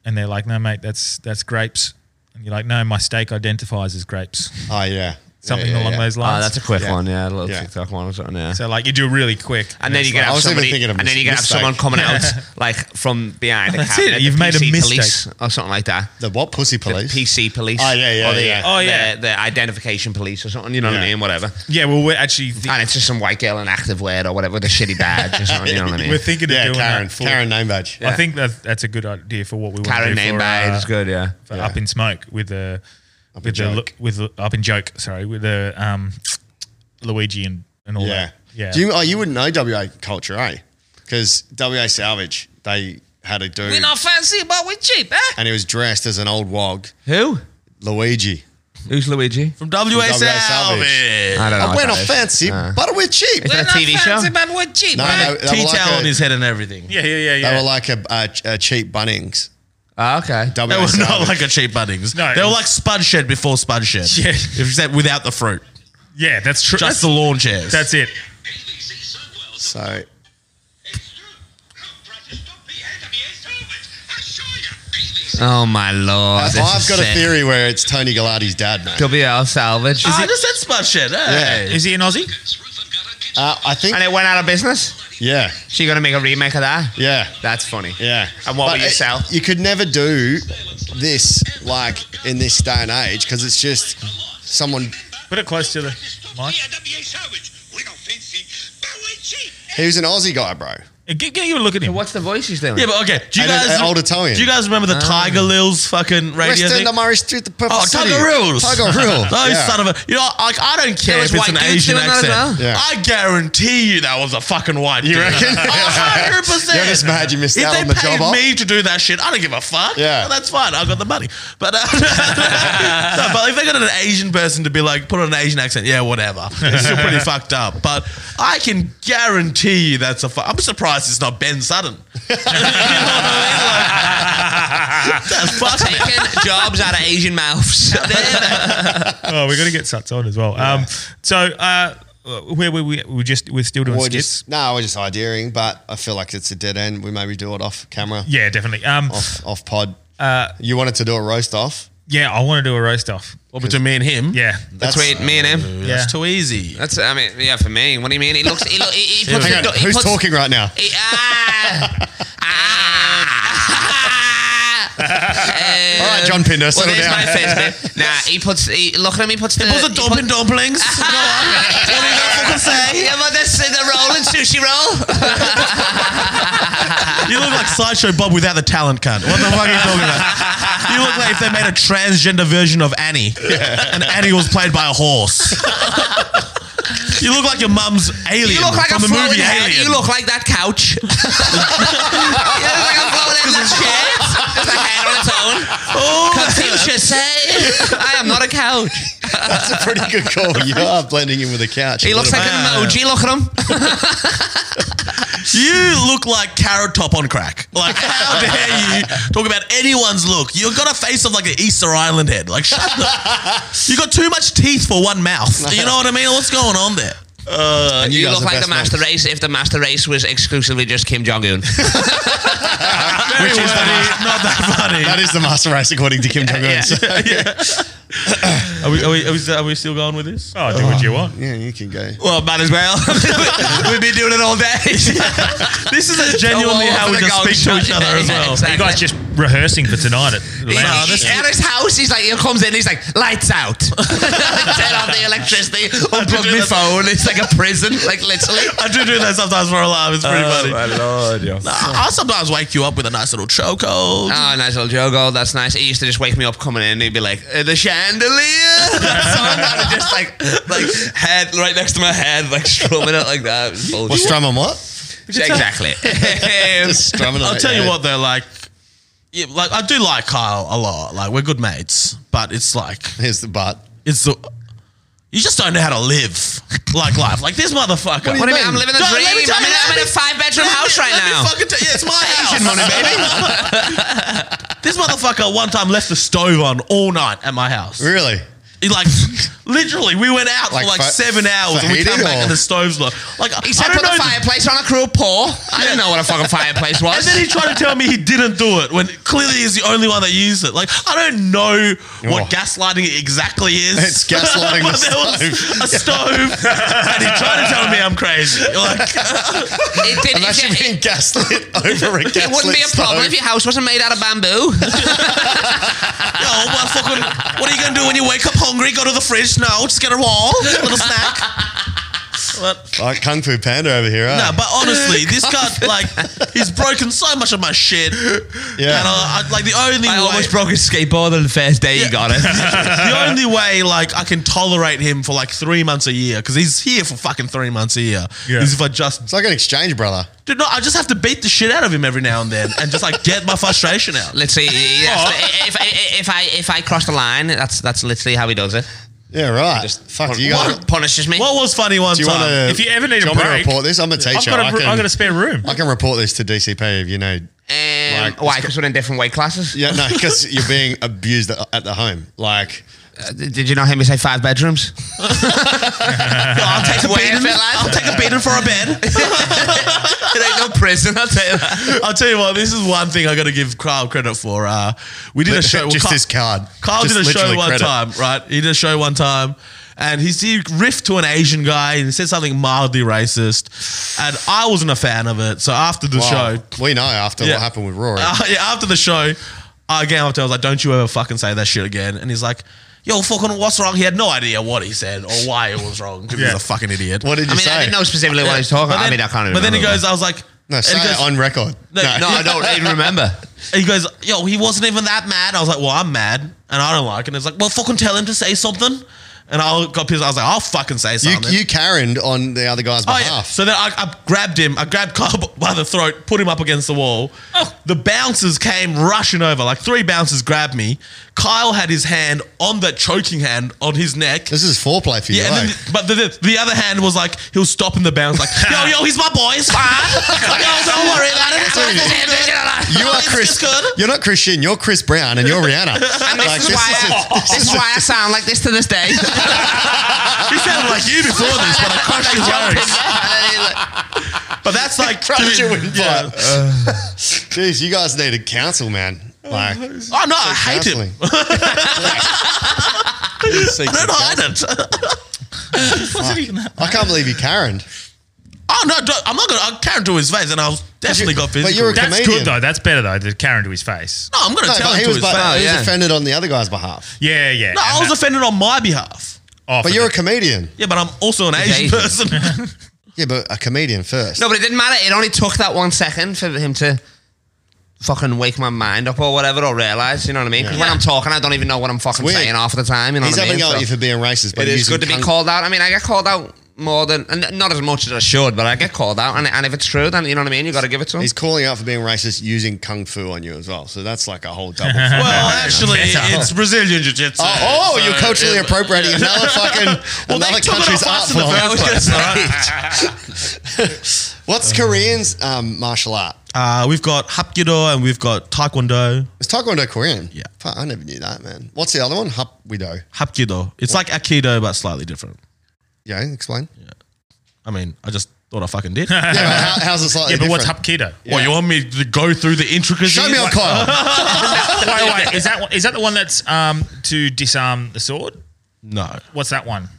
Speaker 1: and they're like, no, mate, that's that's grapes. And you're like, no, my steak identifies as grapes.
Speaker 3: Oh yeah.
Speaker 1: something
Speaker 3: yeah,
Speaker 1: along
Speaker 3: yeah.
Speaker 1: those
Speaker 8: Oh,
Speaker 1: lines.
Speaker 8: that's a quick
Speaker 3: Yeah.
Speaker 8: one, yeah. A little
Speaker 3: Yeah.
Speaker 8: TikTok one or something, yeah.
Speaker 1: so like you do really quick,
Speaker 8: and then
Speaker 1: it's
Speaker 8: you can
Speaker 1: like-
Speaker 8: have
Speaker 3: was even
Speaker 8: somebody,
Speaker 3: thinking of
Speaker 8: and then
Speaker 3: mis-
Speaker 8: you can have
Speaker 3: mistake.
Speaker 8: someone coming
Speaker 3: *laughs*
Speaker 8: out like from behind the
Speaker 1: That's it,
Speaker 8: cabinet, the
Speaker 1: you've made a
Speaker 8: PC police
Speaker 1: mistake.
Speaker 8: or something like that.
Speaker 3: The what? Pussy
Speaker 8: The
Speaker 3: police?
Speaker 8: PC police.
Speaker 3: Oh, yeah, yeah,
Speaker 8: or the,
Speaker 3: yeah.
Speaker 1: Oh, yeah.
Speaker 8: The, the identification police or something. You know what I
Speaker 3: Yeah.
Speaker 8: mean? Whatever.
Speaker 1: yeah. Well, we're actually thi-
Speaker 8: And it's just some white girl in active wear or whatever with a shitty badge or something. You know what I
Speaker 3: *laughs*
Speaker 8: mean?
Speaker 1: we're thinking of
Speaker 3: Yeah,
Speaker 1: doing
Speaker 3: Karen.
Speaker 1: that for-
Speaker 3: Karen name badge.
Speaker 1: I think that that's a good idea for what we want to
Speaker 8: Karen
Speaker 1: do
Speaker 8: name
Speaker 1: for,
Speaker 8: badge
Speaker 1: uh,
Speaker 8: is good, yeah.
Speaker 1: for Up in Smoke with the with
Speaker 3: in
Speaker 1: the
Speaker 3: Joke.
Speaker 1: look with the- Up in Joke. Sorry, with the um, Luigi and and all
Speaker 3: Yeah.
Speaker 1: that. Yeah,
Speaker 3: Do you, oh, you wouldn't know WA culture, eh? Because WA Salvage, they had a dude.
Speaker 2: We're not fancy, but we're cheap, eh?
Speaker 3: and he was dressed as an old wog,
Speaker 8: Who?
Speaker 3: Luigi.
Speaker 8: Who's Luigi?
Speaker 4: From WA
Speaker 3: WA Salvage.
Speaker 4: Salvage.
Speaker 8: I don't know.
Speaker 3: Uh,
Speaker 8: what
Speaker 3: we're
Speaker 8: that
Speaker 3: not
Speaker 8: is.
Speaker 3: fancy, but we're cheap.
Speaker 8: Is that a TV show?
Speaker 2: fancy, but we're cheap,
Speaker 3: No,
Speaker 2: eh?
Speaker 3: no, they were
Speaker 4: T-towel
Speaker 3: like
Speaker 4: on
Speaker 3: a-
Speaker 4: his head and everything.
Speaker 1: yeah, yeah, yeah.
Speaker 3: They
Speaker 1: yeah.
Speaker 3: were like a, a, a cheap Bunnings.
Speaker 8: Oh, okay.
Speaker 3: WA
Speaker 4: They were not
Speaker 3: Salvage.
Speaker 4: like a cheap Bunnings.
Speaker 1: No,
Speaker 4: they
Speaker 1: it
Speaker 4: were
Speaker 1: was-
Speaker 4: like Spud Shed before Spud Shed.
Speaker 1: Yeah.
Speaker 4: Except without the fruit.
Speaker 1: yeah, that's true. That's,
Speaker 4: Just the lawn chairs.
Speaker 1: that's it.
Speaker 3: So
Speaker 8: Oh my lord.
Speaker 3: I've
Speaker 8: this is
Speaker 3: got a
Speaker 8: sick.
Speaker 3: theory where it's Tony Gallardi's dad, mate.
Speaker 8: WL Salvage.
Speaker 4: Ah, I just said Spud Shed. Hey.
Speaker 1: Is he an Aussie?
Speaker 3: Uh, I think.
Speaker 8: and it went out of business.
Speaker 3: Yeah,
Speaker 8: So you're gonna make a remake of that?
Speaker 3: yeah,
Speaker 8: That's funny.
Speaker 3: yeah.
Speaker 8: And what
Speaker 3: But
Speaker 8: will you
Speaker 3: it-
Speaker 8: sell?
Speaker 3: You could never do this like in this day and age because it's just someone.
Speaker 1: Put it close to the mic.
Speaker 3: He was an Aussie guy, bro.
Speaker 1: Give, give a look at Uh, him.
Speaker 8: What's the voice he's doing?
Speaker 4: Yeah, but okay. Do you
Speaker 3: And an-
Speaker 4: guys
Speaker 3: an old Italian.
Speaker 4: Do you guys remember the Tiger Lil's fucking radio
Speaker 3: Rest in
Speaker 4: thing?
Speaker 3: the Murray Street, the purple
Speaker 4: Oh,
Speaker 3: city.
Speaker 4: Tiger Rules.
Speaker 3: Tiger
Speaker 4: *laughs*
Speaker 3: Rules.
Speaker 4: Oh,
Speaker 3: yeah.
Speaker 4: son of a. You know, like, I don't care
Speaker 8: was
Speaker 4: if it's
Speaker 8: white
Speaker 4: an
Speaker 8: dudes
Speaker 4: Asian
Speaker 8: doing that as
Speaker 4: accent.
Speaker 3: well? Yeah.
Speaker 4: I guarantee you that was a *laughs* fucking white
Speaker 3: *laughs*
Speaker 4: You
Speaker 3: reckon?
Speaker 4: Oh, 100%.
Speaker 3: You're just mad you missed
Speaker 4: if
Speaker 3: out
Speaker 4: they
Speaker 3: on the
Speaker 4: paid
Speaker 3: job
Speaker 4: me to do that shit, I don't give a fuck.
Speaker 3: Yeah.
Speaker 4: Well, that's fine. I got the money. But, uh, *laughs* no, but if they got an Asian person to be like, put on an Asian accent, yeah, whatever. It's
Speaker 3: *laughs*
Speaker 4: still pretty fucked up. But I can guarantee you that's a fu- I'm surprised it's not Ben Sutton. You know what I mean? Like, that's fucking
Speaker 8: Taking
Speaker 4: *laughs*
Speaker 8: jobs out of Asian mouths.
Speaker 1: Oh, we got to get Suts on as well. Um, so uh, where were we? We just we're still doing
Speaker 3: We're
Speaker 1: skits.
Speaker 3: just, no, we're just idearing, but I feel like it's a dead end. We maybe do it off camera,
Speaker 1: yeah, definitely. Um,
Speaker 3: off off pod. Uh, you wanted to do a roast off.
Speaker 1: yeah, I want to do a roast off.
Speaker 4: Well, between me and him.
Speaker 1: Yeah,
Speaker 3: That's
Speaker 8: Between me and him.
Speaker 1: yeah.
Speaker 4: That's too easy.
Speaker 8: That's I mean, yeah, for me. What do you mean? He looks. He, look,
Speaker 3: *laughs*
Speaker 8: he, he puts.
Speaker 3: Hang
Speaker 8: the
Speaker 3: on,
Speaker 8: do- he
Speaker 3: who's
Speaker 8: puts-
Speaker 3: talking right now?
Speaker 8: He,
Speaker 3: *laughs*
Speaker 8: ah, ah, eh,
Speaker 3: *laughs* All right, John Pinder,
Speaker 8: Well,
Speaker 3: settle
Speaker 8: there's
Speaker 3: down.
Speaker 8: my face, bit. Nah, he puts. He, look at him. He puts the.
Speaker 4: It was a
Speaker 8: he
Speaker 4: dumpling
Speaker 3: *laughs*
Speaker 4: dumplings. Go on. What do you got fucking say?
Speaker 8: *laughs* Yeah, but this is the roll and sushi roll.
Speaker 4: You look like Sideshow Bob without the talent, cunt. What the fuck are you talking about? You look like if they made a transgender version of Annie, and Annie was played by a horse. You look like your mum's
Speaker 8: You
Speaker 4: alien
Speaker 8: look like
Speaker 4: from
Speaker 8: a
Speaker 4: the
Speaker 8: floating
Speaker 4: movie
Speaker 8: head.
Speaker 4: Alien.
Speaker 8: You look like that couch. *laughs* you look like a floating in the chair. Just a head on its own. Confucius, say, I am not a couch.
Speaker 3: That's a pretty good call. You are blending in with the couch.
Speaker 8: He
Speaker 3: a
Speaker 8: looks
Speaker 3: little
Speaker 8: like an emoji. Look at him.
Speaker 4: You look like Carrot Top on crack. Like,
Speaker 8: *laughs*
Speaker 4: how dare you talk about anyone's look? You've got a face of like an Easter Island head. Like, shut
Speaker 8: *laughs*
Speaker 4: the. You got too much teeth for one mouth. You know what I mean? What's going on there?
Speaker 3: bit. And
Speaker 8: You,
Speaker 3: guys
Speaker 8: look
Speaker 3: are
Speaker 8: like the
Speaker 3: best
Speaker 8: master
Speaker 3: mates.
Speaker 8: race if the master race was exclusively just Kim Jong Un.
Speaker 4: Very wordy,
Speaker 1: *laughs*
Speaker 4: not that funny.
Speaker 3: That is the master race according to Kim Jong Un. Yeah,
Speaker 4: Are we, are, we, are, we, are we still going with this?
Speaker 1: Oh, do what
Speaker 3: uh,
Speaker 1: you want.
Speaker 3: you can go.
Speaker 8: well, might as well. We've *laughs* been doing it all day.
Speaker 4: *laughs* This is a genuinely
Speaker 8: Oh, well,
Speaker 4: how we
Speaker 8: for the
Speaker 4: just
Speaker 8: gold
Speaker 4: speak to
Speaker 8: shot.
Speaker 4: each other
Speaker 8: *laughs*
Speaker 4: as
Speaker 8: Yeah,
Speaker 4: well.
Speaker 1: You guys just rehearsing for tonight at the
Speaker 8: He-
Speaker 1: lounge.
Speaker 8: he- at his house, he's like, he comes in, he's like, lights out. *laughs* Turn off the electricity, unplug my phone. It's like a prison, like literally.
Speaker 4: *laughs* I do do that sometimes for alarm. It's pretty funny.
Speaker 8: lord, yo.
Speaker 4: Nah, I'll sometimes wake you up with a nice little chokehold.
Speaker 8: Oh, nice little Jogo. That's nice. He used to just wake me up coming in. He'd be like, "Uh, the chandelier. *laughs* so I'm kind of just like, like head right next to my head, like strumming it like that. It was
Speaker 3: Well,
Speaker 8: bullshit.
Speaker 3: strum on what?
Speaker 8: exactly.
Speaker 3: *laughs* Just strumming on
Speaker 4: I'll
Speaker 3: it,
Speaker 4: tell you
Speaker 3: yeah.
Speaker 4: what though, like, yeah, like I do like Kyle a lot. Like we're good mates, but it's like
Speaker 3: Here's the butt.
Speaker 4: it's the you just don't know how to live like life. Like this motherfucker.
Speaker 8: what do you mean? I'm living the
Speaker 4: No,
Speaker 8: dream.
Speaker 4: let me tell
Speaker 8: I'm,
Speaker 4: you,
Speaker 8: in,
Speaker 4: let
Speaker 8: I'm in
Speaker 4: me-
Speaker 8: a five bedroom
Speaker 4: Let me-
Speaker 8: house right
Speaker 4: let me
Speaker 8: now.
Speaker 4: fucking tell- yeah, it's my house. this motherfucker one time left the stove on all night at my house.
Speaker 3: Really?
Speaker 4: It, Like *laughs* literally, we went out
Speaker 3: Like
Speaker 4: for like
Speaker 3: fa-
Speaker 4: seven hours and we
Speaker 3: fajita
Speaker 4: come back
Speaker 3: or-
Speaker 4: and the stove's like, like
Speaker 8: He said
Speaker 4: I don't
Speaker 8: put
Speaker 4: know.
Speaker 8: the
Speaker 4: the-
Speaker 8: fireplace on a cruel paw. I didn't know what a fucking fireplace was.
Speaker 4: *laughs* and then he tried to tell me he didn't do it when clearly he's the only one that used it. Like I don't know what
Speaker 3: Oh.
Speaker 4: gaslighting exactly is.
Speaker 3: It's gaslighting
Speaker 4: *laughs* But
Speaker 3: the
Speaker 4: there was a stove, and he tried to tell me I'm crazy. Like
Speaker 8: It did-
Speaker 3: Imagine
Speaker 8: it-
Speaker 3: being gaslit
Speaker 8: *laughs*
Speaker 3: over a gaslit
Speaker 8: it wouldn't be a problem
Speaker 3: stove.
Speaker 8: if your house wasn't made out of bamboo.
Speaker 4: Yo, well, fucking, what are you gonna do when you wake up hungry? Go to the fridge? No, just get a roll, little snack. *laughs* But,
Speaker 3: Like Kung Fu Panda over here,
Speaker 4: no,
Speaker 3: right?
Speaker 4: but honestly, this guy, like, he's broken so much of my shit.
Speaker 3: Yeah.
Speaker 4: And uh, I, I, like, the only way,
Speaker 8: broke his skateboard on the first day
Speaker 4: Yeah.
Speaker 8: got
Speaker 3: *laughs*
Speaker 8: it.
Speaker 4: *laughs* the only way, like, I can tolerate him for like three months a year because he's here for fucking three months a year.
Speaker 1: Yeah.
Speaker 4: Is if I just,
Speaker 3: it's like an exchange, brother.
Speaker 4: dude, no, I just have to beat the shit out of him every now and then and just like get my
Speaker 8: *laughs*
Speaker 4: frustration out.
Speaker 8: Let's see. yes, If, if I if I cross the line, that's that's literally how he does it.
Speaker 3: Yeah, right.
Speaker 8: Just
Speaker 3: Fuck
Speaker 8: pun-
Speaker 3: you guys.
Speaker 8: punishes me.
Speaker 4: What was funny one
Speaker 3: Do you want
Speaker 4: time?
Speaker 3: to?
Speaker 1: If you ever need a
Speaker 3: do you want me to
Speaker 1: break-
Speaker 3: report this. I'm a teacher.
Speaker 1: I've got a,
Speaker 3: I
Speaker 1: I've
Speaker 3: can,
Speaker 1: got a spare room.
Speaker 3: I can report this to DCP if you know.
Speaker 8: Um,
Speaker 3: Like,
Speaker 8: why? Because we're in different weight classes.
Speaker 3: Yeah, no, because you're being abused at, at the home. Like,
Speaker 8: Uh, did you not hear me say five
Speaker 4: *laughs*
Speaker 8: bedrooms?
Speaker 4: I'll take a
Speaker 8: Where,
Speaker 4: beating.
Speaker 8: fella?
Speaker 4: I'll take a beating for
Speaker 8: *laughs*
Speaker 4: a bed.
Speaker 8: it ain't no prison. I'll tell you that.
Speaker 4: I'll tell you what, this is one thing I got to give Kyle credit for. Uh, we did a show. well,
Speaker 3: *laughs* just
Speaker 4: Kyle,
Speaker 3: this card.
Speaker 4: Kyle
Speaker 3: Just
Speaker 4: did a show
Speaker 3: literally
Speaker 4: one
Speaker 3: credit.
Speaker 4: time, right? He did a show one time, and he, he riffed to an Asian guy and he said something mildly racist, and I wasn't a fan of it. So after the
Speaker 3: Wow.
Speaker 4: show, *laughs*
Speaker 3: We know after
Speaker 4: Yeah.
Speaker 3: what happened with Rory.
Speaker 4: uh, yeah, after the show, I came up to him, I was like, don't you ever fucking say that shit again. And he's like, yo, fucking, what's wrong? He had no idea what he said or why it was wrong because
Speaker 1: Yeah.
Speaker 4: he's a fucking idiot.
Speaker 3: what did you
Speaker 8: I mean,
Speaker 3: say?
Speaker 8: I didn't know specifically what he was talking.
Speaker 4: But
Speaker 8: I
Speaker 4: then-
Speaker 8: mean, I can't. Even
Speaker 4: But then he
Speaker 8: remember.
Speaker 4: goes, I was like,
Speaker 3: No,
Speaker 4: and
Speaker 3: say
Speaker 4: he
Speaker 3: it
Speaker 4: goes-
Speaker 3: on record.
Speaker 4: No,
Speaker 8: No, I don't
Speaker 3: *laughs*
Speaker 8: even remember.
Speaker 4: And he goes, yo, he wasn't even that mad. I was like, well, I'm mad and I don't like it. And it's like, well, fucking tell him to say something. And I got pissed. I was like, I'll fucking say
Speaker 3: You,
Speaker 4: something.
Speaker 3: you Karened on the other guy's
Speaker 4: Oh,
Speaker 3: behalf.
Speaker 4: yeah. So then I, I grabbed him. I grabbed Kyle *laughs* by the throat, put him up against the wall. The bouncers came rushing over. Like three bouncers grabbed me. Kyle had his hand on that choking hand on his neck.
Speaker 3: this is foreplay for you.
Speaker 4: Yeah, and
Speaker 3: eh?
Speaker 4: then, but the, the, the other hand was like, he was stopping the bounce, like, yo, yo, he's my boy, it's fine. *laughs* Like, yo, don't worry about it. It's fine. It's good.
Speaker 3: you are
Speaker 4: It's-
Speaker 3: Chris.
Speaker 4: It's good.
Speaker 3: You're not Christian. You're Chris Brown, and you're Rihanna.
Speaker 8: *laughs* And this
Speaker 3: Like,
Speaker 8: is why. I, this is why I sound like this to this
Speaker 4: *laughs*
Speaker 8: day. *laughs*
Speaker 4: He sounded like you before this, but I crushed his worries. But that's like
Speaker 3: *laughs* Crushed your windpipe.
Speaker 4: Yeah.
Speaker 3: *laughs* Jeez, you guys needed counsel, man. Like,
Speaker 4: Oh no, I hate
Speaker 3: counseling.
Speaker 4: him.
Speaker 3: Seek
Speaker 4: I
Speaker 3: some
Speaker 4: don't hide
Speaker 3: counsel.
Speaker 4: it.
Speaker 3: I can't believe you Karened.
Speaker 4: Oh no, don't, I'm not gonna. I can't do his face, and I was definitely got
Speaker 3: but
Speaker 4: physical.
Speaker 3: you're a
Speaker 4: That-
Speaker 1: That's
Speaker 3: comedian.
Speaker 1: good though. That's better though. The Karen to his face.
Speaker 4: no, I'm gonna
Speaker 3: No,
Speaker 4: tell
Speaker 3: but
Speaker 4: him
Speaker 3: he
Speaker 4: to
Speaker 3: was,
Speaker 4: his face.
Speaker 3: but he
Speaker 8: yeah.
Speaker 3: was offended on the other guy's behalf.
Speaker 1: Yeah, yeah. oh,
Speaker 4: No, I was offended on my behalf.
Speaker 3: But you're a comedian.
Speaker 4: Yeah, but I'm also an Asian
Speaker 8: Asian.
Speaker 4: person.
Speaker 3: *laughs* Yeah, but a comedian first.
Speaker 8: No, but it didn't matter. It only took that one second for him to fucking wake my mind up or whatever or realize. You know what I mean? Because when I'm talking, I don't even know what I'm fucking
Speaker 3: weird.
Speaker 8: saying half of the time. You know
Speaker 3: He's
Speaker 8: what I
Speaker 3: having
Speaker 8: mean?
Speaker 3: a go
Speaker 8: So
Speaker 3: at you for being racist. But
Speaker 8: it is
Speaker 3: using
Speaker 8: good to be
Speaker 3: Kung-
Speaker 8: called out. I mean, I get called out more than and not as much as I should, but I get called out. And, and if it's true, then you know what I mean. You got to give it to him.
Speaker 3: He's calling out for being racist using kung fu on you as well. So that's like a whole double.
Speaker 4: well, actually, it's Brazilian jiu-jitsu.
Speaker 3: Oh, oh
Speaker 4: so
Speaker 3: you're culturally
Speaker 4: it-
Speaker 3: appropriating another fucking
Speaker 4: Well, they
Speaker 3: another
Speaker 4: took it
Speaker 3: country's
Speaker 4: off
Speaker 3: art
Speaker 4: us in the
Speaker 3: *laughs* form.
Speaker 4: first place, alright?
Speaker 3: What's Korean's um, martial art?
Speaker 4: Uh, we've got hapkido and we've got taekwondo.
Speaker 3: Is Taekwondo Korean?
Speaker 4: Yeah.
Speaker 3: Fuck, I never knew that, man. What's the other one? Hap Widow.
Speaker 4: Hapkido. It's like aikido but slightly different.
Speaker 1: *laughs*
Speaker 3: Yeah, explain.
Speaker 4: I mean, I just thought I
Speaker 3: *laughs*
Speaker 4: fucking did.
Speaker 3: Yeah, but how, how's it slightly
Speaker 1: yeah, but what's
Speaker 3: different?
Speaker 1: up, keto?
Speaker 4: Well, you want me to go through the intricacies?
Speaker 3: Show me
Speaker 1: *laughs*
Speaker 3: on Kyle.
Speaker 1: wait, wait. Is that one- is that the one that's um to disarm the sword?
Speaker 4: No.
Speaker 1: What's that one?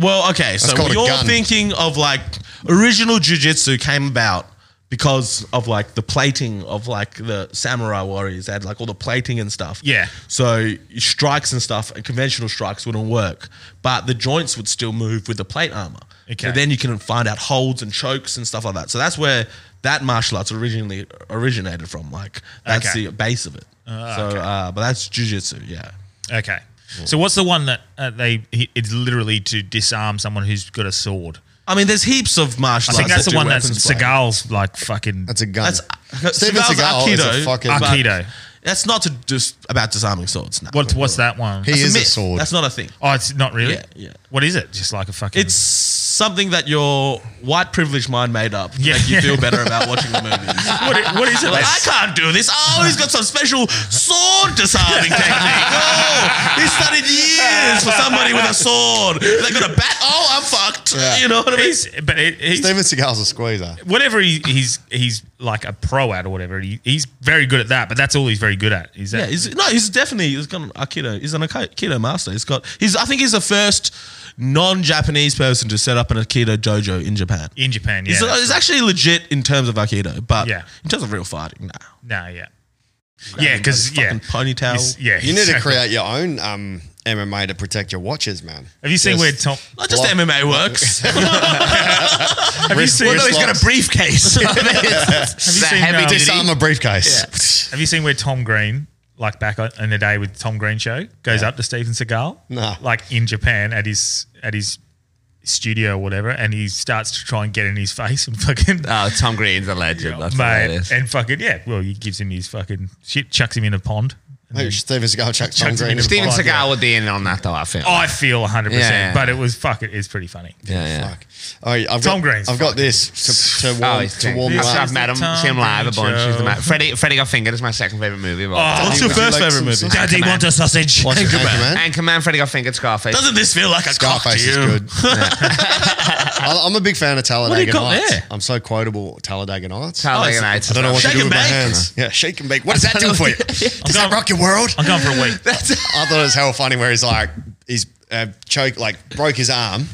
Speaker 4: Well, okay. So
Speaker 3: called a
Speaker 4: you're
Speaker 3: gun.
Speaker 4: thinking of like original jujitsu came about because of like the plating of like the samurai warriors. They had like all the plating and stuff.
Speaker 1: Yeah.
Speaker 4: So strikes and stuff, and conventional strikes wouldn't work, but the joints would still move with the plate armor.
Speaker 1: Okay.
Speaker 4: So then you can find out holds and chokes and stuff like that. So that's where that martial arts originally originated from. Like that's
Speaker 1: Okay.
Speaker 4: the base of it.
Speaker 3: Ah,
Speaker 4: so, uh, but that's jujitsu. Yeah.
Speaker 1: Okay. So what's the one that uh, they? He, it's literally to disarm someone who's got a sword.
Speaker 4: I mean, there's heaps of
Speaker 1: I
Speaker 4: martial arts.
Speaker 1: think that's the
Speaker 4: that do
Speaker 1: one that's
Speaker 4: weapons play.
Speaker 1: Seagal's like fucking.
Speaker 3: That's a gun.
Speaker 4: That's uh,
Speaker 1: uh,
Speaker 3: Steven
Speaker 4: Seagal's
Speaker 3: Seagal is a
Speaker 4: Aikido,
Speaker 3: fucking-
Speaker 4: but
Speaker 1: Aikido.
Speaker 4: That's not to just about disarming swords. No.
Speaker 1: What's what's that one?
Speaker 3: he
Speaker 4: It's
Speaker 3: is a
Speaker 4: myth.
Speaker 3: sword.
Speaker 4: That's not a thing.
Speaker 1: oh, it's not really.
Speaker 4: Yeah, yeah.
Speaker 1: What is it? Just like a fucking.
Speaker 4: It's something that your white privileged mind made up to
Speaker 1: Yeah.
Speaker 4: make
Speaker 1: *laughs*
Speaker 4: you feel better about watching the movies.
Speaker 1: what, i- what is it?
Speaker 4: You're like, I can't do this.
Speaker 1: *laughs*
Speaker 4: Oh, he's got some special sword disarming technique. Oh, he studied years for somebody with a sword. They got a bat. Oh, I'm fucked. You know what I mean?
Speaker 1: He's, but he- he's,
Speaker 3: Steven Seagal's a squeezer.
Speaker 1: whatever he, he's he's like a pro at or whatever. He, he's very good at that, but that's all he's very good at. Is that
Speaker 4: Yeah, he's, no, he's definitely he's got an aikido. He's an aikido master. He's got. He's. I think he's the first non-Japanese person to set up an aikido dojo in Japan.
Speaker 1: in Japan? Yeah,
Speaker 4: He's, he's actually legit in terms of aikido, but
Speaker 1: Yeah.
Speaker 4: in terms of real fighting, nah.
Speaker 1: no, yeah, yeah, because yeah,
Speaker 4: Fucking ponytail.
Speaker 1: He's- yeah.
Speaker 3: You need to
Speaker 1: exactly.
Speaker 3: create your own um, MMA to protect your watches, man.
Speaker 1: Have you seen
Speaker 3: Yes.
Speaker 1: where
Speaker 3: *laughs*
Speaker 1: Tom?
Speaker 4: Not just MMA works.
Speaker 1: Have you seen?
Speaker 3: Well, no, he's got a
Speaker 1: briefcase. have you seen? um,
Speaker 3: *laughs* Disarm a briefcase.
Speaker 1: have you seen where Tom Green? Like back on- in the day with Tom Green show, goes up to Steven Seagal,
Speaker 3: Nah.
Speaker 1: like in Japan at his at his studio or whatever, and he starts to try and get in his face and fucking
Speaker 3: Ah,
Speaker 8: Oh, Tom Green's a legend.
Speaker 1: *laughs*
Speaker 8: That's
Speaker 1: Mate,
Speaker 8: hilarious.
Speaker 1: and fucking yeah. Well, he gives him his fucking shit, chucks him in a pond. And
Speaker 3: *laughs* Maybe
Speaker 1: then-
Speaker 3: Steven Seagal chucked Tom
Speaker 1: Chucked him
Speaker 3: Green.
Speaker 1: in
Speaker 3: in-
Speaker 1: his-
Speaker 8: Steven
Speaker 1: Oh,
Speaker 8: Seagal
Speaker 1: yeah.
Speaker 8: would be in on that though. I feel.
Speaker 1: I feel 100,
Speaker 8: Yeah.
Speaker 1: percent but it was fuck it. It's pretty funny.
Speaker 8: yeah, yeah.
Speaker 3: Fuck. All right, I've
Speaker 1: Tom
Speaker 3: got,
Speaker 1: Green's
Speaker 3: I've got this to, to
Speaker 8: Oh,
Speaker 3: warm,
Speaker 8: he's
Speaker 3: to warm
Speaker 8: I've,
Speaker 3: you
Speaker 1: This
Speaker 3: up.
Speaker 1: is
Speaker 8: I've met him,
Speaker 1: the
Speaker 8: seen him live a
Speaker 1: Tom
Speaker 8: bunch. He's the
Speaker 1: Green
Speaker 8: man.
Speaker 1: show.
Speaker 8: Freddie, Freddie Got Fingered is my second favorite movie of all
Speaker 1: Oh,
Speaker 8: time.
Speaker 1: what's your
Speaker 3: would you
Speaker 1: first
Speaker 3: like
Speaker 1: favorite
Speaker 3: some
Speaker 1: movie?
Speaker 3: sausage?
Speaker 1: Daddy
Speaker 8: Anchorman.
Speaker 1: want a sausage.
Speaker 3: Anchorman.
Speaker 8: Anchorman, Freddie Got Fingered, Scarface.
Speaker 4: Doesn't this feel like a cock
Speaker 3: Scarface
Speaker 4: to
Speaker 3: is
Speaker 4: you? *laughs*
Speaker 3: good. I- I'm a big fan of Talladega
Speaker 4: you got
Speaker 3: Nights.
Speaker 4: there?
Speaker 3: I'm so quotable, Talladega Nights. I
Speaker 8: Talladega
Speaker 4: Oh,
Speaker 8: Nights.
Speaker 3: don't know what
Speaker 4: Shake
Speaker 3: to do
Speaker 4: and
Speaker 3: with my
Speaker 4: bake.
Speaker 3: hands. Yeah, shake and bake. What does that do for you? Does that
Speaker 1: going-
Speaker 3: rock your world?
Speaker 1: I'm going for a *laughs* week.
Speaker 3: I thought it was hell funny where he's like, he's uh, choke, like broke his arm,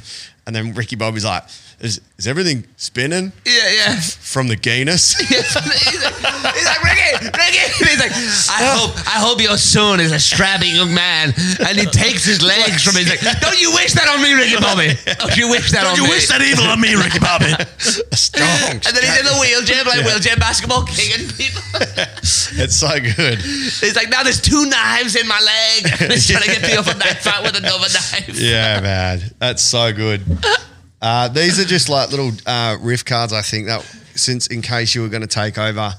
Speaker 3: and then Ricky Bobby's like, is, is everything spinning
Speaker 8: Yeah, yeah.
Speaker 3: from the gayness?
Speaker 8: he's like, he's like, Ricky, Ricky. He's like, I
Speaker 3: Oh.
Speaker 8: hope, I hope your son is a strapping young man, and he takes his legs from. Him. He's like, Don't you wish that on me, Ricky Bobby? Don't you wish that on
Speaker 4: You
Speaker 8: me?
Speaker 4: wish that evil on me,
Speaker 1: *laughs*
Speaker 4: Ricky Bobby.
Speaker 3: Strong.
Speaker 8: and then he's in the wheelchair, like wheelchair basketball, kicking people.
Speaker 3: *laughs* It's so good.
Speaker 8: He's like, now there's two knives in my
Speaker 3: *laughs*
Speaker 8: leg. And he's trying to get the other knife out with another knife.
Speaker 3: Yeah, man. That's so good. Uh, these are just like little uh, riff cards, I think, that since in case you were going to take over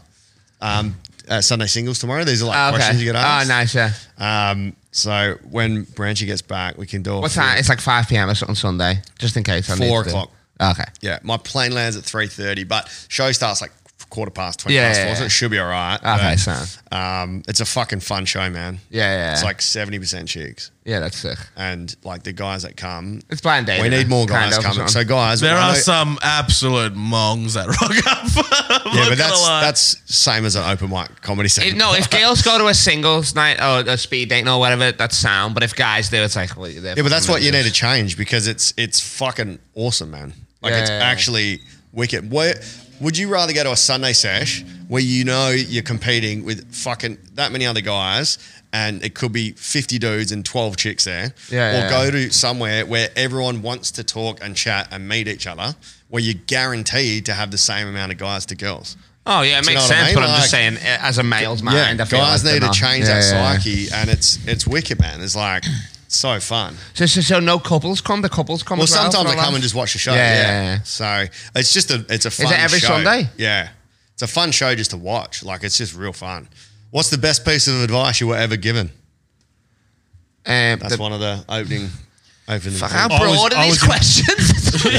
Speaker 3: um, uh, Sunday singles tomorrow, these are like questions you get
Speaker 8: Oh,
Speaker 3: asked.
Speaker 8: nice. Yeah.
Speaker 3: Um, so when Branchy gets back, we can do it.
Speaker 8: What time? It's like 5 p.m. or something Sunday, just in case. I need
Speaker 3: Four
Speaker 8: to do-
Speaker 3: o'clock.
Speaker 8: Okay.
Speaker 3: Yeah, my plane lands at three thirty, but show starts like quarter past twenty
Speaker 8: Yeah,
Speaker 3: past
Speaker 8: yeah,
Speaker 3: four, so
Speaker 8: yeah.
Speaker 3: it should be all right.
Speaker 8: Okay,
Speaker 3: But, um, it's a fucking fun show, man.
Speaker 8: Yeah, yeah.
Speaker 3: It's like seventy percent chicks,
Speaker 8: Yeah, that's sick.
Speaker 3: and like the guys that come,
Speaker 8: It's blind dating.
Speaker 3: we need more guys coming. So guys,
Speaker 4: There
Speaker 3: I
Speaker 4: are
Speaker 3: know-
Speaker 4: some absolute mongs that *laughs* rock up. I'm
Speaker 3: Yeah,
Speaker 4: not
Speaker 3: but
Speaker 4: gonna
Speaker 3: that's
Speaker 4: lie.
Speaker 3: that's same as an open mic comedy
Speaker 8: If,
Speaker 3: set.
Speaker 8: no, if girls go to a singles night or a speed date or whatever, that's sound. But if guys do, it's like, well, yeah,
Speaker 3: yeah, but that's what you need to change because it's it's fucking awesome, man. Like
Speaker 8: Yeah,
Speaker 3: it's
Speaker 8: yeah, yeah.
Speaker 3: actually wicked. Where would you rather go to a Sunday sesh where you know you're competing with fucking that many other guys and it could be 50 dudes and 12 chicks there
Speaker 8: Yeah,
Speaker 3: or
Speaker 8: yeah,
Speaker 3: go
Speaker 8: yeah.
Speaker 3: to somewhere where everyone wants to talk and chat and meet each other where you're guaranteed to have the same amount of guys to girls.
Speaker 8: Oh, yeah, it
Speaker 3: Do you
Speaker 8: makes
Speaker 3: know what I
Speaker 8: sense.
Speaker 3: mean?
Speaker 8: But I'm just
Speaker 3: Like-
Speaker 8: saying, uh, as a male's mind, I feel
Speaker 3: guys
Speaker 8: like
Speaker 3: need
Speaker 8: they're
Speaker 3: to
Speaker 8: not-
Speaker 3: change
Speaker 8: Yeah,
Speaker 3: that
Speaker 8: yeah, yeah.
Speaker 3: psyche and it's it's wicked, man. It's like so fun.
Speaker 8: So, so, so no couples come. The couples come.
Speaker 3: Well,
Speaker 8: as well
Speaker 3: sometimes
Speaker 8: for
Speaker 3: I
Speaker 8: a
Speaker 3: come
Speaker 8: laugh?
Speaker 3: and just watch the show.
Speaker 8: Yeah,
Speaker 3: Yeah,
Speaker 8: yeah, yeah.
Speaker 3: So it's just a it's a fun
Speaker 8: it every
Speaker 3: show.
Speaker 8: Sunday?
Speaker 3: Yeah, it's a fun show just to watch. Like it's just real fun. What's the best piece of advice you were ever given?
Speaker 8: Um,
Speaker 3: That's
Speaker 8: the-
Speaker 3: one of the opening. Opening.
Speaker 8: Fuck,
Speaker 3: things.
Speaker 8: how
Speaker 1: I was-
Speaker 8: broad are
Speaker 1: I
Speaker 8: these
Speaker 1: was-
Speaker 3: *laughs*
Speaker 8: questions? broad?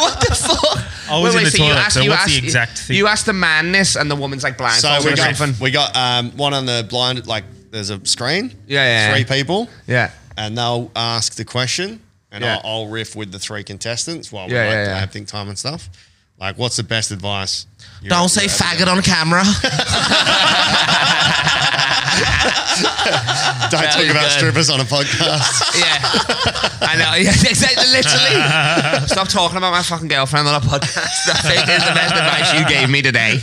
Speaker 8: What the fuck?
Speaker 1: I was in the
Speaker 8: you
Speaker 1: toilet,
Speaker 8: asked-
Speaker 1: so
Speaker 8: you
Speaker 1: what's the
Speaker 8: asked-
Speaker 1: exact thing?
Speaker 8: You asked the man this, and the woman's like blind.
Speaker 3: So we
Speaker 8: or something.
Speaker 3: got we got um, one on the blind. Like there's a screen.
Speaker 8: Yeah, yeah,
Speaker 3: Three
Speaker 8: yeah.
Speaker 3: people.
Speaker 8: Yeah.
Speaker 3: and they'll ask the question, and
Speaker 8: Yeah.
Speaker 3: I'll, I'll riff with the three contestants while
Speaker 8: Yeah,
Speaker 3: we like
Speaker 8: yeah,
Speaker 3: to
Speaker 8: yeah.
Speaker 3: have think time and stuff. Like, what's the best advice? you-
Speaker 4: Don't
Speaker 3: you
Speaker 4: say
Speaker 3: ever
Speaker 4: faggot on camera.
Speaker 3: got? *laughs* Don't talk
Speaker 8: was
Speaker 3: about
Speaker 8: good.
Speaker 3: strippers on a
Speaker 8: *laughs*
Speaker 3: podcast.
Speaker 8: Yeah. I know. *laughs* Yeah, exactly. Literally. Stop talking about my fucking girlfriend on a podcast. I think is the best advice you gave me today.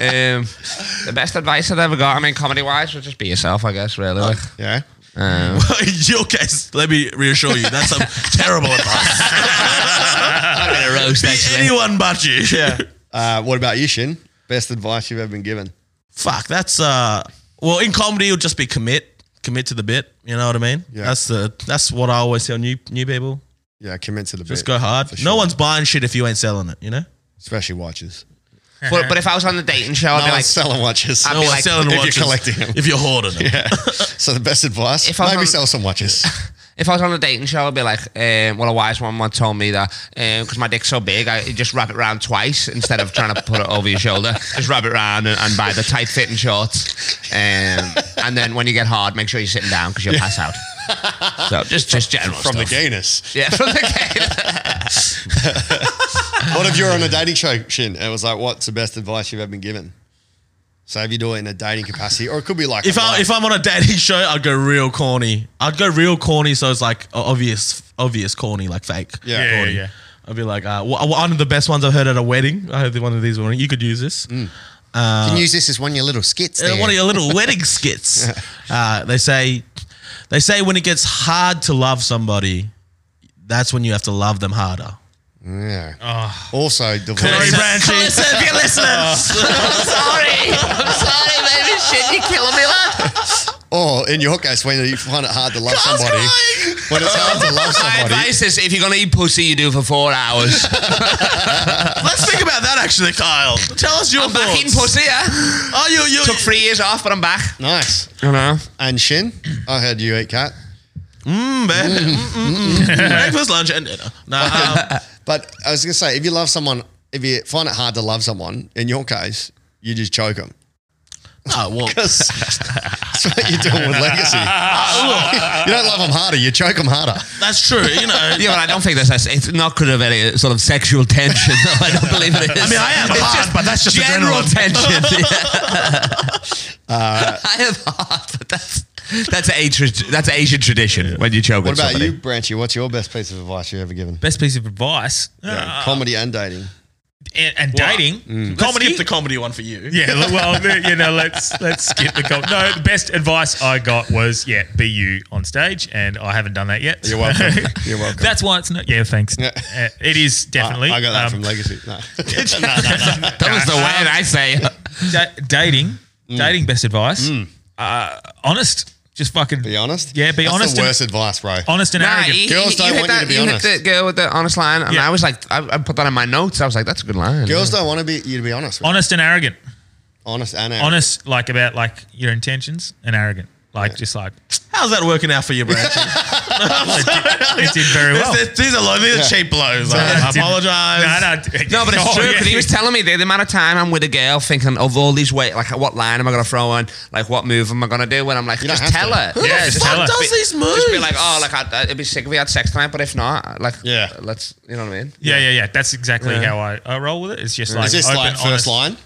Speaker 8: Um, the best advice I've ever got, I mean, comedy wise, would just be yourself, I guess, really. Like,
Speaker 3: yeah.
Speaker 8: um,
Speaker 4: Well, in *laughs* your case, let me reassure you, that's some terrible advice.
Speaker 8: I'm going to roast
Speaker 4: Be
Speaker 8: next week.
Speaker 4: anyone but you. Yeah.
Speaker 3: Uh, what about you, Shin? Best advice you've ever been given?
Speaker 4: *laughs* Fuck, that's uh well in comedy it'll just be commit. Commit to the bit. You know what I mean?
Speaker 3: Yeah.
Speaker 4: That's the that's what I always tell new new people.
Speaker 3: Yeah, commit to the
Speaker 4: Just
Speaker 3: bit,
Speaker 4: go hard.
Speaker 3: for
Speaker 4: No
Speaker 3: sure.
Speaker 4: one's buying shit if you ain't selling it, you know?
Speaker 3: especially watches.
Speaker 8: But, but if I was on the dating show, I'd
Speaker 3: No
Speaker 8: be
Speaker 3: one's
Speaker 8: like,
Speaker 3: selling watches.
Speaker 8: I'd
Speaker 4: No
Speaker 8: be
Speaker 4: one's
Speaker 8: like-
Speaker 4: selling
Speaker 3: if you're
Speaker 4: watches.
Speaker 3: collecting them.
Speaker 4: If you're hoarding them.
Speaker 3: *laughs* Yeah. so the best advice,
Speaker 8: If I was
Speaker 3: maybe
Speaker 8: on-
Speaker 3: sell some watches.
Speaker 8: if I was on a dating show, I'd be like, um, well, a wise one once told me that because my dick's so big, I you just wrap it round twice instead of trying to put it over your shoulder. Just wrap it round and, and buy the tight fitting shorts. Um, and then when you get hard, make sure you're sitting down because you'll pass out. So just just general
Speaker 3: from the
Speaker 8: stuff.
Speaker 3: gayness.
Speaker 8: Yeah,
Speaker 3: *laughs*
Speaker 8: from the game.
Speaker 3: What if you're on a dating show, Shin? And it was like, what's the best advice you've ever been given? So if you do it in a dating capacity, or it could be like
Speaker 4: If I if I'm on a dating show, I'd go real corny. I'd go real corny, so it's like o- obvious, obvious corny, like fake.
Speaker 3: Yeah.
Speaker 1: Yeah,
Speaker 4: corny.
Speaker 1: yeah, yeah.
Speaker 4: I'd be like, uh, wh- one of the best ones I've heard at a wedding. I heard that one of these morning. You could use this.
Speaker 8: Mm,
Speaker 3: you can use this as one of your little skits.
Speaker 4: Uh, one of your
Speaker 8: *laughs*
Speaker 4: little wedding skits. Uh, they say, they say when it gets hard to love somebody, that's when you have to love them harder.
Speaker 3: yeah. Also, divorce.
Speaker 1: Very
Speaker 4: Listen-
Speaker 1: branchy.
Speaker 4: Listen, if you're
Speaker 8: *laughs*
Speaker 4: listening.
Speaker 8: sorry, I'm *laughs* sorry, baby. Shit, you're killing me, lad.
Speaker 3: Or in your case, when you find it hard to love
Speaker 8: Carl's
Speaker 3: somebody,
Speaker 8: crying.
Speaker 3: when it's hard to love
Speaker 8: *laughs* My
Speaker 3: somebody,
Speaker 8: advice is if you're gonna eat pussy, you do it for four hours.
Speaker 4: Let's think about that actually, Kyle. Tell us your
Speaker 8: I'm
Speaker 4: thoughts.
Speaker 8: back eating pussy. Yeah,
Speaker 4: Are you you?
Speaker 8: took three years off, but I'm back.
Speaker 3: nice.
Speaker 8: I know.
Speaker 3: And Shin, I heard you eat cat.
Speaker 4: Mm,
Speaker 8: Mm. *laughs*
Speaker 4: breakfast, lunch, and dinner. No, um,
Speaker 3: But I was gonna say, if you love someone, if you find it hard to love someone, in your case, you just choke them.
Speaker 4: no, well,
Speaker 3: That's what you're doing with legacy. you don't love them harder, you choke them harder.
Speaker 4: that's true. You know,
Speaker 8: *laughs* Yeah, but I don't think that's it's not because of any sort of sexual tension. No, I don't believe it is. I mean,
Speaker 4: I am hard, but that's just
Speaker 8: general
Speaker 4: adrenaline.
Speaker 3: *laughs*
Speaker 8: tension.
Speaker 3: Uh,
Speaker 8: I am hard, but that's that's Asian that's Asian tradition when you choke
Speaker 3: What
Speaker 8: with
Speaker 3: about
Speaker 8: somebody.
Speaker 3: you, Branchy? What's your best piece of advice you've ever given?
Speaker 1: Best piece of advice.
Speaker 3: Yeah,
Speaker 1: Uh,
Speaker 3: comedy and dating.
Speaker 1: and, and dating. Mm. Comedy.
Speaker 4: Skip the comedy one for you.
Speaker 1: yeah, l- well, the- you know, let's let's skip the com- no. The best advice I got was, yeah, be you on stage, and I haven't done that yet.
Speaker 3: You're welcome. *laughs* You're welcome.
Speaker 1: That's why it's not. Yeah, thanks.
Speaker 3: Yeah.
Speaker 1: Uh, it is definitely.
Speaker 3: I, I got that
Speaker 1: um,
Speaker 3: from Legacy. No.
Speaker 8: That was the way
Speaker 1: Um,
Speaker 8: I say. it.
Speaker 1: da- dating, dating best advice. Uh, honest, just fucking
Speaker 3: Be honest.
Speaker 1: Yeah, be
Speaker 3: That's
Speaker 1: honest.
Speaker 3: The
Speaker 1: and-
Speaker 3: worst advice, bro.
Speaker 1: honest and
Speaker 8: Nah,
Speaker 1: arrogant.
Speaker 8: you-
Speaker 3: Girls
Speaker 8: you
Speaker 3: don't
Speaker 8: hit
Speaker 3: want you
Speaker 8: that-
Speaker 3: to be honest.
Speaker 8: hit the girl with the honest line, and
Speaker 1: Yeah.
Speaker 8: I was like, I, I put that in my notes. I was like, that's a good line.
Speaker 3: Girls don't want to be you to be honest. With.
Speaker 1: honest and arrogant.
Speaker 3: Honest and arrogant.
Speaker 1: Honest, like about like your intentions, and arrogant, like just like
Speaker 4: How's that working out for you, Brad?
Speaker 1: it did very well.
Speaker 4: This- this- These are low, these are cheap blows. I
Speaker 1: Did-
Speaker 4: apologize.
Speaker 1: No, no,
Speaker 8: No, but it's
Speaker 1: *laughs* Oh,
Speaker 8: true.
Speaker 1: yeah.
Speaker 8: But he was telling me the, the amount of time I'm with a girl thinking of all these ways, like what line am I going to throw in, like what move am I going to do, and I'm like,
Speaker 3: don't
Speaker 8: just
Speaker 3: have
Speaker 8: tell
Speaker 3: to.
Speaker 8: her.
Speaker 1: Who the
Speaker 8: just
Speaker 1: fuck
Speaker 8: *laughs* tell her.
Speaker 1: does
Speaker 8: Be- Just
Speaker 4: these
Speaker 8: be
Speaker 4: moves?
Speaker 8: like, oh, like I'd, it'd be sick if we had sex tonight, but if not, like,
Speaker 3: Yeah.
Speaker 8: let's, you know what I mean?
Speaker 1: Yeah, yeah, yeah. That's exactly how I, I roll with it. It's just like
Speaker 3: Is this
Speaker 1: open,
Speaker 3: like
Speaker 1: honest.
Speaker 3: first line?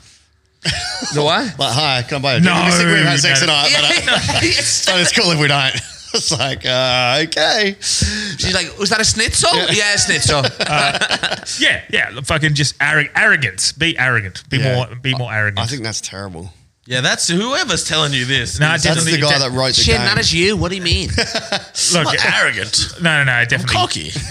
Speaker 8: So what?
Speaker 3: Like, hi, can I buy a drink?
Speaker 1: No,
Speaker 3: We've seen- we've had sex
Speaker 1: no.
Speaker 3: tonight, but, uh,
Speaker 1: *laughs*
Speaker 8: Yes.
Speaker 3: *laughs* but it's cool if we don't. It's like, uh, okay.
Speaker 8: She's like, was that a schnitzel? Yeah,
Speaker 3: *laughs*
Speaker 8: a schnitzel.
Speaker 1: Yeah, yeah. Fucking just arrogant. Arrogance. Be arrogant. Be
Speaker 3: Yeah.
Speaker 1: more. Be more arrogant.
Speaker 3: I think that's terrible.
Speaker 4: Yeah, that's whoever's telling you this.
Speaker 1: No, it
Speaker 3: That's
Speaker 4: is-
Speaker 1: definitely-
Speaker 3: the guy
Speaker 1: de-
Speaker 3: that wrote the
Speaker 8: Shit,
Speaker 3: game.
Speaker 8: that is you. What do
Speaker 3: *laughs*
Speaker 8: you mean?
Speaker 1: Look,
Speaker 4: arrogant,
Speaker 1: no, no, no. It definitely
Speaker 4: cocky.
Speaker 1: *laughs*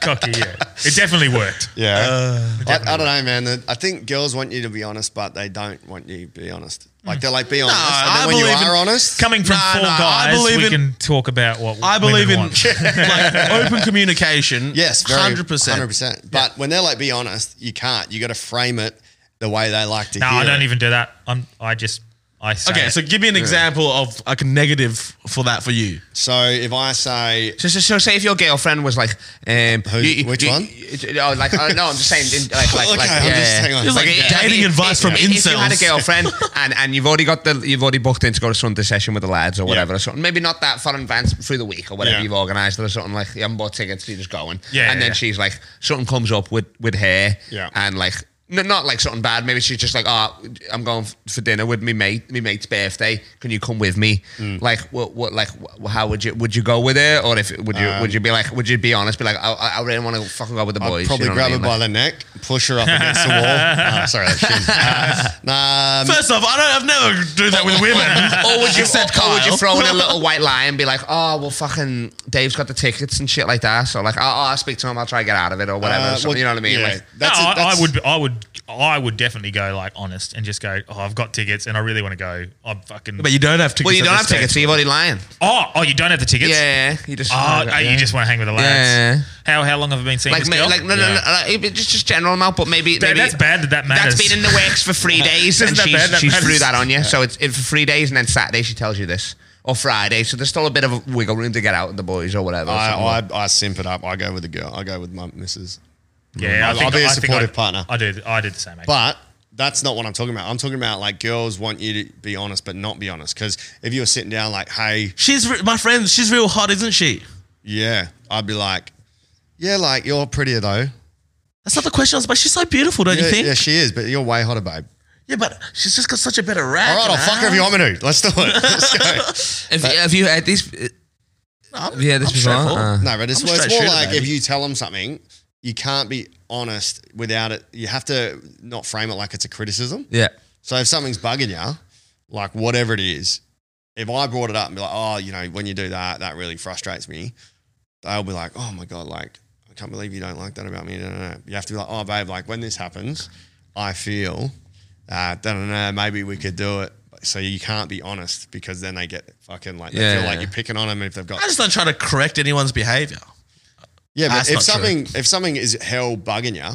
Speaker 1: cocky. Yeah, it definitely worked.
Speaker 3: yeah. I, I don't know, man. The- I think girls want you to be honest, but they don't want you to be honest.
Speaker 1: Hmm.
Speaker 3: Like they're like, be honest.
Speaker 4: I
Speaker 3: and then when
Speaker 4: believe
Speaker 3: you
Speaker 4: in-
Speaker 3: are honest,
Speaker 1: Coming from
Speaker 4: Nah,
Speaker 1: four
Speaker 4: nah, I
Speaker 1: guys,
Speaker 4: believe
Speaker 1: we
Speaker 4: in-
Speaker 1: can talk about what
Speaker 4: I believe in
Speaker 1: women want.
Speaker 4: *laughs* like, open communication.
Speaker 3: yes,
Speaker 4: hundred percent.
Speaker 3: 100%. But when they're like, be honest, you can't. You got to frame it the way they like to
Speaker 1: No,
Speaker 3: hear
Speaker 1: I don't
Speaker 3: it.
Speaker 1: even do that. I'm. I just. I say
Speaker 4: Okay,
Speaker 1: it.
Speaker 4: so give me an example of like a negative for that for you.
Speaker 3: So if I say,
Speaker 8: So, so, so say if your girlfriend was like, um,
Speaker 3: Who- which one?
Speaker 8: you- oh, like, uh, no, I'm just saying, in- like, like,
Speaker 3: Okay,
Speaker 8: like,
Speaker 3: I'm
Speaker 8: yeah,
Speaker 3: just- hang on. It's
Speaker 4: like
Speaker 8: yeah.
Speaker 4: dating advice from
Speaker 8: if, If you had a
Speaker 4: incels.
Speaker 8: girlfriend and, and you've already got the, you've already booked in to go to Sunday session with the lads or whatever or something. Maybe not that far in advance but through the week or whatever
Speaker 3: Yeah.
Speaker 8: you've organised or something. Like you haven't bought tickets, you're just going.
Speaker 1: Yeah,
Speaker 8: And then
Speaker 1: yeah.
Speaker 8: she's like, something comes up with with her.
Speaker 3: Yeah.
Speaker 8: And like. n- Not like something bad. Maybe she's just like, oh, I'm going f- for dinner with me mate, me mate's birthday. Can you come with me?
Speaker 3: Hmm.
Speaker 8: Like, what, what, like, wh- how would you would you go with her, or if would you would you be like, would you be honest, be like, I, I I really want to fucking go with the
Speaker 3: Um,
Speaker 8: boys.
Speaker 3: I'd probably grab her
Speaker 8: you know what I mean?
Speaker 3: by
Speaker 8: Like-
Speaker 3: the neck, push her up against the wall. Ah, sorry, that's shit. Uh, nah, um,
Speaker 4: First off, I don't. I've never do that with women.
Speaker 8: or would you,
Speaker 4: Except
Speaker 8: or, or would you
Speaker 4: Kyle.
Speaker 8: throw in a little white lie and be like, oh, well, fucking Dave's got the tickets and shit like that. So, like, oh, oh, I'll speak to him. I'll try to get out of it or whatever.
Speaker 3: uh,
Speaker 8: or something,
Speaker 3: well,
Speaker 8: you know what I mean?
Speaker 3: yeah,
Speaker 8: Like,
Speaker 3: that's
Speaker 1: no,
Speaker 3: it,
Speaker 1: I-
Speaker 3: that's-
Speaker 1: I would, I would, I would definitely go like honest and just go. Oh, I've got tickets and I really want to go. I'm fucking.
Speaker 4: but you don't have tickets.
Speaker 8: well, you
Speaker 4: at
Speaker 8: don't
Speaker 4: this
Speaker 8: have tickets, so
Speaker 4: stage.
Speaker 8: you're already lying.
Speaker 1: oh, oh, you don't have the tickets.
Speaker 8: yeah, you just.
Speaker 1: Oh, oh, you just want to hang with the lads. How how long have I been seeing
Speaker 8: Like,
Speaker 1: this
Speaker 8: ma-
Speaker 1: girl?
Speaker 8: like no, no, no, like, it- just just general amount, but maybe,
Speaker 1: That-
Speaker 8: maybe
Speaker 1: that's bad that that matters.
Speaker 8: That's been in the works for three days,
Speaker 1: *laughs* Isn't
Speaker 8: and
Speaker 1: that
Speaker 8: she's,
Speaker 1: bad that
Speaker 8: she's threw
Speaker 1: matters?
Speaker 8: that on you. So it's it, for three days, and then Saturday she tells you this, or Friday. So there's still a bit of a wiggle room to get out with the boys or whatever. or something.
Speaker 3: I, I, I simp it up. I go with the girl. I go with my missus.
Speaker 1: Yeah, I
Speaker 3: I'll
Speaker 1: think,
Speaker 3: be a
Speaker 1: I think
Speaker 3: supportive
Speaker 1: I-
Speaker 3: partner.
Speaker 1: I do. I did the same. Mate.
Speaker 3: But that's not what I'm talking about. I'm talking about like girls want you to be honest, but not be honest. Because if you were sitting down, like, hey,
Speaker 4: She's re- my friend. She's real hot, isn't she?
Speaker 3: yeah, I'd be like, yeah, like you're prettier though.
Speaker 4: That's not the question. But she's so beautiful, don't
Speaker 3: Yeah,
Speaker 4: you think?
Speaker 3: yeah,
Speaker 4: Yeah,
Speaker 3: she is, but you're way hotter, babe.
Speaker 4: but she's just got such a better rap.
Speaker 3: All right, I'll fuck her if you want me to. Let's do it. *laughs* Let's go.
Speaker 8: Have, you- have you had this? uh, Have you had this
Speaker 4: I'm
Speaker 8: before?
Speaker 4: straightforward.
Speaker 8: Uh,
Speaker 3: No, but it's,
Speaker 4: I'm a
Speaker 3: it's
Speaker 4: straight
Speaker 3: more
Speaker 4: shooter,
Speaker 3: like
Speaker 4: baby.
Speaker 3: if you tell them something, you can't be honest without it. You have to not frame it like it's a criticism.
Speaker 8: yeah.
Speaker 3: So if something's bugging you, like whatever it is, if I brought it up and be like, oh, you know, when you do that, that really frustrates me, they'll be like, oh my God, like, I can't believe you don't like that about me. No, no, no. You have to be like, oh, babe, like when this happens, I feel that, no, no, no, maybe we could do it. So you can't be honest because then they get fucking like, they
Speaker 8: Yeah,
Speaker 3: feel
Speaker 8: yeah,
Speaker 3: like
Speaker 8: yeah.
Speaker 3: you're picking on them if they've got
Speaker 4: I just don't try to correct anyone's behavior.
Speaker 3: Yeah, but
Speaker 4: That's
Speaker 3: if
Speaker 4: not true.
Speaker 3: something if something is hell bugging you,
Speaker 4: Uh,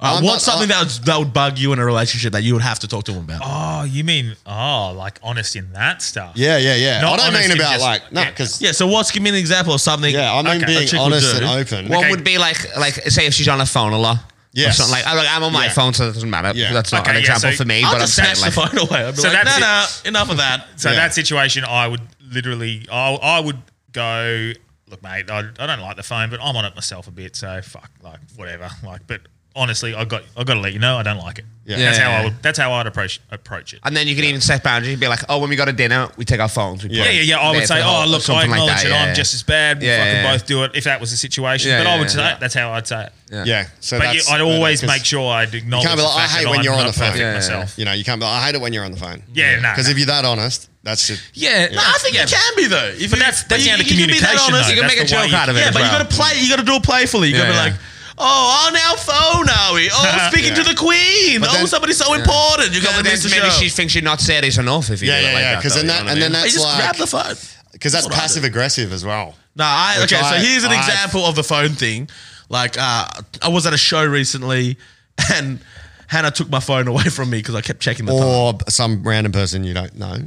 Speaker 3: I'm
Speaker 4: what's
Speaker 3: not-
Speaker 4: something
Speaker 3: I-
Speaker 4: that would, that would bug you in a relationship that you would have to talk to them about?
Speaker 1: Oh, you mean oh, like honest in that stuff?
Speaker 3: yeah, yeah, yeah.
Speaker 1: Not
Speaker 3: I don't
Speaker 1: honest,
Speaker 3: mean
Speaker 1: it's
Speaker 3: about
Speaker 1: just-
Speaker 3: like no,
Speaker 1: yeah.
Speaker 3: because yeah,
Speaker 4: yeah. So, what's give me an example of something?
Speaker 3: I mean
Speaker 1: Okay,
Speaker 4: a
Speaker 3: being
Speaker 4: chick will
Speaker 3: honest and
Speaker 4: do.
Speaker 3: open.
Speaker 8: One
Speaker 1: Okay.
Speaker 8: would be like, like say if she's on her phone a lot. Yeah.
Speaker 3: Yes.
Speaker 8: Something like oh, I'm, like, I'm on my
Speaker 3: Yeah.
Speaker 8: phone, so it doesn't matter.
Speaker 3: Yeah.
Speaker 8: That's not
Speaker 1: Okay,
Speaker 8: an
Speaker 1: yeah,
Speaker 8: example
Speaker 1: so
Speaker 8: for me,
Speaker 1: I'll
Speaker 8: but I'm
Speaker 1: just
Speaker 8: saying
Speaker 4: Snatch the
Speaker 8: like,
Speaker 4: phone away. I'd be
Speaker 1: So
Speaker 4: like, no,
Speaker 1: that's
Speaker 4: no, enough of that.
Speaker 1: So
Speaker 3: Yeah.
Speaker 1: that situation, I would literally, I, I would go, look, mate, I, I don't like the phone, but I'm on it myself a bit, so fuck, like whatever, like. But honestly, I got, I got to let you know, I don't like it.
Speaker 3: Yeah.
Speaker 1: that's
Speaker 8: Yeah,
Speaker 1: how
Speaker 8: yeah,
Speaker 1: I would, that's how I'd approach approach it.
Speaker 8: and then you can even set boundaries. You'd be like, oh, when we go to dinner, we take our phones. We put
Speaker 1: yeah,
Speaker 8: it
Speaker 1: yeah, yeah. I
Speaker 8: there
Speaker 1: would
Speaker 8: for
Speaker 1: say,
Speaker 8: the
Speaker 1: oh,
Speaker 8: whole-
Speaker 1: look, I
Speaker 8: something like
Speaker 1: acknowledge
Speaker 8: that,
Speaker 1: it.
Speaker 8: yeah,
Speaker 1: I'm
Speaker 8: yeah.
Speaker 1: just as bad. We'll
Speaker 8: Yeah,
Speaker 1: fucking
Speaker 8: yeah, yeah.
Speaker 1: both do it if that was the situation.
Speaker 8: Yeah,
Speaker 1: but I would
Speaker 8: yeah,
Speaker 1: say
Speaker 8: yeah.
Speaker 1: that's how I'd say it.
Speaker 3: yeah, so
Speaker 1: But you,
Speaker 3: that's,
Speaker 1: I'd
Speaker 3: no, no,
Speaker 1: always
Speaker 3: 'cause
Speaker 1: make sure I'd acknowledge.
Speaker 3: can't be
Speaker 1: the
Speaker 3: like, I
Speaker 1: fact
Speaker 3: hate
Speaker 1: that
Speaker 3: when
Speaker 1: I'm
Speaker 3: you're on
Speaker 1: not
Speaker 3: the phone.
Speaker 1: perfect
Speaker 8: Yeah, yeah.
Speaker 1: myself.
Speaker 3: You know, you can't be. like, I hate it when you're on the phone.
Speaker 1: Yeah, no,
Speaker 3: Because
Speaker 1: no.
Speaker 3: if you're that honest, that's just
Speaker 8: Yeah,
Speaker 4: No, I think it can be though. If
Speaker 1: But that's- that's
Speaker 4: you-
Speaker 1: down to
Speaker 4: you can be that
Speaker 1: communication,
Speaker 4: honest.
Speaker 1: though.
Speaker 8: You can
Speaker 1: That's
Speaker 8: make a
Speaker 1: the way
Speaker 8: joke
Speaker 1: you-
Speaker 8: out of it.
Speaker 4: Yeah,
Speaker 8: as
Speaker 4: but
Speaker 8: well.
Speaker 4: you got to play. You got to do it playfully. You got to
Speaker 8: Yeah,
Speaker 4: be
Speaker 8: yeah.
Speaker 4: like, oh, on our phone are we? Oh,
Speaker 1: Yeah.
Speaker 4: speaking to the queen.
Speaker 3: But
Speaker 4: oh,
Speaker 3: then-
Speaker 4: somebody's so important. You got
Speaker 8: But
Speaker 4: to
Speaker 8: then
Speaker 4: miss the
Speaker 8: maybe
Speaker 4: show.
Speaker 8: she thinks you're not serious enough if you
Speaker 3: yeah,
Speaker 8: do it
Speaker 3: yeah,
Speaker 8: like
Speaker 3: yeah.
Speaker 8: that.
Speaker 3: Because
Speaker 8: though,
Speaker 3: then
Speaker 8: you
Speaker 3: that
Speaker 8: know
Speaker 3: and then
Speaker 8: what I mean?
Speaker 4: Hey,
Speaker 3: that's
Speaker 4: just grab the
Speaker 3: like
Speaker 4: phone.
Speaker 3: because that's
Speaker 4: That's what I
Speaker 3: passive
Speaker 4: do.
Speaker 3: aggressive as well.
Speaker 4: No, I
Speaker 3: Which
Speaker 4: okay. so
Speaker 3: I-
Speaker 4: here's an
Speaker 3: I-
Speaker 4: example of the phone thing. Like, uh, I was at a show recently, *laughs* and Hannah took my phone away from me because I kept checking the time.
Speaker 3: Or some random person you don't know.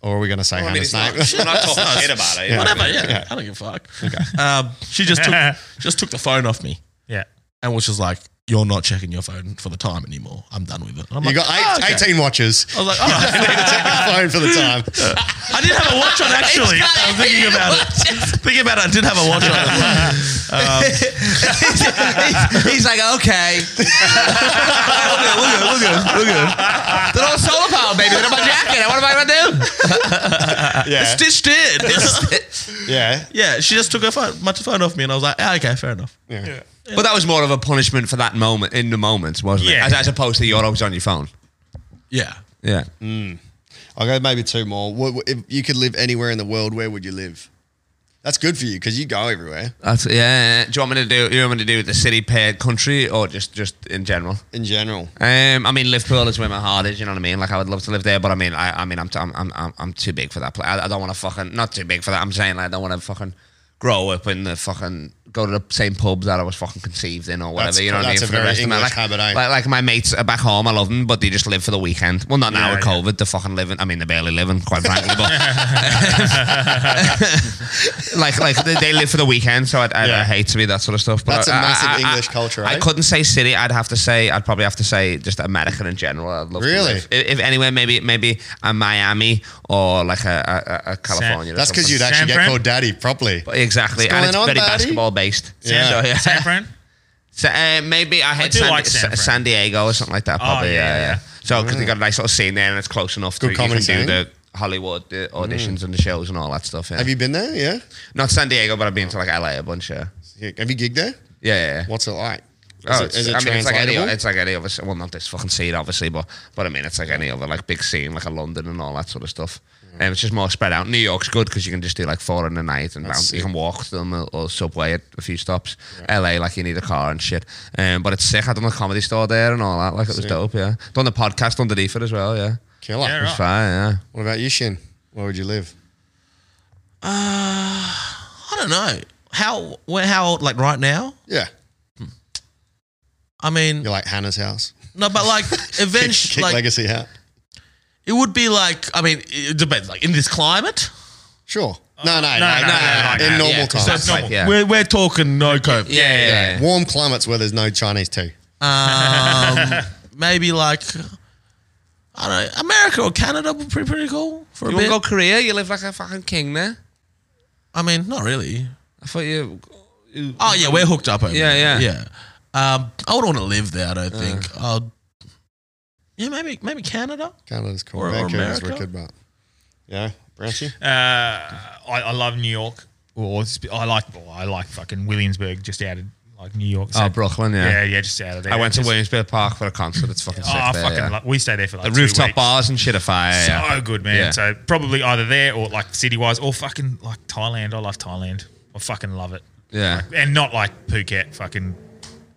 Speaker 3: Or are we going to say
Speaker 8: I mean,
Speaker 3: Hannah's
Speaker 8: it's not,
Speaker 3: name?
Speaker 8: I'm not talking shit about it.
Speaker 3: Yeah.
Speaker 4: Whatever, yeah, I don't give a fuck. Um, she just took just took the phone off me
Speaker 1: Yeah.
Speaker 4: and was just like, "You're not checking your phone for the time anymore. I'm done with it."
Speaker 3: *laughs*
Speaker 4: I'm
Speaker 3: You
Speaker 4: like,
Speaker 3: got
Speaker 4: "Oh,
Speaker 3: eight,
Speaker 4: okay."
Speaker 3: 18 watches. *laughs*
Speaker 4: I was like, "All right."
Speaker 3: Check your phone for the time.
Speaker 4: I did have a watch
Speaker 3: *laughs*
Speaker 4: on actually. I was thinking about it. Thinking about it, I did have a watch
Speaker 3: *laughs*
Speaker 4: on.
Speaker 8: *laughs* He's like,
Speaker 1: *laughs*
Speaker 8: okay. look at, look at, look at, look at. They're all solar power, baby. They're on my jacket. What am I
Speaker 1: *laughs*
Speaker 8: gonna do?
Speaker 3: Yeah,
Speaker 4: Stitched in.
Speaker 3: yeah,
Speaker 4: yeah, she just took her phone, my phone off me, and I was like, "Ah, okay, fair enough.
Speaker 3: yeah.
Speaker 8: But that was more of a punishment for that moment in the moment, wasn't
Speaker 1: Yeah.
Speaker 8: it? As, as opposed to you're always on your phone.
Speaker 4: Yeah.
Speaker 8: Yeah.
Speaker 3: I'll go maybe two more. What, what- if you could live anywhere in the world, where would you live? That's good for you because you go everywhere
Speaker 8: That's, yeah. Do you want me to do? You want me to do the city, paired country, or just just in general?
Speaker 3: in general.
Speaker 8: Um, I mean, Liverpool is where my heart is. You know what I mean? Like, I would love to live there, but I mean, I, I mean, I'm, I'm, I'm, I'm too big for that place. I, I don't want to fucking not too big for that. I'm saying like, I don't want to fucking grow up in the fucking go to the same pubs that I was fucking conceived in or whatever.
Speaker 3: That's-
Speaker 8: you know what I mean?
Speaker 3: that's a
Speaker 8: for the
Speaker 3: very
Speaker 8: rest of my
Speaker 3: English
Speaker 8: life.
Speaker 3: habit, eh?
Speaker 8: Like, like my mates are back home. I love them, but they just live for the weekend. Well, not now
Speaker 1: Yeah,
Speaker 8: with
Speaker 1: yeah.
Speaker 8: COVID. They're fucking living. I mean, they're barely living, quite frankly.
Speaker 3: *laughs*
Speaker 8: But *laughs* like, like they, they live for the weekend. So I'd, I'd,
Speaker 3: Yeah.
Speaker 8: I hate to be that sort of stuff. But
Speaker 3: That's a
Speaker 8: I- I-
Speaker 3: massive
Speaker 8: I- I-
Speaker 3: English culture,
Speaker 8: I
Speaker 3: eh?
Speaker 8: couldn't say city. I'd have to say I'd probably have to say just American in general. I'd love
Speaker 3: Really?
Speaker 8: To live. If, if anywhere, maybe maybe a Miami or like a, a, a California. or
Speaker 3: That's because
Speaker 8: something.
Speaker 3: you'd actually
Speaker 1: San
Speaker 3: get
Speaker 1: Fran?
Speaker 3: called daddy properly.
Speaker 8: exactly,
Speaker 3: What's
Speaker 8: and
Speaker 3: going
Speaker 8: it's
Speaker 3: on,
Speaker 8: very
Speaker 3: buddy?
Speaker 8: basketball based.
Speaker 3: Yeah.
Speaker 8: So, Oh, yeah.
Speaker 1: San Fran?
Speaker 8: So, uh, maybe I had
Speaker 1: do
Speaker 8: San,
Speaker 1: like San
Speaker 8: Sa-
Speaker 1: Fran.
Speaker 8: San Diego or something like
Speaker 3: Oh,
Speaker 8: that. Probably,
Speaker 1: yeah,
Speaker 8: yeah,
Speaker 1: yeah,
Speaker 8: yeah.
Speaker 1: yeah.
Speaker 8: So because they got a nice little scene there and it's close enough
Speaker 3: Mm. Good
Speaker 8: to
Speaker 3: comedy
Speaker 8: you can do
Speaker 3: scene. Mm.
Speaker 8: the Hollywood the auditions and the shows and all that stuff. Yeah.
Speaker 3: Have you been there? Yeah.
Speaker 8: Not San Diego, but I've been to like LA a bunch. Yeah,
Speaker 3: Yeah. Have you gigged there?
Speaker 8: yeah, yeah. yeah.
Speaker 3: What's it like? Is
Speaker 8: Oh,
Speaker 3: it, is it
Speaker 8: it's- I mean, it's like any,
Speaker 3: translatable?
Speaker 8: it's like any other. Well, not this fucking scene, obviously, but but I mean, it's like any other like big scene, like a London and all that sort of stuff. And it's just more spread out. New York's good because you can just do like four in a night and bounce. you can walk to them or, or subway at a few stops. LA, like you need a car and shit. Um, but it's sick. I done the comedy store there and all that. Like it was dope. Yeah, done the podcast underneath it as well. Yeah,
Speaker 3: Killer.
Speaker 1: Yeah,
Speaker 8: it was
Speaker 1: Right.
Speaker 8: fine. Yeah.
Speaker 3: What about you, Shin? Where would you live?
Speaker 4: Uh, I don't know how. Where? How old? Like right now?
Speaker 3: Yeah.
Speaker 4: I mean,
Speaker 3: You're like Hannah's house.
Speaker 4: no, but like
Speaker 3: *laughs* Kick,
Speaker 4: eventually,
Speaker 3: kick
Speaker 4: like
Speaker 3: legacy out.
Speaker 4: it would be like. I mean, it depends. Like in this climate,
Speaker 3: Sure.
Speaker 8: Uh,
Speaker 3: No, no, no,
Speaker 1: no,
Speaker 3: no,
Speaker 1: no, no,
Speaker 3: In
Speaker 1: no,
Speaker 3: normal
Speaker 8: yeah, 'cause
Speaker 3: times.
Speaker 8: that's
Speaker 1: Normal.
Speaker 8: like, yeah.
Speaker 4: we're we're talking no COVID.
Speaker 8: yeah, yeah, yeah.
Speaker 3: Warm climates where there's no Chinese tea.
Speaker 4: Um, maybe like I don't know, America or Canada would be pretty, pretty cool for a
Speaker 8: You want
Speaker 4: bit.
Speaker 8: to go Korea? You live like a fucking king there.
Speaker 4: I mean, not really.
Speaker 8: I thought you. you
Speaker 4: Oh yeah, we're hooked up over
Speaker 8: Yeah,
Speaker 4: there.
Speaker 8: yeah.
Speaker 4: yeah. Uh. Um, I wouldn't want to live there. I don't think. I'll, yeah, maybe maybe Canada.
Speaker 3: Canada's cool.
Speaker 4: Or- or
Speaker 3: Vancouver's
Speaker 4: America?
Speaker 3: wicked, but yeah, Branchy.
Speaker 1: Uh, I, I love New York. Or it's- I like well, I like fucking Williamsburg just out of like New York.
Speaker 8: Oh, Brooklyn, yeah.
Speaker 1: yeah, yeah, just out of there.
Speaker 8: I went to
Speaker 1: Just-
Speaker 8: Williamsburg Park for a concert. It's fucking
Speaker 1: Oh,
Speaker 8: sick.
Speaker 1: I
Speaker 8: there,
Speaker 1: fucking
Speaker 8: yeah.
Speaker 1: lo- we stay there for like
Speaker 8: the
Speaker 1: two
Speaker 8: rooftop
Speaker 1: weeks.
Speaker 8: bars and shit are fire. yeah.
Speaker 1: So good, man.
Speaker 8: Yeah.
Speaker 1: So probably either there or like city wise or fucking like Thailand. I love Thailand. I fucking love it.
Speaker 8: yeah.
Speaker 1: And not like Phuket, fucking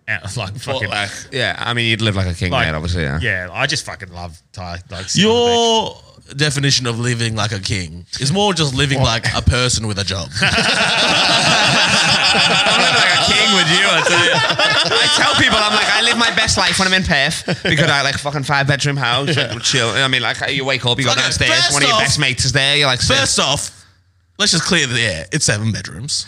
Speaker 1: out, *laughs* like fucking
Speaker 8: Like, yeah, I mean, you'd live like a king
Speaker 1: like,
Speaker 8: there, obviously. Yeah.
Speaker 1: yeah, I just fucking love Thai. Like sit on the beach.
Speaker 4: Your definition of living like a king is more just living like a person with a *laughs* job.
Speaker 8: *laughs* I'm living like a king
Speaker 4: *laughs*
Speaker 8: with you. I tell, you. I tell people, I'm like, I live my best life when I'm in Perth because I like fucking five bedroom house, like, chill. I mean, like you wake up, you go
Speaker 4: Okay,
Speaker 8: downstairs,
Speaker 4: first
Speaker 8: one of your
Speaker 4: off-
Speaker 8: best mates is there. You're like, sick.
Speaker 4: First off, let's just clear the air. It's seven *laughs* bedrooms.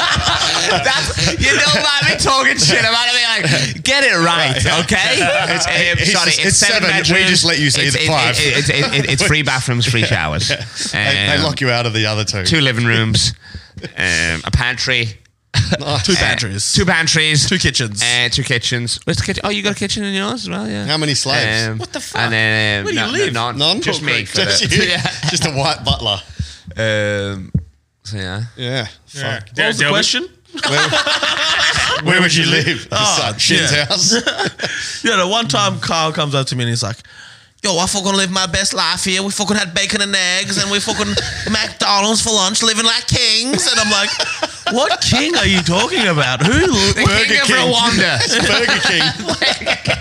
Speaker 8: That's, you know, like me talking shit about it. I mean, like, get it right,
Speaker 3: *laughs*
Speaker 8: okay? It's,
Speaker 3: it's-
Speaker 8: sorry,
Speaker 3: it's seven. We just let you say
Speaker 8: it's,
Speaker 3: the
Speaker 8: it-
Speaker 3: five.
Speaker 8: it- it's, it- it- it's
Speaker 3: *laughs*
Speaker 8: three bathrooms, three showers.
Speaker 3: They, they
Speaker 8: Um,
Speaker 3: lock you out of the other two.
Speaker 8: Two living rooms, um, a pantry,
Speaker 4: Two
Speaker 8: uh,
Speaker 4: pantries.
Speaker 8: two pantries,
Speaker 4: Two kitchens.
Speaker 8: uh, two kitchens. Where's the kitchen? Oh, you got a kitchen in yours as well, yeah.
Speaker 3: How many slaves?
Speaker 8: what the fuck? And then, um,
Speaker 4: Where do you
Speaker 8: no-
Speaker 4: live?
Speaker 8: No, no,
Speaker 3: None.
Speaker 8: Just me. for
Speaker 3: Just
Speaker 8: *laughs* the-
Speaker 3: you. Just a white butler.
Speaker 8: Yeah. Um, so yeah.
Speaker 3: *laughs* Yeah.
Speaker 1: Yeah.
Speaker 3: Fuck.
Speaker 1: Dar-
Speaker 4: What was the
Speaker 1: Darwin-
Speaker 4: question?
Speaker 3: Where would you live?
Speaker 4: Oh,
Speaker 3: Son, Shin's
Speaker 4: yeah.
Speaker 3: house.
Speaker 4: Yeah, the one time Carl comes up to me and he's like, Yo, I fucking live my best life here. We fucking had bacon and eggs and we *laughs* fucking McDonald's for lunch, living like kings. And I'm like, What king are you talking about? *laughs* Who?
Speaker 8: Burger King of
Speaker 4: *laughs*
Speaker 8: Rwanda.
Speaker 3: Burger King.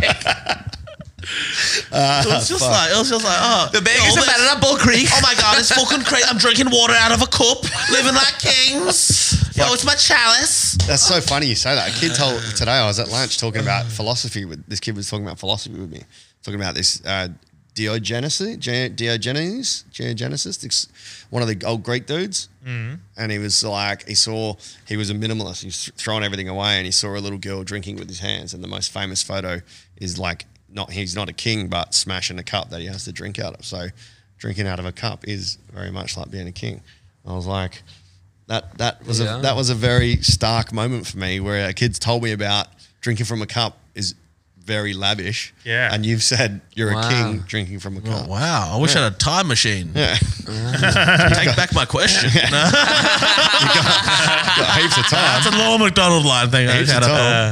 Speaker 4: It's just like, it was just like, oh. The
Speaker 8: Bacon's a better than Bull Creek.
Speaker 4: Oh my god, *laughs* it's fucking crazy. I'm drinking water out of a cup, living like kings. Yo, it's my chalice.
Speaker 3: That's so funny you say that. A kid told today I was at lunch talking about philosophy with this kid was talking about philosophy with me, talking about this uh, Diogenes, Ge- Diogenes, Diogenesis, this, one of the old Greek dudes, and he was like he saw he was a minimalist. He was th- throwing everything away, and he saw a little girl drinking with his hands. And the most famous photo is like not he's not a king, but smashing a cup that he has to drink out of. So drinking out of a cup is very much like being a king. I was like. That that was
Speaker 8: Yeah.
Speaker 3: a that was a very stark moment for me where a kid's told me about drinking from a cup is very lavish.
Speaker 1: Yeah.
Speaker 3: And you've said you're
Speaker 8: Wow. Oh,
Speaker 3: a king drinking from a cup.
Speaker 4: Oh, wow, I wish I had a time machine.
Speaker 3: Yeah.
Speaker 4: *laughs* Take back my *laughs* question.
Speaker 3: Got *laughs* heaps of time.
Speaker 8: *laughs*
Speaker 4: That's a Law McDonald line thing. I
Speaker 3: Heaps of
Speaker 4: had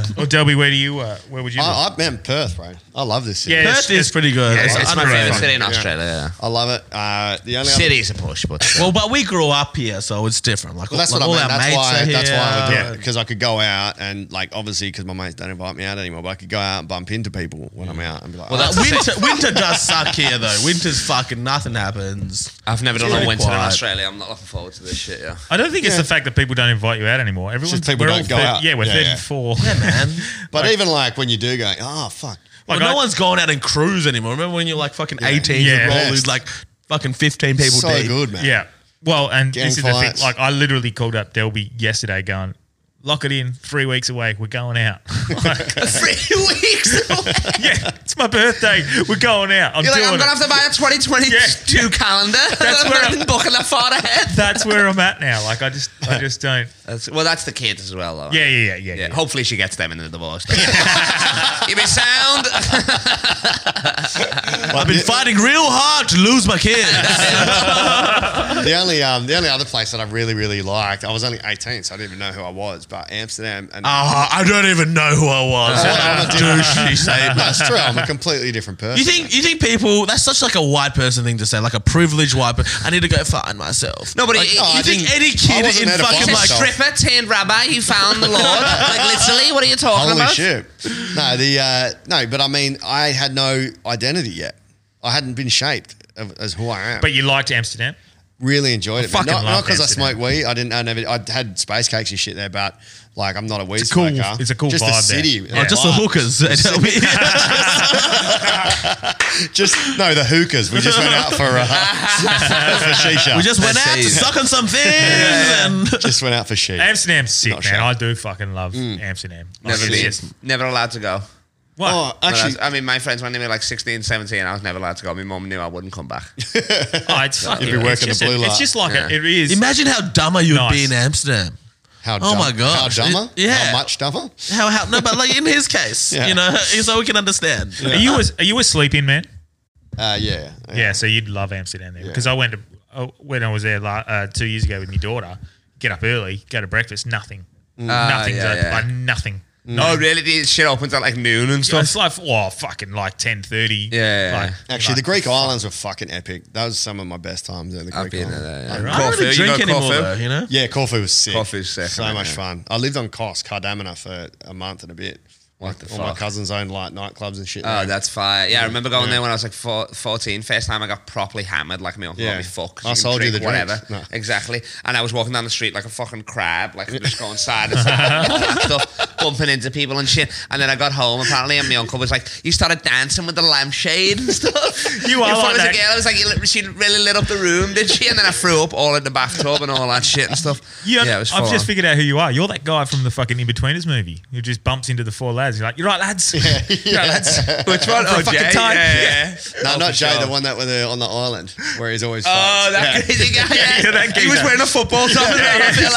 Speaker 3: time.
Speaker 1: Or Delby, where do you? Uh, where would you? live?
Speaker 3: I, I meant Perth, bro. I love this city.
Speaker 1: Yeah,
Speaker 4: Perth
Speaker 1: it's-
Speaker 4: is pretty good.
Speaker 1: yeah, it's-
Speaker 4: I
Speaker 8: It's my
Speaker 4: don't
Speaker 8: favorite
Speaker 4: know.
Speaker 8: city in Australia.
Speaker 3: I love it. Uh, the only
Speaker 8: Yeah.
Speaker 3: other-
Speaker 8: City's a push, but
Speaker 4: Well, but we grew up here, so it's different. Like,
Speaker 3: Well, that's
Speaker 4: like
Speaker 3: what I mean. That's why. That's why I would do
Speaker 1: Yeah.
Speaker 3: it because I could go out and like obviously because my mates don't invite me out anymore. But I could go out and bump into people when I'm out and be like,
Speaker 8: Well,
Speaker 3: "Oh,
Speaker 8: that's-
Speaker 4: But winter, winter does suck here though. Winter's fucking nothing happens.
Speaker 8: I've never done
Speaker 4: Really
Speaker 8: a winter in
Speaker 4: quiet.
Speaker 8: Australia. I'm not looking forward to this shit. Yeah.
Speaker 1: I don't think it's
Speaker 3: Yeah.
Speaker 1: the fact that people don't invite you out anymore. Everyone's
Speaker 3: people
Speaker 1: we're
Speaker 3: don't
Speaker 1: all
Speaker 3: go
Speaker 1: thir-
Speaker 3: out.
Speaker 1: Yeah, we're
Speaker 3: Yeah, yeah.
Speaker 1: 34.
Speaker 3: *laughs*
Speaker 4: Man,
Speaker 3: "Ah." but even like when you do go, oh fuck,
Speaker 1: Like,
Speaker 4: well, no
Speaker 1: I-
Speaker 4: one's going out and cruise anymore. Remember when you're like fucking 18
Speaker 1: Yeah.
Speaker 4: year old
Speaker 3: Yeah.
Speaker 4: who's like fucking 15 people
Speaker 3: so
Speaker 4: deep.
Speaker 3: good,
Speaker 1: *laughs*
Speaker 3: man.
Speaker 1: Yeah. Well, and
Speaker 3: Gang
Speaker 1: this is the thing.
Speaker 3: fights.
Speaker 1: Like, I literally called up Delby yesterday, going, "Lock it in. Three weeks away. We're going out." *laughs* Like,
Speaker 8: Three *laughs*
Speaker 1: *laughs*
Speaker 8: weeks. Away.
Speaker 1: yeah, it's my birthday. We're going out. I'm
Speaker 8: You're like,
Speaker 1: doing
Speaker 8: I'm
Speaker 1: it.
Speaker 8: gonna have to buy a 2022
Speaker 1: Yeah.
Speaker 8: *laughs* calendar.
Speaker 1: *laughs* That's
Speaker 8: *laughs*
Speaker 1: where I'm-
Speaker 8: booking that far ahead.
Speaker 1: that's where I'm at now. Like, I just, I just don't.
Speaker 8: That's, well, that's the kids as well, though.
Speaker 1: Yeah, yeah, yeah, yeah.
Speaker 8: Yeah,
Speaker 1: yeah.
Speaker 8: hopefully she gets them in the
Speaker 1: *laughs*
Speaker 8: divorce. *laughs* you be sound.
Speaker 4: I've been fighting real hard to lose my kids.
Speaker 3: *laughs* the only um, the only other place that I really really liked. I was only 18, so I didn't even know who I was. But Amsterdam and
Speaker 4: Ah, I don't even know who I was. What
Speaker 3: *laughs*
Speaker 4: a douche Ah, you say.
Speaker 3: that's true. I'm a completely different person.
Speaker 4: You think you think people? That's such like a white person thing to say, like a privileged white. person. I need to go find myself.
Speaker 8: No, but
Speaker 4: like,
Speaker 8: it-
Speaker 4: you
Speaker 8: no, I
Speaker 4: think
Speaker 3: didn't-
Speaker 4: any
Speaker 3: I
Speaker 4: kid
Speaker 3: wasn't
Speaker 4: in
Speaker 3: there to find
Speaker 4: fucking
Speaker 8: She's a
Speaker 4: like
Speaker 3: myself.
Speaker 8: stripper turned rabbi. He found the Lord. like literally, what are you talking
Speaker 3: Holy
Speaker 8: about?
Speaker 3: shit!
Speaker 4: *laughs*
Speaker 3: No, the uh, no, but I mean, I had no identity yet. I hadn't been shaped of- as who I am.
Speaker 1: But you liked Amsterdam.
Speaker 3: really enjoyed it. man.
Speaker 1: fucking
Speaker 3: Not
Speaker 1: love
Speaker 3: because I
Speaker 1: Amsterdam.
Speaker 3: smoked weed. I didn't. I never. I had space cakes and shit there, but like I'm not a weed
Speaker 1: a cool-
Speaker 3: smoker.
Speaker 1: it's a cool
Speaker 3: just
Speaker 1: vibe
Speaker 3: the
Speaker 1: there.
Speaker 3: city.
Speaker 1: Yeah.
Speaker 4: oh, just the
Speaker 3: vibe.
Speaker 4: hookers. *laughs*
Speaker 3: Just no, the hookers. We just went out for uh, *laughs* for shisha.
Speaker 4: we just went out to
Speaker 8: That's it.
Speaker 4: suck on some things. And
Speaker 3: just went out for shit.
Speaker 1: Amsterdam's sick, man.
Speaker 3: Not sure. Mm.
Speaker 1: I do fucking love Amsterdam. Like,
Speaker 8: Never
Speaker 1: it's
Speaker 8: been,
Speaker 1: just-
Speaker 8: never allowed to go.
Speaker 1: What?
Speaker 3: Oh, actually,
Speaker 8: I, was- I mean, my friends when they were like 16, 17, I was never allowed to go. My mum knew I wouldn't
Speaker 1: *laughs*
Speaker 8: come back.
Speaker 1: Oh,
Speaker 3: *laughs*
Speaker 1: it's fucking.
Speaker 3: You'd be
Speaker 1: it's
Speaker 3: working
Speaker 1: just,
Speaker 3: the blue
Speaker 1: a- It's
Speaker 3: light.
Speaker 1: just like a- it is.
Speaker 4: Imagine how dumber you would be
Speaker 1: Nice.
Speaker 4: in Amsterdam.
Speaker 3: how
Speaker 4: Oh
Speaker 3: dumb-
Speaker 4: my gosh.
Speaker 3: How dumber?
Speaker 4: It- yeah.
Speaker 3: How much dumber?
Speaker 4: How, how no, but like in his case,
Speaker 3: Yeah.
Speaker 4: you know, *laughs* so we can understand.
Speaker 1: Are you a, are you a sleep in man?
Speaker 3: Uh, yeah.
Speaker 1: Yeah, so you'd love Amsterdam there because I went to uh, when I was there la- uh, two years ago with my daughter. Get up early, go to breakfast, nothing,
Speaker 3: Mm.
Speaker 1: nothing's
Speaker 8: Ah, yeah,
Speaker 1: open,
Speaker 8: yeah.
Speaker 1: like nothing.
Speaker 8: Oh, really? The shit opens at like noon and
Speaker 1: So
Speaker 8: stuff.
Speaker 1: it's like oh fucking like ten thirty.
Speaker 8: Yeah, yeah,
Speaker 1: like,
Speaker 3: Actually, the
Speaker 1: like,
Speaker 3: Greek islands were fucking epic. That was some of my best times there. The Greek
Speaker 8: I've been
Speaker 3: islands.
Speaker 8: there.
Speaker 3: I
Speaker 8: Yeah.
Speaker 3: really-
Speaker 4: I don't
Speaker 8: Corfu,
Speaker 4: really
Speaker 8: you
Speaker 4: drink
Speaker 8: got
Speaker 4: anymore,
Speaker 8: Corfu?
Speaker 4: though,
Speaker 3: *laughs*
Speaker 4: you know?
Speaker 3: Yeah, Corfu was sick.
Speaker 8: Corfu's sick,
Speaker 3: So
Speaker 8: isn't
Speaker 3: much
Speaker 8: it?
Speaker 3: fun. I lived on Kos, Cardamina, for a month and a bit.
Speaker 8: What the
Speaker 3: All my
Speaker 8: fuck?
Speaker 3: cousins owned like nightclubs and shit.
Speaker 8: Oh,
Speaker 3: there. *laughs*
Speaker 8: that's fire. Yeah, I remember going there when I was like four, 14. First time I got properly hammered, like my uncle
Speaker 3: Yeah.
Speaker 8: got me fucked.
Speaker 3: I sold you the drinks.
Speaker 8: Whatever.
Speaker 3: No.
Speaker 8: Exactly. And I was walking down the street like a fucking crab, like just going side and stuff, stuff, bumping into people and shit. And then I got home apparently, and my uncle was like, You started dancing with the lampshade and stuff.
Speaker 1: You are
Speaker 8: If I
Speaker 1: like
Speaker 8: was
Speaker 1: that.
Speaker 8: a girl, I was like, "You lit- She really lit up the room, did she? And then I threw up all in the bathtub and all that shit and stuff.
Speaker 1: You
Speaker 8: yeah, it was
Speaker 1: I've
Speaker 8: full
Speaker 1: just
Speaker 8: on.
Speaker 1: figured out who you are. You're that guy from the fucking Inbetweeners movie who just bumps into the four lads. You're like, you're right, lads. you're right, lads.
Speaker 8: Which
Speaker 4: *laughs*
Speaker 8: one? Oh,
Speaker 1: fucking
Speaker 8: Jay?
Speaker 1: time.
Speaker 8: Yeah, yeah.
Speaker 3: no,
Speaker 8: Oh,
Speaker 3: not
Speaker 8: for
Speaker 3: Jay,
Speaker 8: sure.
Speaker 3: the one that were there on the island where he's always.
Speaker 8: Oh, that
Speaker 3: yeah.
Speaker 8: crazy guy. Yeah. *laughs*
Speaker 1: yeah, that
Speaker 8: he was
Speaker 1: geezer.
Speaker 8: wearing a football top. and that, I feel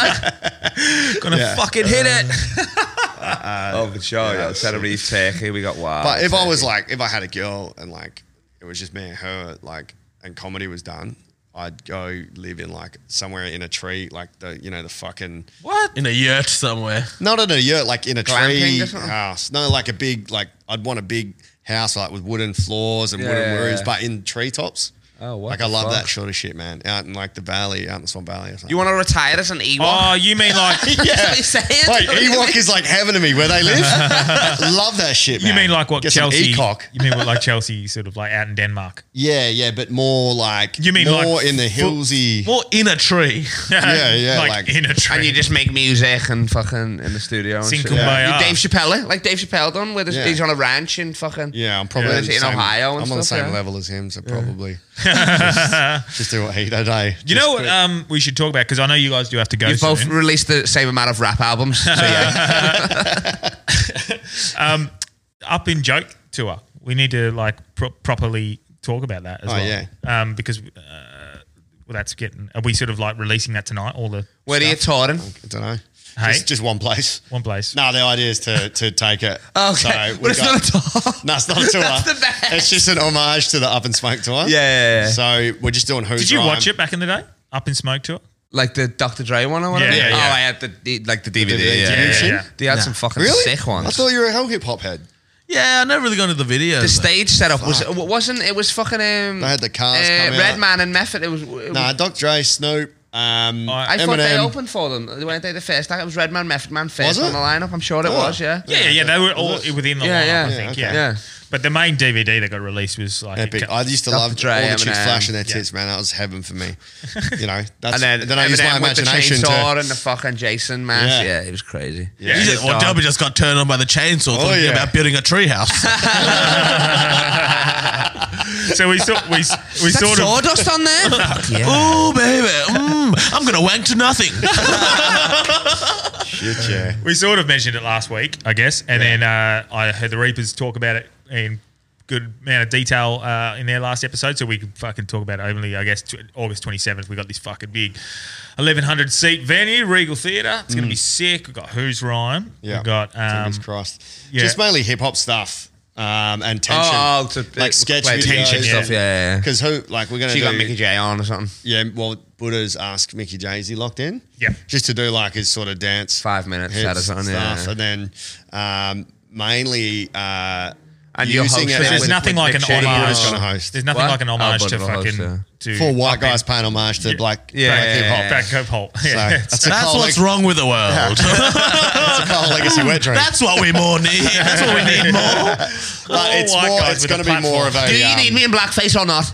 Speaker 8: like.
Speaker 1: Gonna
Speaker 3: Yeah.
Speaker 1: fucking hit it.
Speaker 8: Oh, for sure. Yeah, celebrity turkey. We got wild.
Speaker 3: But if I was like, if I had a girl and like it was just me and her, like, and comedy was done, I'd go live in like somewhere in a tree, like the you know the fucking
Speaker 4: What? In a yurt somewhere.
Speaker 3: not in a yurt, like in a
Speaker 8: Glamping
Speaker 3: tree
Speaker 8: or something?
Speaker 3: house. No, like a big like I'd want a big house like with wooden floors and
Speaker 8: Yeah,
Speaker 3: wooden
Speaker 8: yeah,
Speaker 3: roofs,
Speaker 8: yeah.
Speaker 3: but in treetops.
Speaker 8: Oh, what
Speaker 3: Like
Speaker 8: the
Speaker 3: I love
Speaker 8: fuck?
Speaker 3: that sort of shit, man. Out in like the valley, out in the Swan Valley or something.
Speaker 8: you want to retire as
Speaker 1: *laughs*
Speaker 8: an
Speaker 1: Oh,
Speaker 8: Ewok?
Speaker 1: you mean like
Speaker 3: *laughs*
Speaker 8: That's what he's saying.
Speaker 3: Wait, Ewok is like heaven to me where
Speaker 8: *laughs*
Speaker 3: they live. love that shit,
Speaker 1: you
Speaker 3: man.
Speaker 1: mean like what
Speaker 3: Get some
Speaker 1: Chelsea?
Speaker 3: Ecock.
Speaker 1: You mean what like Chelsea sort of like out in Denmark?
Speaker 3: Yeah, yeah, but more like
Speaker 1: You mean
Speaker 3: more
Speaker 1: like
Speaker 3: in the hillsy.
Speaker 4: Or in
Speaker 1: *laughs*
Speaker 4: a tree.
Speaker 1: Yeah,
Speaker 3: yeah,
Speaker 1: like,
Speaker 3: like-
Speaker 1: in a tree.
Speaker 8: And you just make music and fucking in the studio. And
Speaker 1: Sing
Speaker 8: shit.
Speaker 1: Kumbaya.
Speaker 8: You Dave Chappelle, like Dave Chappelle done, with his,
Speaker 3: Yeah.
Speaker 8: he's on a ranch in fucking.
Speaker 3: yeah, I'm probably
Speaker 8: Yeah,
Speaker 3: on the
Speaker 8: in
Speaker 3: same-
Speaker 8: Ohio and
Speaker 3: I'm on the
Speaker 8: stuff,
Speaker 3: same
Speaker 8: yeah.
Speaker 3: level as him,
Speaker 1: *laughs*
Speaker 3: so probably just, just do what he did. eh?
Speaker 1: You
Speaker 3: Just
Speaker 1: know what
Speaker 3: quit.
Speaker 1: um, we should talk about because I know you guys do have to go.
Speaker 8: You've both
Speaker 1: soon.
Speaker 8: released the same amount of
Speaker 3: *laughs*
Speaker 8: rap albums. So yeah.
Speaker 1: up in joke tour. We need to like pro- properly talk about that as
Speaker 3: Oh,
Speaker 1: well.
Speaker 3: yeah.
Speaker 1: Um, because uh, well, that's getting. Are we sort of like releasing that tonight? All the
Speaker 8: Where are you touring?
Speaker 3: I don't know.
Speaker 1: uh, Hey?
Speaker 3: Just, just one place.
Speaker 1: one place.
Speaker 3: No, the idea is to to take it.
Speaker 8: *laughs* Okay,
Speaker 3: we
Speaker 8: but it's
Speaker 3: got-
Speaker 8: not a tour.
Speaker 3: *laughs* No, it's not a tour.
Speaker 8: *laughs* That's the best.
Speaker 3: It's just an homage to the Up and Smoke tour.
Speaker 8: Yeah.
Speaker 3: So we're just doing who's
Speaker 1: Did you
Speaker 3: Rhyme.
Speaker 1: watch it back in the day? Up in smoke tour.
Speaker 8: Like the Dr. Dre one or whatever?
Speaker 1: Yeah, yeah,
Speaker 8: Oh,
Speaker 1: yeah.
Speaker 8: I had the, the like the DVD.
Speaker 3: DVD,
Speaker 8: yeah,
Speaker 3: did you
Speaker 8: yeah,
Speaker 3: see?
Speaker 8: yeah. They had some fucking
Speaker 3: Really?
Speaker 8: sick
Speaker 3: I
Speaker 8: ones.
Speaker 3: thought you were a hell hip hop head.
Speaker 4: Yeah, I never really got into the video.
Speaker 8: the stage setup was w- wasn't it was fucking um
Speaker 3: They had the cars come out.
Speaker 8: Redman and Method it was, it
Speaker 3: Nah,
Speaker 8: was
Speaker 3: Doc Dre, Snoop, um,
Speaker 8: I
Speaker 3: Eminem.
Speaker 8: thought they opened for them weren't they the first time it was Redman Method Man first
Speaker 3: Was it?
Speaker 8: on the lineup I'm sure it
Speaker 3: Oh.
Speaker 8: was yeah
Speaker 1: Yeah, yeah, yeah. They were all
Speaker 3: Was it?
Speaker 1: within the
Speaker 8: Yeah,
Speaker 1: lineup.
Speaker 8: yeah.
Speaker 1: I
Speaker 8: Yeah,
Speaker 1: think.
Speaker 3: okay.
Speaker 1: Yeah.
Speaker 8: Yeah.
Speaker 1: But the main DVD that got released was like
Speaker 3: Epic. I used to
Speaker 8: Dr.
Speaker 3: love
Speaker 8: Dre,
Speaker 3: all the chicks
Speaker 8: Eminem.
Speaker 3: flashing their
Speaker 1: Yeah.
Speaker 3: tits, man. That was heaven for
Speaker 1: *laughs*
Speaker 3: me. You know, that's,
Speaker 8: and then,
Speaker 3: I used my
Speaker 8: Eminem with the
Speaker 3: imagination
Speaker 8: chainsaw
Speaker 3: to.
Speaker 8: and the fucking Jason mask
Speaker 3: Yeah.
Speaker 8: yeah, it was crazy
Speaker 1: Yeah.
Speaker 4: He's like, well, Delby just got turned on by the chainsaw
Speaker 3: Oh,
Speaker 4: thinking
Speaker 3: yeah.
Speaker 4: about building a tree house.
Speaker 1: so we sort we s- we
Speaker 8: Is that
Speaker 1: sort of
Speaker 8: sawdust on there Fuck *laughs* yeah.
Speaker 4: oh, baby. Mm, I'm going to wank to
Speaker 8: *laughs*
Speaker 4: nothing.
Speaker 3: Shit, yeah.
Speaker 1: we sort of mentioned it last week, I guess, and then uh, I heard the Reapers talk about it in good amount of detail uh, in their last episode, so we can fucking talk about it openly. I guess t- August twenty seventh, we got this fucking big eleven hundred seat venue, Regal Theatre. It's gonna
Speaker 8: Mm.
Speaker 1: be sick. We got Who's Rhyme.
Speaker 3: Yeah.
Speaker 1: We got um,
Speaker 3: Fingers crossed.
Speaker 1: yeah.
Speaker 3: Just mainly hip hop stuff um, and tension.
Speaker 8: oh, oh, to-
Speaker 3: like sketch
Speaker 8: play
Speaker 3: videos.
Speaker 8: tension stuff yeah yeah, yeah.
Speaker 3: Because who, like, we're going to
Speaker 8: she
Speaker 3: do.
Speaker 8: got Mickey J on or something
Speaker 3: Yeah, well, Buddha's asked Mickey J, is he locked in?
Speaker 1: Yeah.
Speaker 3: Just to do like his sort of dance.
Speaker 8: Five minutes,
Speaker 3: hits
Speaker 8: that is on, yeah.
Speaker 3: stuff. And then um, mainly. Uh,
Speaker 8: And you're
Speaker 3: using
Speaker 8: hosting
Speaker 3: it
Speaker 8: it
Speaker 3: as
Speaker 1: there's
Speaker 8: with-
Speaker 1: nothing like an
Speaker 8: with Nick Shady.
Speaker 1: homage.
Speaker 3: Buddha's gonna host.
Speaker 1: There's nothing
Speaker 8: What?
Speaker 1: like an
Speaker 8: Oh,
Speaker 1: homage to
Speaker 8: Buddha will
Speaker 1: fucking
Speaker 8: host, yeah.
Speaker 1: to
Speaker 3: four white
Speaker 1: back-
Speaker 3: guys paying homage to black,
Speaker 8: Yeah,
Speaker 3: black
Speaker 8: yeah,
Speaker 3: hip hop.
Speaker 8: yeah.
Speaker 1: back hip hop. *laughs* Yeah.
Speaker 3: So that's a
Speaker 4: That's
Speaker 3: Carl
Speaker 4: what's
Speaker 3: Leg-
Speaker 4: wrong with the world.
Speaker 3: That's a Carl Legacy
Speaker 4: *laughs*
Speaker 3: wet dream.
Speaker 4: That's what we more need. That's what we
Speaker 8: *laughs*
Speaker 4: need more.
Speaker 3: Uh, it's
Speaker 1: white
Speaker 3: more.
Speaker 1: guys
Speaker 3: It's
Speaker 1: with
Speaker 3: going
Speaker 1: a
Speaker 3: to be more of a.
Speaker 8: do you
Speaker 3: um,
Speaker 8: need me in blackface or not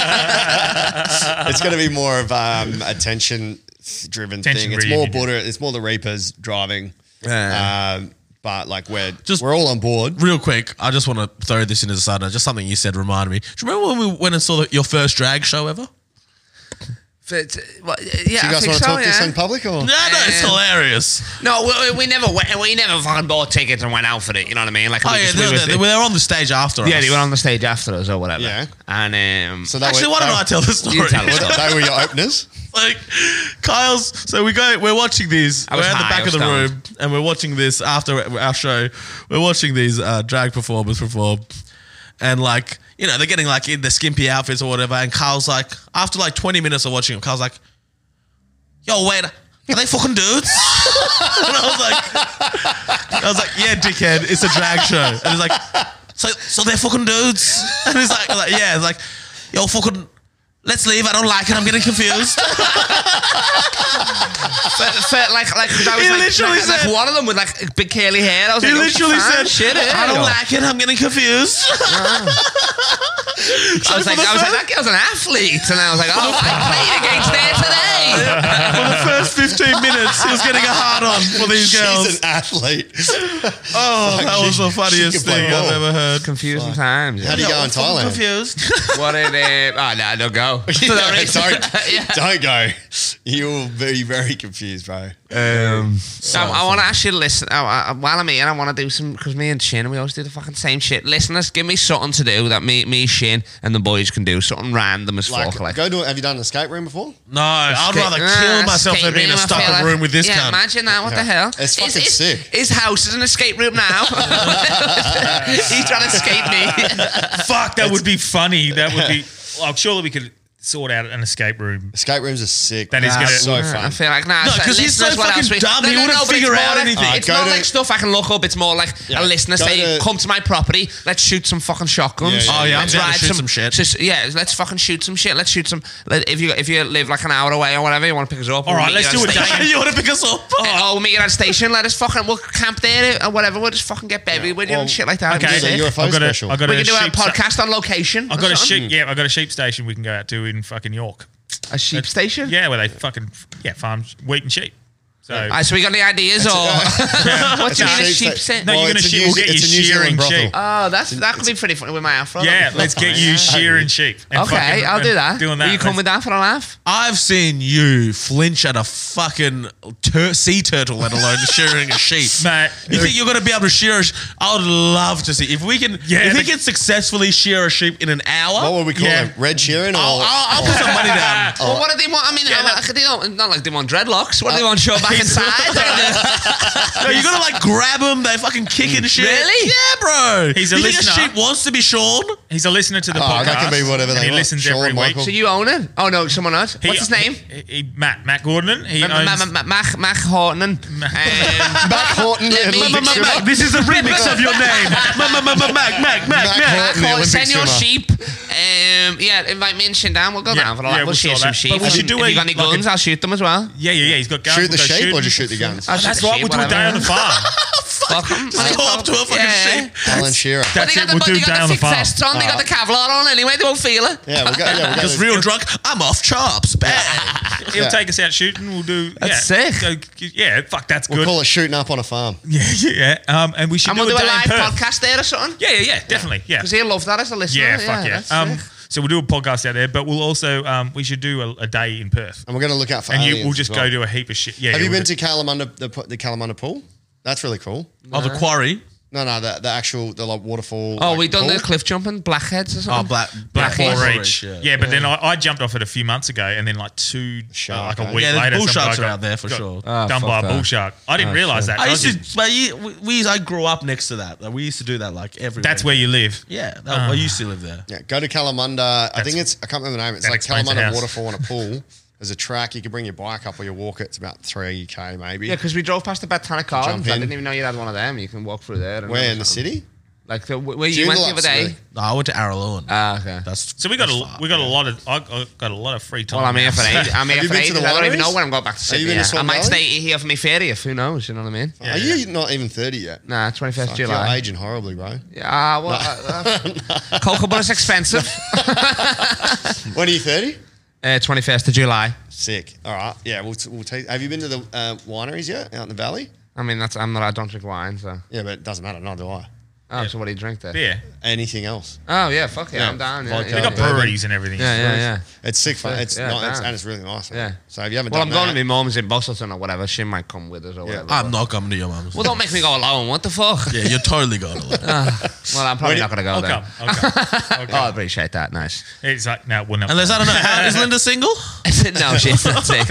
Speaker 3: um, It's going to be more of um, a tension-driven
Speaker 1: Tension
Speaker 3: thing. It's more
Speaker 1: reunion, yeah.
Speaker 3: border. It's more the Reapers driving.
Speaker 8: Yeah.
Speaker 3: Um, but like we're
Speaker 4: Just-
Speaker 3: just we're all on board.
Speaker 4: Real quick, I just want to throw this in as a side note. Just something you said reminded me. Do you remember when we went and saw the, your first drag show ever?
Speaker 2: But, uh, well, yeah,
Speaker 3: Do you
Speaker 2: I
Speaker 3: guys
Speaker 2: think
Speaker 3: want to
Speaker 2: so,
Speaker 3: talk this
Speaker 2: yeah.
Speaker 3: in public or?
Speaker 4: No, no, it's
Speaker 8: Um,
Speaker 4: hilarious.
Speaker 8: No, we- we, we never went, we never fucking bought tickets and went out for it. You know what I mean? Like,
Speaker 4: Oh
Speaker 8: we
Speaker 4: yeah,
Speaker 8: just-
Speaker 4: they,
Speaker 8: we
Speaker 4: were-
Speaker 8: was-
Speaker 4: they were on the stage after us.
Speaker 8: yeah, they were on the stage after us or whatever.
Speaker 3: Yeah.
Speaker 8: and um,
Speaker 3: So that
Speaker 4: Actually,
Speaker 3: were,
Speaker 4: why don't
Speaker 3: that-
Speaker 4: I tell the story?
Speaker 8: tell it.
Speaker 3: Well, they were your openers.
Speaker 4: *laughs* like Kyle's. So we go. We're watching these.
Speaker 8: I
Speaker 4: We're
Speaker 8: was
Speaker 4: at the
Speaker 8: high, I
Speaker 4: back of
Speaker 8: was
Speaker 4: the
Speaker 8: stoned.
Speaker 4: room, and we're watching this after our show. We're watching these uh, drag performers perform, and like you know, they're getting like in their skimpy outfits or whatever. And Kyle's like, after like twenty minutes of watching them, Kyle's like, "Yo, wait." Are they fucking dudes? *laughs* and I was like, I was like, yeah, dickhead, it's a drag show. And he's like, so, so they're fucking dudes. *laughs* And he's like, like yeah, it's like, yo, fucking, let's leave. I don't like it. I'm getting confused.
Speaker 8: But, but, like, like, 'cause I was
Speaker 4: He
Speaker 8: like,
Speaker 4: literally
Speaker 8: like, like,
Speaker 4: said-
Speaker 8: one of them with like big curly hair. I was
Speaker 4: He
Speaker 8: like,
Speaker 4: literally
Speaker 8: "Oh,
Speaker 4: said,
Speaker 8: shit, eh?"
Speaker 4: I don't like it. I'm getting confused.
Speaker 8: I was like, I was like, that girl's an athlete, and I was like, oh, I played against her *laughs* today.
Speaker 4: For *laughs* the first 15 minutes, he was getting a hard on for these
Speaker 3: She's
Speaker 4: girls.
Speaker 3: an athlete.
Speaker 4: Oh, that was
Speaker 3: she-
Speaker 4: the
Speaker 3: she
Speaker 4: funniest
Speaker 3: could play
Speaker 4: thing I've
Speaker 3: ball.
Speaker 4: ever heard.
Speaker 8: Confusing times.
Speaker 3: How do you go in Thailand?
Speaker 4: Confused.
Speaker 8: What in it? Oh, no, don't *laughs* go.
Speaker 1: *laughs*
Speaker 3: Yeah, don't, don't go. You will be very confused, bro. Um,
Speaker 8: So I want to actually listen. I, I, while I'm here, I want to do some because me and Shin, we always do the fucking same shit. Listeners, give me something to do that me, me, Shin, and the boys can do something random as
Speaker 3: Like,
Speaker 8: fuck. Like,
Speaker 3: go
Speaker 8: Ah,
Speaker 3: to. Have you done an escape room before?
Speaker 4: No, I'd rather kill myself than be in a stuck
Speaker 8: stuffed
Speaker 4: room with this
Speaker 8: yeah,
Speaker 4: cunt.
Speaker 8: Imagine that. What the hell?
Speaker 3: It's
Speaker 8: His-
Speaker 3: fucking
Speaker 8: his,
Speaker 3: sick.
Speaker 8: His house is an escape room now. *laughs* He's trying to
Speaker 4: *laughs*
Speaker 8: escape me.
Speaker 1: Fuck, that would be funny. That would
Speaker 8: *laughs*
Speaker 1: be. Well, surely we could sort out an escape room.
Speaker 3: Escape rooms are sick.
Speaker 1: That is
Speaker 3: Nah,
Speaker 1: gonna-
Speaker 3: so
Speaker 8: I
Speaker 3: fun.
Speaker 8: feel like nah.
Speaker 4: No,
Speaker 8: it's like
Speaker 4: 'cause he's so
Speaker 8: listeners, what
Speaker 4: fucking
Speaker 8: else we-
Speaker 4: dumb,
Speaker 8: No,
Speaker 4: he
Speaker 8: no,
Speaker 4: wouldn't
Speaker 8: no, but
Speaker 4: figure
Speaker 8: it's
Speaker 4: out
Speaker 8: more like-
Speaker 4: anything.
Speaker 3: Alright,
Speaker 8: It's
Speaker 3: go
Speaker 8: not
Speaker 3: to-
Speaker 8: like stuff I can look up. It's more like
Speaker 3: Yeah,
Speaker 8: a listener
Speaker 3: go
Speaker 8: saying,
Speaker 3: to-
Speaker 8: "Come to my property. Let's shoot some fucking shotguns.
Speaker 3: Yeah, yeah, Oh, yeah,
Speaker 4: I'm
Speaker 8: Let's
Speaker 4: down to
Speaker 8: ride
Speaker 4: shoot some shit."
Speaker 8: just- yeah, let's fucking shoot some shit. Let's shoot some. Let, if you if you live like an hour away or whatever, you want to pick us up. All
Speaker 1: right, let's do it,
Speaker 8: Station.
Speaker 1: Damien.
Speaker 4: you want to pick us up?
Speaker 8: *laughs* Oh, we'll meet you at a station. Let us fucking we'll camp there or whatever. We'll just fucking get buried with you and
Speaker 3: Well,
Speaker 8: shit like that.
Speaker 3: okay.
Speaker 8: It'd be sick.
Speaker 3: You're a
Speaker 1: I've got
Speaker 3: special.
Speaker 1: a, I've got
Speaker 8: we
Speaker 1: a
Speaker 8: can do a
Speaker 1: sheep sta-
Speaker 8: podcast on location.
Speaker 1: I've got
Speaker 8: or
Speaker 1: a
Speaker 8: something.
Speaker 1: sheep. Yeah, I've got a sheep station we can go out to in fucking York.
Speaker 8: A sheep station.
Speaker 1: Yeah, where they fucking yeah farm sh- wheat and sheep. So
Speaker 8: Alright, so we got any ideas or *laughs* what do you mean a sheep
Speaker 3: sta-
Speaker 8: station?
Speaker 1: no, you're
Speaker 3: Well,
Speaker 1: gonna
Speaker 3: it's a
Speaker 1: sheep.
Speaker 3: New
Speaker 1: We'll
Speaker 3: Ze-
Speaker 1: get you
Speaker 3: it's a New
Speaker 1: shearing
Speaker 3: Zealand brothel.
Speaker 1: sheep.
Speaker 8: Oh, that's that could be pretty funny with my afro.
Speaker 1: yeah,
Speaker 8: That'd be
Speaker 1: let's
Speaker 8: funny.
Speaker 1: get you shearing sheep. and
Speaker 8: Okay,
Speaker 1: fucking-
Speaker 8: I'll do
Speaker 1: and
Speaker 8: that.
Speaker 1: Doing that.
Speaker 8: Will you come with that for a laugh?
Speaker 4: I've seen you flinch at a fucking tur- sea turtle, let alone *laughs* shearing a sheep.
Speaker 1: Mate.
Speaker 4: you think you're gonna be able to shear? A sh- I would love to see if we can.
Speaker 1: Yeah,
Speaker 4: if we
Speaker 1: the-
Speaker 4: can successfully shear a sheep in an hour.
Speaker 3: What would we call
Speaker 1: Yeah. Oh,
Speaker 3: them? Red Sheeran or?
Speaker 4: I'll, I'll, I'll put some money down.
Speaker 8: Well, what do they want? I mean, like, they don't, not like they want dreadlocks. What do they
Speaker 1: Oh.
Speaker 8: want? Show
Speaker 1: *laughs*
Speaker 8: back *laughs* inside?
Speaker 4: No, you gotta like grab them. They fucking kick and shit.
Speaker 8: Really?
Speaker 4: Yeah, bro.
Speaker 1: He's a
Speaker 4: you
Speaker 1: listener.
Speaker 4: Think a sheep wants to be shorn.
Speaker 1: *laughs* He's a listener to the
Speaker 3: Oh,
Speaker 1: podcast.
Speaker 3: that can be whatever
Speaker 1: and
Speaker 3: they
Speaker 1: He
Speaker 3: want.
Speaker 1: listens
Speaker 3: Shawn
Speaker 1: every
Speaker 3: Michael.
Speaker 8: so
Speaker 1: week.
Speaker 8: you own it? Oh no, someone else.
Speaker 1: He-
Speaker 8: What's his name?
Speaker 1: He, he- Matt Matt Gordon. He
Speaker 8: Ma- ma-
Speaker 1: owns.
Speaker 8: ma- ma- Mach Mach
Speaker 1: *laughs*
Speaker 8: Horton. Um,
Speaker 3: Matt Horton.
Speaker 8: Let
Speaker 3: and
Speaker 8: me-
Speaker 3: Olympic
Speaker 8: Ma- ma- ma-
Speaker 3: swimmer.
Speaker 4: This is a remix of your name. Mac, Mac, Mac, Mac,
Speaker 3: Mac
Speaker 4: Mac, Mac.
Speaker 3: Horton, the
Speaker 8: Call
Speaker 3: Olympic
Speaker 8: send your
Speaker 3: swimmer.
Speaker 8: sheep. Um, yeah, invite me and Shin down. We'll go
Speaker 1: Yeah,
Speaker 8: down for a
Speaker 1: yeah,
Speaker 8: laugh. We'll,
Speaker 1: we'll
Speaker 8: shoot
Speaker 1: sort
Speaker 8: some
Speaker 1: that.
Speaker 8: sheep.
Speaker 1: But we
Speaker 8: And
Speaker 1: should do
Speaker 8: if
Speaker 1: a-
Speaker 8: you got any
Speaker 1: like a-
Speaker 8: guns, I'll shoot them as well.
Speaker 1: yeah, yeah, yeah. He's got guns.
Speaker 3: Shoot
Speaker 1: We'll
Speaker 3: the
Speaker 1: go
Speaker 3: sheep or
Speaker 1: shooting.
Speaker 3: just shoot the guns?
Speaker 8: I'll shoot
Speaker 1: That's
Speaker 8: the
Speaker 1: right.
Speaker 8: sheep,
Speaker 1: We'll do a day
Speaker 8: whatever.
Speaker 1: on the
Speaker 3: *laughs*
Speaker 1: farm. *laughs*
Speaker 8: Fuck 'em.
Speaker 4: Go up to a fucking
Speaker 8: Yeah.
Speaker 4: sheep.
Speaker 3: Alan Shearer.
Speaker 1: That's
Speaker 8: they
Speaker 1: it.
Speaker 8: got
Speaker 1: We'll do
Speaker 8: the, they
Speaker 1: day
Speaker 8: got
Speaker 1: on
Speaker 8: the
Speaker 1: the farm.
Speaker 8: six on, they got the Kevlar on anyway, they won't feel it.
Speaker 3: Yeah, we'll go. Yeah, we'll go.
Speaker 4: Because real drunk, I'm off chops. Bang.
Speaker 1: He'll take us out shooting. We'll do.
Speaker 8: That's
Speaker 1: yeah,
Speaker 8: sick.
Speaker 1: Go- yeah, fuck. That's
Speaker 3: We'll
Speaker 1: good.
Speaker 3: call it shooting up on a farm.
Speaker 1: *laughs* Yeah, yeah. yeah. Um, and we should
Speaker 8: And
Speaker 1: do,
Speaker 8: we'll do
Speaker 1: a
Speaker 8: a
Speaker 1: day in
Speaker 8: live
Speaker 1: Perth.
Speaker 8: podcast there or something.
Speaker 1: Yeah, yeah, yeah. Definitely. Yeah.
Speaker 8: Because he'll love that as a listener.
Speaker 1: Yeah, fuck yeah.
Speaker 8: that's
Speaker 1: Um,
Speaker 8: sick.
Speaker 1: so we'll do a podcast out there, but we'll also um, we should do a, a day in Perth,
Speaker 3: And we're going to look out for
Speaker 1: and you,
Speaker 3: aliens.
Speaker 1: we'll just
Speaker 3: as well.
Speaker 1: go do a heap of shit. Yeah.
Speaker 3: Have you
Speaker 1: we'll
Speaker 3: been
Speaker 1: do-
Speaker 3: to Calamunda, the, the Calamunda pool? That's really cool.
Speaker 4: Oh, the quarry.
Speaker 3: No, no, the, the actual the like waterfall.
Speaker 8: oh,
Speaker 3: like,
Speaker 8: we done
Speaker 3: pool.
Speaker 8: the cliff jumping, blackheads or
Speaker 4: Oh,
Speaker 8: something.
Speaker 4: black,
Speaker 1: Black
Speaker 8: Yeah.
Speaker 1: Hall
Speaker 8: Black
Speaker 1: Reach? Yeah, but then I, I jumped off it a few months ago, and then like two, uh,
Speaker 3: Shark,
Speaker 1: like a
Speaker 3: eh?
Speaker 1: week
Speaker 4: Yeah, there's
Speaker 1: later,
Speaker 4: bull
Speaker 1: some guy
Speaker 4: sharks
Speaker 1: got-
Speaker 4: around there for
Speaker 1: got
Speaker 4: sure. Oh,
Speaker 1: Done
Speaker 7: fuck
Speaker 1: by a bull
Speaker 7: that.
Speaker 1: shark. I didn't realize that.
Speaker 4: I
Speaker 1: I
Speaker 4: used
Speaker 1: was just-
Speaker 4: to, but you, we- we, I grew up next to that. Like, we used to do that like every.
Speaker 1: that's where you live.
Speaker 4: Yeah, that, I used to live there.
Speaker 3: Yeah, go to Calamunda. I think it's I can't remember the name. It's
Speaker 1: that
Speaker 3: like
Speaker 1: explains the
Speaker 3: Calamunda
Speaker 1: house.
Speaker 3: waterfall and
Speaker 1: *laughs*
Speaker 3: a pool. There's a track. You can bring your bike up or you walk it. It's about three k maybe.
Speaker 8: Yeah, because we drove past the Botanic Gardens. I
Speaker 3: in.
Speaker 8: didn't even know you had one of them. You can walk through there. and
Speaker 3: Where in the
Speaker 8: something.
Speaker 3: city?
Speaker 8: Like the, where you
Speaker 3: During
Speaker 8: went
Speaker 3: the
Speaker 8: the other
Speaker 3: lots,
Speaker 8: day.
Speaker 3: really.
Speaker 4: No, I went to Araluen.
Speaker 8: Ah, okay.
Speaker 4: that's
Speaker 1: So we got
Speaker 4: that's
Speaker 1: a
Speaker 4: far.
Speaker 1: we got a lot of I I got a lot of free time.
Speaker 8: Well, I'm here
Speaker 1: *laughs*
Speaker 8: for
Speaker 1: now,
Speaker 8: ages. I'm here
Speaker 3: Have you
Speaker 8: for
Speaker 3: been to
Speaker 8: ages.
Speaker 3: the
Speaker 8: I don't even
Speaker 3: wineries?
Speaker 8: know when I'm going back to
Speaker 3: Have you
Speaker 8: Sydney.
Speaker 3: been to
Speaker 8: yeah. I
Speaker 3: Swan
Speaker 8: might
Speaker 3: Valley?
Speaker 8: stay here for me 30th. Who knows? You know what I mean?
Speaker 3: Are you not even thirty yet?
Speaker 8: Nah, 21st
Speaker 3: Fuck, You're
Speaker 8: July.
Speaker 3: aging horribly,
Speaker 1: *laughs*
Speaker 3: bro.
Speaker 8: Yeah, well, uh,
Speaker 3: *laughs*
Speaker 8: uh, cocoa butter's expensive.
Speaker 3: When are you thirty?
Speaker 8: Uh, 21st of July.
Speaker 3: Sick. All right. Yeah, we'll, t- we'll take. Have you been to the uh, wineries yet out in the valley?
Speaker 8: I mean, that's I'm not. I don't drink wine, so
Speaker 3: Yeah, but it doesn't matter. Neither do I.
Speaker 8: Oh, so what do you drink there?
Speaker 1: Beer.
Speaker 3: Anything else?
Speaker 8: Oh yeah, fuck it,
Speaker 3: Yeah.
Speaker 8: I'm down. Yeah,
Speaker 3: Vodka.
Speaker 8: yeah,
Speaker 1: They got
Speaker 8: yeah.
Speaker 1: breweries and everything.
Speaker 8: Yeah, yeah, Oh, yeah.
Speaker 3: It's sick. Fun. It's
Speaker 8: Yeah,
Speaker 3: not, it's,
Speaker 8: damn.
Speaker 3: and it's really nice. man.
Speaker 8: Yeah.
Speaker 3: So if you haven't
Speaker 8: Well, I'm
Speaker 3: done
Speaker 8: going to
Speaker 3: that,
Speaker 8: my mum's in Boston or whatever. She might come with us or whatever.
Speaker 4: I'm not coming to your mum's.
Speaker 8: Well, don't make me go alone. What the fuck?
Speaker 4: *laughs* yeah, you're totally going alone.
Speaker 8: Well, I'm probably
Speaker 3: Wait,
Speaker 8: not going to go
Speaker 1: I'll
Speaker 8: there.
Speaker 1: come. I'll come.
Speaker 8: Oh, I appreciate that. Nice. *laughs*
Speaker 1: It's like, no, we're not.
Speaker 4: Unless I don't know, how, *laughs* is Linda single?
Speaker 8: no, she's that's it.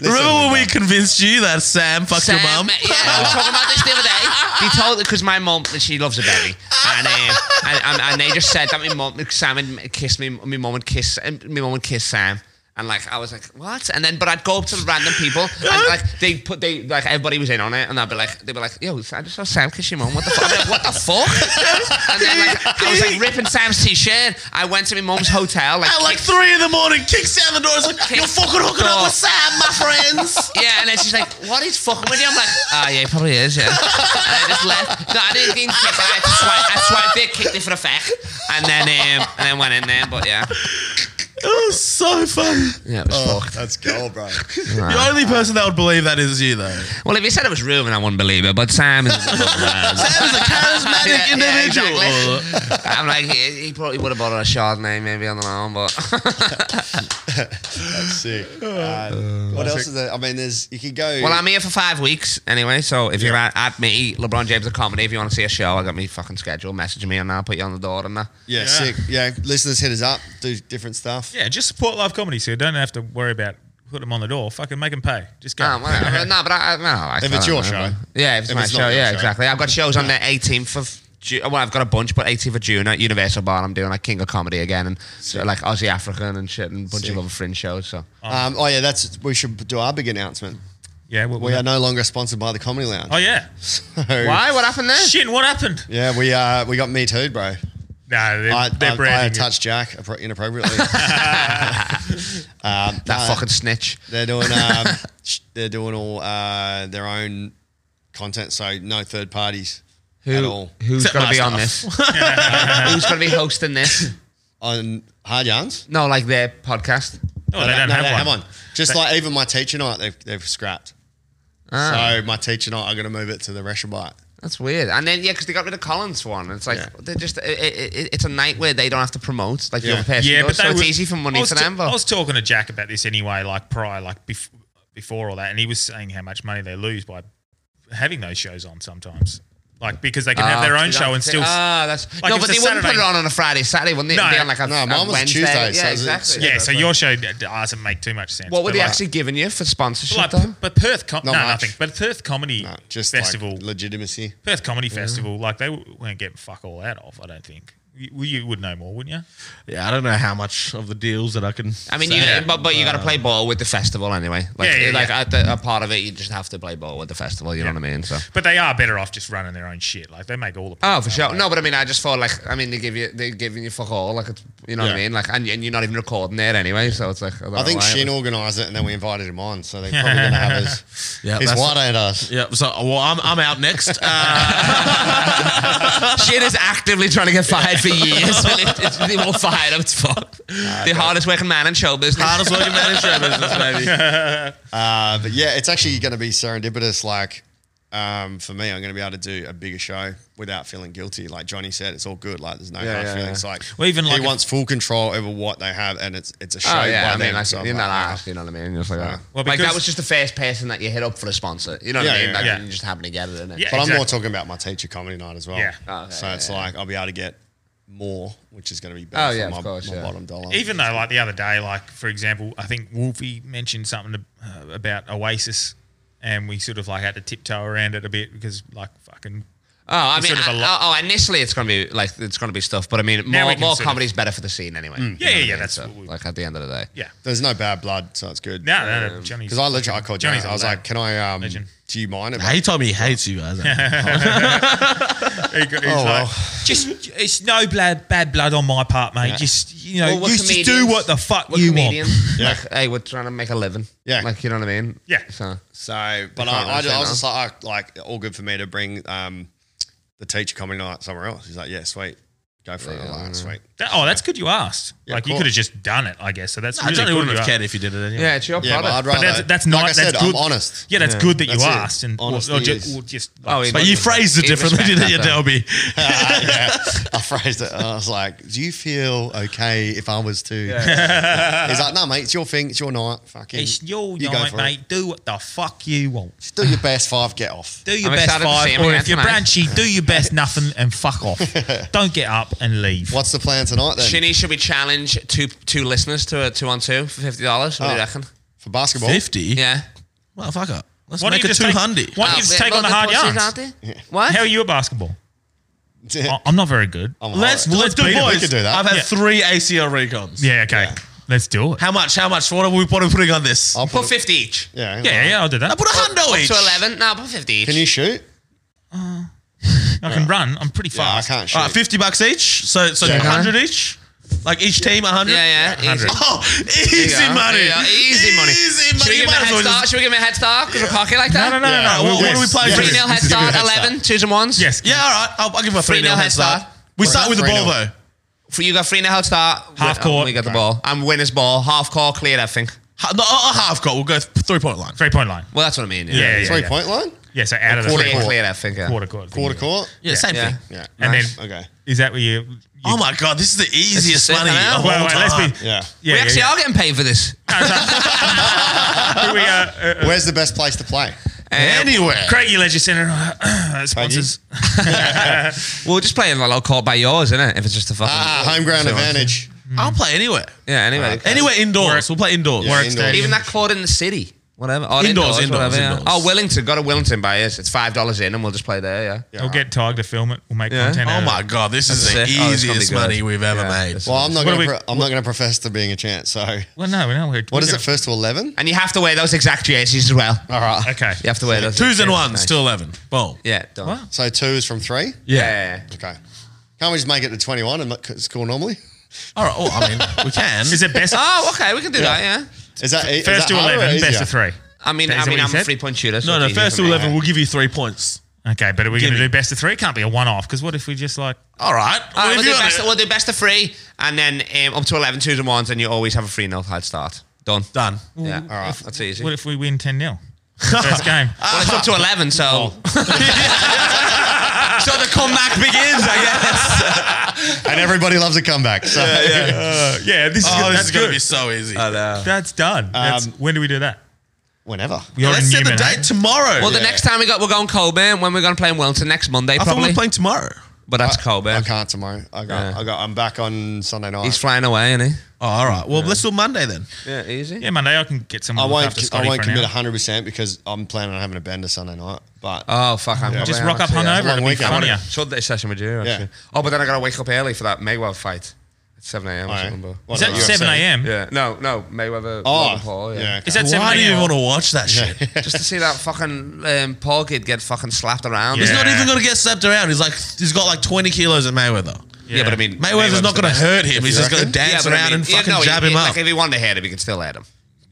Speaker 4: Remember
Speaker 3: *laughs*
Speaker 4: when we convinced you that Sam fucked
Speaker 8: Sam,
Speaker 4: your mum?
Speaker 8: Yeah, I was talking about this the other day. *laughs* He told because my mum that she loves a baby, and, um, and, and and they just said that my mum, Sam, and kissed me. My mum would kiss, and my mum would kiss Sam. And like I was like, what? And then, but I'd go up to random people, and like they put they like everybody was in on it, and I'd be like, they were like, yo, I just saw Sam kiss your mum. What the fuck? I'm like, what the fuck? And then like I was like ripping Sam's t-shirt. I went to my mum's hotel, like
Speaker 4: At like three in the morning, kicks down the door. It's like
Speaker 8: Kick-
Speaker 4: you're fucking hooking up
Speaker 8: door.
Speaker 4: with Sam, my friends.
Speaker 8: Yeah, and then she's like, "What is fucking with you?" I'm like, "Ah, yeah, he probably is." Yeah, and I just left. No, I didn't, didn't kick it. I just swiped, I swiped it, kicked it for a fact, and then um, and then went in there. But yeah,
Speaker 4: It was so fun.
Speaker 8: yeah, it was
Speaker 4: Oh.
Speaker 8: fucked.
Speaker 3: Oh, that's gold, bro.
Speaker 4: The only person that would believe that is you, though.
Speaker 8: Well, if you said it was ruined, I wouldn't believe it. But Sam is
Speaker 4: *laughs* Sam is a charismatic
Speaker 8: Yeah,
Speaker 4: individual.
Speaker 8: Yeah, exactly. I'm like, he, he probably would have bought a Chardonnay, maybe on the own, but *laughs*
Speaker 3: That's sick.
Speaker 8: Uh,
Speaker 3: Um, what else is there? I mean, there's you could go.
Speaker 8: well, I'm here for five weeks anyway. So if you're at, at me, LeBron James of comedy, if you want to see a show, I got me fucking schedule. Message me and I'll put you on the door and that.
Speaker 3: yeah, sick. Yeah, listeners, hit us up. Do different stuff.
Speaker 1: yeah, just support live comedy so you don't have to worry about putting them on the door. Fucking make them pay. Just go.
Speaker 8: No, Ah, Oh, well, I- no, but I, I- no, I
Speaker 3: If it's your show.
Speaker 8: yeah, if it's
Speaker 3: If
Speaker 8: my
Speaker 3: it's not
Speaker 8: show,
Speaker 3: your
Speaker 8: yeah,
Speaker 3: show.
Speaker 8: exactly. I've got shows on the 18th of June. Well, I've got a bunch, but 18th of June at Universal Bar, I'm doing like King of Comedy again, and so, like Aussie African and shit, and a bunch
Speaker 3: Sick.
Speaker 8: of other fringe shows. So
Speaker 3: Um, oh yeah, that's we should do our big announcement.
Speaker 1: *laughs* yeah, what-
Speaker 3: We are no longer sponsored by the Comedy Lounge.
Speaker 1: Oh yeah.
Speaker 3: *laughs*
Speaker 8: why? What happened there?
Speaker 1: Shit, what happened?
Speaker 3: Yeah, we uh, we got me too, bro.
Speaker 1: No, they're,
Speaker 3: I,
Speaker 1: they're
Speaker 3: I, I
Speaker 1: branding. it.
Speaker 3: touched Jack appro- inappropriately. um,
Speaker 8: That
Speaker 3: no,
Speaker 8: fucking snitch.
Speaker 3: They're doing um, sh- they're doing all uh, their own content, so no third parties at all.
Speaker 8: Who's
Speaker 4: Except
Speaker 8: gonna
Speaker 4: my
Speaker 8: be on this?
Speaker 4: stuff.
Speaker 8: *laughs* Who's gonna be hosting this?
Speaker 3: on Hard Yarns?
Speaker 8: No, like their podcast.
Speaker 1: Oh, they don't
Speaker 3: no,
Speaker 1: have
Speaker 3: they
Speaker 1: one.
Speaker 3: have Just like even my teacher night, they've, they've scrapped. So my teacher night, I'm going to move it to the Russian bite.
Speaker 8: That's weird. And then yeah, because they got rid of Collins for one. It's like
Speaker 3: Yeah.
Speaker 8: they're just it, it, it, it's a night where they don't have to promote like
Speaker 3: Yeah.
Speaker 8: the other person.
Speaker 1: Yeah, but
Speaker 8: does,
Speaker 1: they
Speaker 8: so it's
Speaker 1: were- Oh,
Speaker 8: easy for
Speaker 1: I
Speaker 8: money
Speaker 1: was
Speaker 8: for
Speaker 1: ta-
Speaker 8: them.
Speaker 1: I
Speaker 8: But
Speaker 1: was talking to Jack about this anyway, like prior, like bef- before all that, and he was saying how much money they lose by having those shows on sometimes, like because they can have their
Speaker 8: Oh,
Speaker 1: own
Speaker 8: so
Speaker 1: show
Speaker 8: that-
Speaker 1: and still.
Speaker 8: Ah, that's
Speaker 1: Like,
Speaker 8: no,
Speaker 1: if
Speaker 8: but
Speaker 1: it's
Speaker 8: they
Speaker 1: a
Speaker 8: wouldn't put
Speaker 1: Saturday-
Speaker 8: it on on a Friday, Saturday, wouldn't they?
Speaker 1: No.
Speaker 8: It'd be on like a,
Speaker 3: No, mine
Speaker 8: a
Speaker 3: was
Speaker 8: Wednesday.
Speaker 3: Tuesday, so it's-
Speaker 8: yeah, exactly.
Speaker 1: yeah, so your show d- doesn't make too much sense.
Speaker 8: What were
Speaker 1: but
Speaker 8: they
Speaker 1: like-
Speaker 8: actually giving you for sponsorship?
Speaker 1: Like,
Speaker 8: though?
Speaker 1: but Perth, com- no,
Speaker 3: Not much.
Speaker 1: nothing. But Perth Comedy
Speaker 3: No, just
Speaker 1: festival,
Speaker 3: like legitimacy.
Speaker 1: Perth Comedy Festival, like they w- weren't getting fuck all that off. I don't think you, you would know more, wouldn't you?
Speaker 4: Yeah, I don't know how much of the deals that I can.
Speaker 8: I mean, you,
Speaker 1: Yeah.
Speaker 8: but but you got to play ball with the festival anyway. Like,
Speaker 1: Yeah, yeah,
Speaker 8: like
Speaker 1: yeah.
Speaker 8: At the, a part of it, you just have to play ball with the festival. You know what I mean? So.
Speaker 1: But they are better off just running their own shit. Like they make all the.
Speaker 8: Oh, for sure. No, but I mean, I just thought like, I mean, they give you, they're giving you fuck all, like, it's, you know what I
Speaker 3: Yeah.
Speaker 8: mean, like, and, and you're not even recording there anyway, so it's like, I, don't
Speaker 3: I think
Speaker 8: know why.
Speaker 3: Shin organised it and then we invited him on, so they're probably going to have his,
Speaker 4: Yeah,
Speaker 3: his
Speaker 4: that's-
Speaker 3: white at us.
Speaker 4: Yeah, so well, I'm, I'm out next. *laughs* Uh,
Speaker 8: *laughs* Shit is actively trying to get fired *laughs* for years. but it- it's, they won't fire him. It's fucked. the hardest working man in show business.
Speaker 4: hardest working man in show business, baby.
Speaker 3: Uh, but yeah, it's actually going to be serendipitous. Like um, for me, I'm going to be able to do a bigger show without feeling guilty. Like Johnny said, it's all good. Like there's no hard
Speaker 8: yeah,
Speaker 3: feelings. Like
Speaker 1: Well, even like
Speaker 3: he
Speaker 1: if-
Speaker 3: wants full control over what they have, and it's it's a show.
Speaker 8: Oh
Speaker 3: by
Speaker 8: yeah, I mean,
Speaker 3: them,
Speaker 8: like,
Speaker 3: so I'm
Speaker 8: you're
Speaker 3: like,
Speaker 8: not asked, you know what I mean? Just like, that.
Speaker 1: Well,
Speaker 8: like
Speaker 1: because-
Speaker 8: that was just the first person that you hit up for a sponsor. You know what
Speaker 3: Yeah,
Speaker 8: I mean?
Speaker 3: yeah,
Speaker 8: like,
Speaker 1: yeah.
Speaker 8: You just happen to get it in it.
Speaker 1: Yeah.
Speaker 3: But I'm more
Speaker 1: Exactly.
Speaker 3: talking about my teacher comedy night as well.
Speaker 1: Yeah.
Speaker 8: Oh, okay,
Speaker 3: so
Speaker 8: yeah,
Speaker 3: it's
Speaker 8: yeah.
Speaker 3: like I'll be able to get more, which is going to be better
Speaker 8: Oh, yeah,
Speaker 3: for my,
Speaker 8: of course,
Speaker 3: my
Speaker 8: yeah.
Speaker 3: bottom dollar.
Speaker 1: even though like the other day like for example i think wolfie mentioned something uh, about oasis and we sort of like had to tiptoe around it a bit because like fucking
Speaker 8: Oh, I
Speaker 1: It's
Speaker 8: mean,
Speaker 1: sort of a
Speaker 8: I-
Speaker 1: lot-
Speaker 8: oh, initially it's gonna be like it's gonna be stuff, but I mean,
Speaker 1: Now we
Speaker 8: more,
Speaker 1: can
Speaker 8: more
Speaker 1: sort of- Mm.
Speaker 8: comedy's better for the scene anyway. You know
Speaker 1: Yeah, yeah,
Speaker 8: what I
Speaker 1: yeah,
Speaker 8: mean?
Speaker 1: that's
Speaker 8: So,
Speaker 1: what we-
Speaker 8: like at the end of the day.
Speaker 3: *laughs*
Speaker 1: yeah
Speaker 3: There's no bad blood, so it's good.
Speaker 1: no no,
Speaker 8: Um,
Speaker 1: no johnny's
Speaker 3: Because I literally I called Johnny.
Speaker 1: Johnny's
Speaker 3: I was
Speaker 1: a
Speaker 3: like, "Can I? Um,
Speaker 1: legend.
Speaker 3: do you mind?" It?
Speaker 4: he told me he hates you guys. eh?
Speaker 1: he, he's like,
Speaker 3: Oh, well.
Speaker 1: just it's no bad, bad blood on my part mate just you know
Speaker 8: Well, we're
Speaker 1: you just do
Speaker 8: comedians.
Speaker 1: what the fuck
Speaker 8: We're
Speaker 1: you
Speaker 8: comedians.
Speaker 1: want
Speaker 3: Yeah.
Speaker 8: *laughs* Like, hey, we're trying to make a living.
Speaker 3: Yeah.
Speaker 8: Like, you know what I mean?
Speaker 1: Yeah.
Speaker 8: So,
Speaker 3: So, but
Speaker 8: I can't
Speaker 3: I, I,
Speaker 8: really
Speaker 3: just,
Speaker 8: say
Speaker 3: I was
Speaker 8: no.
Speaker 3: just "Oh, like, I, like, all good for me to bring um, the teacher comedy night somewhere else. He's like, yeah, sweet. Go for it. I'm like, sweet.
Speaker 1: That- oh, that's good you asked.
Speaker 3: Yeah,
Speaker 1: like
Speaker 3: of
Speaker 1: you could have
Speaker 3: course.
Speaker 1: just done it, I guess. So that's
Speaker 4: I
Speaker 1: really
Speaker 4: totally
Speaker 1: good
Speaker 4: wouldn't
Speaker 1: you
Speaker 4: have
Speaker 1: asked.
Speaker 4: cared if you did it anyway.
Speaker 8: Yeah, it's your
Speaker 3: Yeah, but I'd
Speaker 8: product.
Speaker 3: rather.
Speaker 1: But that's, that's not.
Speaker 3: Like I
Speaker 1: that's
Speaker 3: said,
Speaker 1: good.
Speaker 3: I'm honest.
Speaker 1: Yeah, that's good that you
Speaker 3: That's it.
Speaker 1: asked, and or, or
Speaker 3: Honesty
Speaker 1: just,
Speaker 3: is-
Speaker 1: or just
Speaker 8: Oh,
Speaker 1: like,
Speaker 8: he-
Speaker 1: but
Speaker 4: But you phrased it
Speaker 8: In
Speaker 1: *laughs*
Speaker 4: differently,
Speaker 8: respect,
Speaker 4: didn't you,
Speaker 8: that's
Speaker 4: Delby?
Speaker 3: yeah, I phrased it. I was like, "Do you feel okay if I was to?" *laughs* He's like, "No, mate. It's your thing. It's your night. Fucking,
Speaker 1: it's your
Speaker 3: you go
Speaker 1: night,
Speaker 3: for
Speaker 1: mate. Do what the fuck you want.
Speaker 3: It. Do your best five. Get off."
Speaker 1: Do your
Speaker 8: I'm
Speaker 1: best
Speaker 8: excited to see
Speaker 1: five,
Speaker 8: him
Speaker 1: or
Speaker 8: again
Speaker 1: if you're
Speaker 8: tonight.
Speaker 1: branchy, do your best nothing and fuck
Speaker 8: *laughs*
Speaker 1: off. Don't get up and leave.
Speaker 3: What's the plan tonight then?
Speaker 8: Shinny, should we challenge two two listeners to a two on two for fifty dollars? What do
Speaker 3: Oh.
Speaker 8: you reckon?
Speaker 3: for basketball? *laughs*
Speaker 4: Fifty.
Speaker 8: Yeah.
Speaker 4: Motherfucker. Let's
Speaker 1: Why don't
Speaker 4: make
Speaker 1: you
Speaker 4: it
Speaker 1: just
Speaker 4: two
Speaker 1: take-
Speaker 4: hundred.
Speaker 1: why- don't you just take on the hard yarns?
Speaker 8: What?
Speaker 1: How are you at basketball?
Speaker 3: Oh.
Speaker 1: I- I'm not very good.
Speaker 3: I'm
Speaker 4: Let's
Speaker 3: alright.
Speaker 4: let's
Speaker 1: do
Speaker 4: do
Speaker 1: it.
Speaker 4: boys.
Speaker 3: We could do that.
Speaker 4: I've had
Speaker 1: Yeah.
Speaker 4: three ACL recons.
Speaker 1: yeah, okay. Let's do it.
Speaker 4: How much? How much? What are we, what are we putting on this?
Speaker 3: I'll
Speaker 8: Put
Speaker 3: put it,
Speaker 8: fifty each.
Speaker 3: yeah,
Speaker 1: yeah, yeah, I'll do
Speaker 4: I
Speaker 1: that.
Speaker 4: put a hundo each.
Speaker 8: To eleven? No, put fifty each.
Speaker 3: Can you shoot?
Speaker 1: I can run. I'm pretty
Speaker 3: Yeah, I
Speaker 1: fast.
Speaker 3: can't shoot.
Speaker 4: All right, fifty bucks each. So so
Speaker 3: Yeah.
Speaker 4: hundred each. Like each team a hundred.
Speaker 8: yeah, yeah. Easy.
Speaker 4: Oh,
Speaker 8: There
Speaker 4: easy
Speaker 8: you go.
Speaker 4: money.
Speaker 8: There you go. Easy money.
Speaker 4: Easy
Speaker 8: Should
Speaker 4: money.
Speaker 8: we
Speaker 4: You
Speaker 8: give him a
Speaker 4: might as
Speaker 8: head
Speaker 4: well
Speaker 8: start?
Speaker 4: just-
Speaker 8: Should we give him a head start? Because we're cocky like
Speaker 1: No,
Speaker 8: that.
Speaker 1: no, no, no,
Speaker 4: Yeah.
Speaker 1: no.
Speaker 4: What- what do we play?
Speaker 1: yes.
Speaker 8: Three 0 head
Speaker 1: Let's give it
Speaker 8: start.
Speaker 1: a head
Speaker 8: Eleven. Twos and ones.
Speaker 1: Yes.
Speaker 4: Yeah, all right. I'll, I'll give him a three 0
Speaker 8: 3-0
Speaker 4: head start.
Speaker 8: head start.
Speaker 4: We start with the ball
Speaker 3: 3-0.
Speaker 4: though.
Speaker 8: For you got three and a half start.
Speaker 1: Half
Speaker 8: Win-
Speaker 1: court.
Speaker 8: We got the ball. I'm winner's ball. Half court. Cleared everything.
Speaker 4: Ha- No, a a half goal. We'll go th- three point line.
Speaker 1: Three point line.
Speaker 8: Well, that's what I mean.
Speaker 1: Yeah, yeah, yeah.
Speaker 3: Three
Speaker 1: yeah.
Speaker 3: point line.
Speaker 1: Yeah, so out of the
Speaker 3: Quarter
Speaker 1: three-
Speaker 8: Clear,
Speaker 3: court.
Speaker 8: clear everything. yeah.
Speaker 1: quarter court.
Speaker 3: Quarter court.
Speaker 4: Yeah, same
Speaker 8: Yeah.
Speaker 4: thing.
Speaker 3: Yeah.
Speaker 1: And
Speaker 8: Nice.
Speaker 1: then
Speaker 3: Okay.
Speaker 1: is that where you? you
Speaker 4: Oh my god, this is the easiest
Speaker 8: sick,
Speaker 4: money
Speaker 8: man.
Speaker 4: of
Speaker 1: Wait,
Speaker 4: all
Speaker 1: wait,
Speaker 4: time.
Speaker 1: let's be.
Speaker 3: Yeah.
Speaker 1: Yeah,
Speaker 8: we
Speaker 1: yeah,
Speaker 8: actually
Speaker 1: yeah.
Speaker 8: are getting paid for this. Uh,
Speaker 1: Here we are. Uh, uh,
Speaker 3: Where's the best place to play?
Speaker 1: Ah,
Speaker 3: Uh,
Speaker 4: Anywhere.
Speaker 1: Craigie Leisure Centre uh, sponsors.
Speaker 8: We'll just play in the local by yours, innit? If it's just a fucking
Speaker 3: Ah, home ground advantage.
Speaker 4: I'll play anywhere.
Speaker 8: Yeah, anyway.
Speaker 1: Ah,
Speaker 4: Anywhere indoors. We'll play indoors.
Speaker 3: Yeah,
Speaker 1: Work
Speaker 3: indoors.
Speaker 1: stadium.
Speaker 8: Even that court in the city. Whatever. Or
Speaker 4: Indoors,
Speaker 8: indoors,
Speaker 4: indoors,
Speaker 8: whatever, yeah.
Speaker 4: indoors.
Speaker 8: Oh, Wellington. Got a Wellington by us. It's five dollars in and we'll just play there, yeah.
Speaker 3: Yeah,
Speaker 1: We'll get
Speaker 3: right.
Speaker 1: Tig to film it. We'll make
Speaker 8: Yeah.
Speaker 1: content. out
Speaker 4: Oh
Speaker 1: of
Speaker 4: my
Speaker 1: it.
Speaker 4: god, this is the
Speaker 8: That's sick. Oh, it's gonna be
Speaker 4: easiest
Speaker 8: good.
Speaker 4: money we've ever
Speaker 8: Yeah.
Speaker 4: made.
Speaker 8: That's-
Speaker 3: Well, I'm not
Speaker 1: What
Speaker 3: going
Speaker 1: do
Speaker 3: to.
Speaker 1: we-
Speaker 3: Pro- I'm not going to profess to being a chance. So,
Speaker 1: Well, no, no. We're,
Speaker 3: what
Speaker 1: we're
Speaker 3: is it?
Speaker 1: gonna-
Speaker 3: First to eleven.
Speaker 8: And you have to wear those exact jerseys as well.
Speaker 3: All right.
Speaker 1: Okay.
Speaker 8: You have to wear those.
Speaker 4: Twos and
Speaker 8: Yeah,
Speaker 4: ones
Speaker 8: nice.
Speaker 4: to eleven. Boom.
Speaker 8: Yeah, done.
Speaker 1: What?
Speaker 3: So two is from three.
Speaker 8: Yeah. yeah, yeah.
Speaker 3: Okay. Can't we just make it to twenty-one and make it score normally?
Speaker 4: All right. Well, I mean, we can.
Speaker 1: Is it
Speaker 8: *laughs*
Speaker 1: best?
Speaker 8: Oh, okay, we can do that, yeah.
Speaker 3: Is that is
Speaker 1: First
Speaker 3: that
Speaker 1: to
Speaker 3: harder or
Speaker 1: eleven, best
Speaker 3: easier?
Speaker 1: of three.
Speaker 8: I mean,
Speaker 1: Is
Speaker 8: I
Speaker 1: that
Speaker 8: mean,
Speaker 1: what you
Speaker 8: I'm a
Speaker 1: said?
Speaker 8: three point shooter. so it's
Speaker 4: no, no.
Speaker 8: easy for
Speaker 4: First to
Speaker 8: me.
Speaker 4: eleven, we'll give you three points.
Speaker 1: Okay, but are we
Speaker 4: Give
Speaker 1: going to
Speaker 4: me-
Speaker 1: do best of three? Can't be a one-off because what if we just like?
Speaker 4: All right.
Speaker 8: All right,
Speaker 4: Well,
Speaker 8: we'll,
Speaker 4: if
Speaker 8: do
Speaker 4: you want
Speaker 8: best,
Speaker 4: it-
Speaker 8: we'll do best of three, and then um, up to 11 twos and ones, and you always have a free nil head start. Done.
Speaker 4: Done.
Speaker 8: Yeah, all right, that's easy.
Speaker 1: What if we win ten 0 First game.
Speaker 8: Well, it's up to 11, so. *laughs* so the comeback begins, I guess.
Speaker 3: And everybody loves a comeback. So
Speaker 1: Uh, yeah, this is
Speaker 4: Oh,
Speaker 1: gonna,
Speaker 4: this
Speaker 1: that's
Speaker 4: is gonna
Speaker 1: good.
Speaker 4: be so easy.
Speaker 1: that's done. That's,
Speaker 3: Um,
Speaker 1: when do we do that?
Speaker 3: *laughs* whenever.
Speaker 1: We are
Speaker 4: Let's
Speaker 1: in
Speaker 4: set the
Speaker 1: Newman, eh?
Speaker 4: date tomorrow.
Speaker 8: Well, the
Speaker 3: Yeah.
Speaker 8: next time we got, we're going Colburn. When we're going to play in Wellington next Monday,
Speaker 4: I thought we
Speaker 8: probably.
Speaker 4: were playing tomorrow.
Speaker 8: but that's
Speaker 3: I
Speaker 8: Colburn.
Speaker 3: can't tomorrow. I got.
Speaker 8: Yeah.
Speaker 3: I got. I'm back on Sunday night.
Speaker 8: He's flying away, isn't he?
Speaker 4: Oh, all right. Well, let's do Monday then.
Speaker 8: Yeah, easy.
Speaker 1: Yeah, Monday I can get
Speaker 3: I
Speaker 1: someone. to look after
Speaker 3: won't. I
Speaker 1: Scotty for
Speaker 3: won't
Speaker 1: an
Speaker 3: commit
Speaker 1: hour.
Speaker 3: 100 percent because I'm planning on having a bender Sunday night. But
Speaker 8: Oh fuck! I'm
Speaker 1: Just
Speaker 8: probably
Speaker 1: rock up
Speaker 8: actually-
Speaker 1: hungover. It'll be
Speaker 3: weekend.
Speaker 1: funnier.
Speaker 8: Sunday session with you. Actually.
Speaker 3: Yeah.
Speaker 8: Oh, but then I gotta wake up early for that Mayweather fight at seven a.m. or
Speaker 3: All right.
Speaker 8: something. bro.
Speaker 3: What
Speaker 1: Is that
Speaker 3: about
Speaker 1: seven
Speaker 3: UFC?
Speaker 1: a.m.?
Speaker 8: Yeah. No, no Mayweather.
Speaker 3: Oh,
Speaker 8: Logan Paul, yeah.
Speaker 3: yeah. okay.
Speaker 1: Is that seven
Speaker 4: Why do you
Speaker 1: a.m.?
Speaker 4: want to watch that shit?
Speaker 8: Just to see that fucking um, Paul kid get fucking slapped around.
Speaker 1: Yeah.
Speaker 4: *laughs* He's not even gonna get slapped around. He's like, he's got like twenty kilos at Mayweather.
Speaker 8: Yeah, but I mean,
Speaker 4: Mayweather's not
Speaker 8: the
Speaker 4: gonna
Speaker 8: best.
Speaker 4: hurt him. He's just gonna dance
Speaker 8: but I
Speaker 4: around
Speaker 8: mean-
Speaker 4: and
Speaker 8: yeah,
Speaker 4: fucking
Speaker 8: no,
Speaker 4: jab
Speaker 8: he-
Speaker 4: him
Speaker 8: like,
Speaker 4: up.
Speaker 8: if he wanted to hit him, he could still hit him.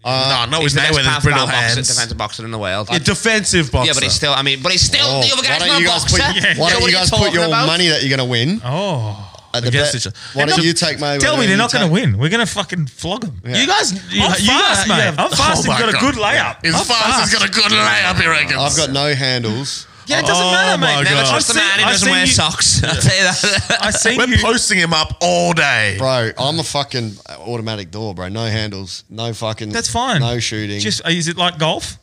Speaker 4: no, no, he's
Speaker 8: the best
Speaker 4: Mayweather's
Speaker 8: pound for
Speaker 4: brittle
Speaker 8: pound boxer,
Speaker 4: hands.
Speaker 8: defensive boxer in the world.
Speaker 4: A defensive boxer.
Speaker 8: Yeah, but he's still. I mean, but he's still
Speaker 3: Oh,
Speaker 8: the other
Speaker 3: why
Speaker 8: guy's
Speaker 3: don't
Speaker 8: not a
Speaker 3: you guys
Speaker 8: boxer.
Speaker 3: put, why
Speaker 8: So
Speaker 3: don't
Speaker 8: what
Speaker 3: you
Speaker 8: are
Speaker 3: guys put
Speaker 8: talking
Speaker 3: your
Speaker 8: about?
Speaker 3: money that you're going to win
Speaker 1: Oh,
Speaker 3: at the
Speaker 4: Against
Speaker 3: bet-
Speaker 4: each other.
Speaker 3: Why don't you take my?
Speaker 1: tell me they're not going to win. We're going to fucking flog them.
Speaker 4: You guys, you,
Speaker 1: I'm fast,
Speaker 4: you guys,
Speaker 1: mate.
Speaker 4: you have- Oh
Speaker 1: I'm fast. He's
Speaker 4: my
Speaker 1: got a
Speaker 4: God.
Speaker 1: good layup.
Speaker 4: He's
Speaker 1: I'm
Speaker 4: fast. He's got a good layup. He reckons.
Speaker 3: I've got no handles.
Speaker 1: Yeah, it doesn't
Speaker 4: Oh
Speaker 1: matter,
Speaker 4: my
Speaker 1: mate.
Speaker 4: God.
Speaker 8: Never trust a
Speaker 1: I've
Speaker 8: man
Speaker 1: seen-
Speaker 8: who
Speaker 1: I've
Speaker 8: doesn't
Speaker 1: seen
Speaker 8: wear
Speaker 1: you-
Speaker 8: socks. *laughs* I'll tell you that.
Speaker 1: I seen
Speaker 4: We're
Speaker 1: you.
Speaker 4: posting him up all day.
Speaker 3: Bro, I'm a fucking automatic door, bro. No handles, no fucking.
Speaker 1: That's fine.
Speaker 3: No shooting.
Speaker 1: Just uh, is it like golf?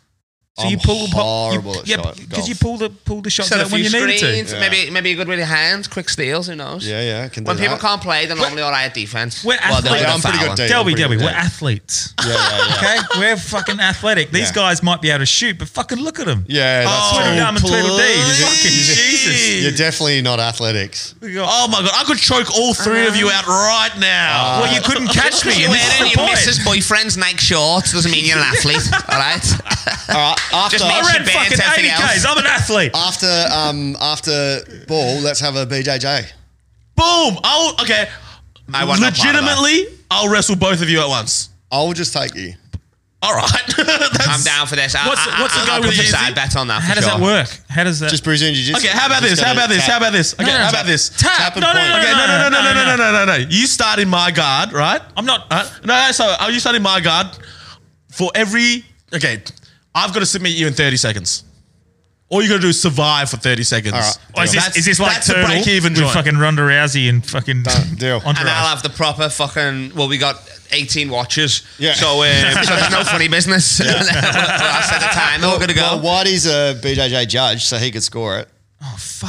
Speaker 1: So
Speaker 3: I'm
Speaker 1: you pull the pop,
Speaker 3: horrible at
Speaker 1: you,
Speaker 3: shot-
Speaker 1: because
Speaker 3: golf.
Speaker 1: you pull the pull the shots
Speaker 8: Set a
Speaker 1: out when
Speaker 8: few
Speaker 1: you need to.
Speaker 8: screens, Maybe maybe a good with your hands, quick steals. Who knows?
Speaker 3: yeah, yeah. I Can do
Speaker 8: When people
Speaker 3: that.
Speaker 8: can't play, they're normally all right at defense.
Speaker 1: We're
Speaker 8: Well, they're
Speaker 1: athletes.
Speaker 8: good
Speaker 3: Yeah, I'm pretty
Speaker 8: at
Speaker 3: good
Speaker 8: fouling.
Speaker 3: at
Speaker 1: Delby,
Speaker 3: I'm pretty
Speaker 1: Delby,
Speaker 3: good
Speaker 1: we're
Speaker 3: at that.
Speaker 1: athletes.
Speaker 3: Yeah, yeah,
Speaker 1: *laughs*
Speaker 3: yeah.
Speaker 1: Okay, we're fucking athletic. These
Speaker 3: Yeah.
Speaker 1: guys might be able to shoot, but fucking look at them.
Speaker 3: Yeah, that's
Speaker 1: Twiddle
Speaker 3: true.
Speaker 1: dum and twiddle dee. Fucking Jesus.
Speaker 3: You're definitely not athletics.
Speaker 4: Oh my god, I could choke all three of you out right now.
Speaker 1: Well, you couldn't catch me.
Speaker 8: You
Speaker 1: and this
Speaker 8: wearing
Speaker 1: is
Speaker 8: your
Speaker 1: the point.
Speaker 8: missus boyfriend's Nike shorts doesn't mean you're an athlete, all right?
Speaker 3: All right, after
Speaker 8: Just
Speaker 1: I
Speaker 8: make-
Speaker 1: ran
Speaker 8: Bad
Speaker 1: fucking
Speaker 8: to everything
Speaker 1: 80 Ks. I'm an
Speaker 3: *laughs*
Speaker 1: athlete.
Speaker 3: after um after ball, let's have a BJJ.
Speaker 4: Boom. I'll okay.
Speaker 8: I want no part of that.
Speaker 4: Legitimately, I'll wrestle both of you at once.
Speaker 3: I'll just take you.
Speaker 4: all right. *laughs*
Speaker 8: I'm
Speaker 4: That's-
Speaker 8: down for this. I,
Speaker 1: What's-
Speaker 8: I,
Speaker 1: what's the
Speaker 8: I,
Speaker 1: guy
Speaker 8: I'll
Speaker 1: with
Speaker 8: put
Speaker 1: the-
Speaker 8: a side bet on that.
Speaker 1: How
Speaker 8: for
Speaker 1: does
Speaker 8: sure.
Speaker 1: that work? How does that?
Speaker 3: Just Brazilian jiu-jitsu.
Speaker 4: Okay, how about
Speaker 3: Just
Speaker 4: this?
Speaker 3: gotta
Speaker 4: How about this?
Speaker 3: tap-
Speaker 4: How about this? Okay,
Speaker 1: no,
Speaker 4: how
Speaker 1: no.
Speaker 4: about this?
Speaker 3: Tap and
Speaker 1: No, no,
Speaker 3: point.
Speaker 1: no,
Speaker 4: Okay, no, no, no, no, no, no, no, no, no. You start in my guard, right?
Speaker 1: I'm not.
Speaker 4: Uh, no, no, so uh, you start in my guard for every. Okay, I've got to submit you in 30 seconds. All you got to do is survive for 30 seconds.
Speaker 3: right.
Speaker 1: Oh, is, this,
Speaker 4: That's-
Speaker 1: is this like
Speaker 4: that's the
Speaker 1: Turtle
Speaker 4: break even
Speaker 1: with
Speaker 4: joint?
Speaker 1: fucking Ronda Rousey and fucking
Speaker 3: Done. Deal. And
Speaker 1: *laughs* Entourage?
Speaker 8: And I'll have the proper fucking. Well, we got 18 watches.
Speaker 3: Yeah.
Speaker 8: So, um, so there's no funny business. *laughs* I'll set a time. We're going to go.
Speaker 3: Well, Whitey's a BJJ judge, so he could score it.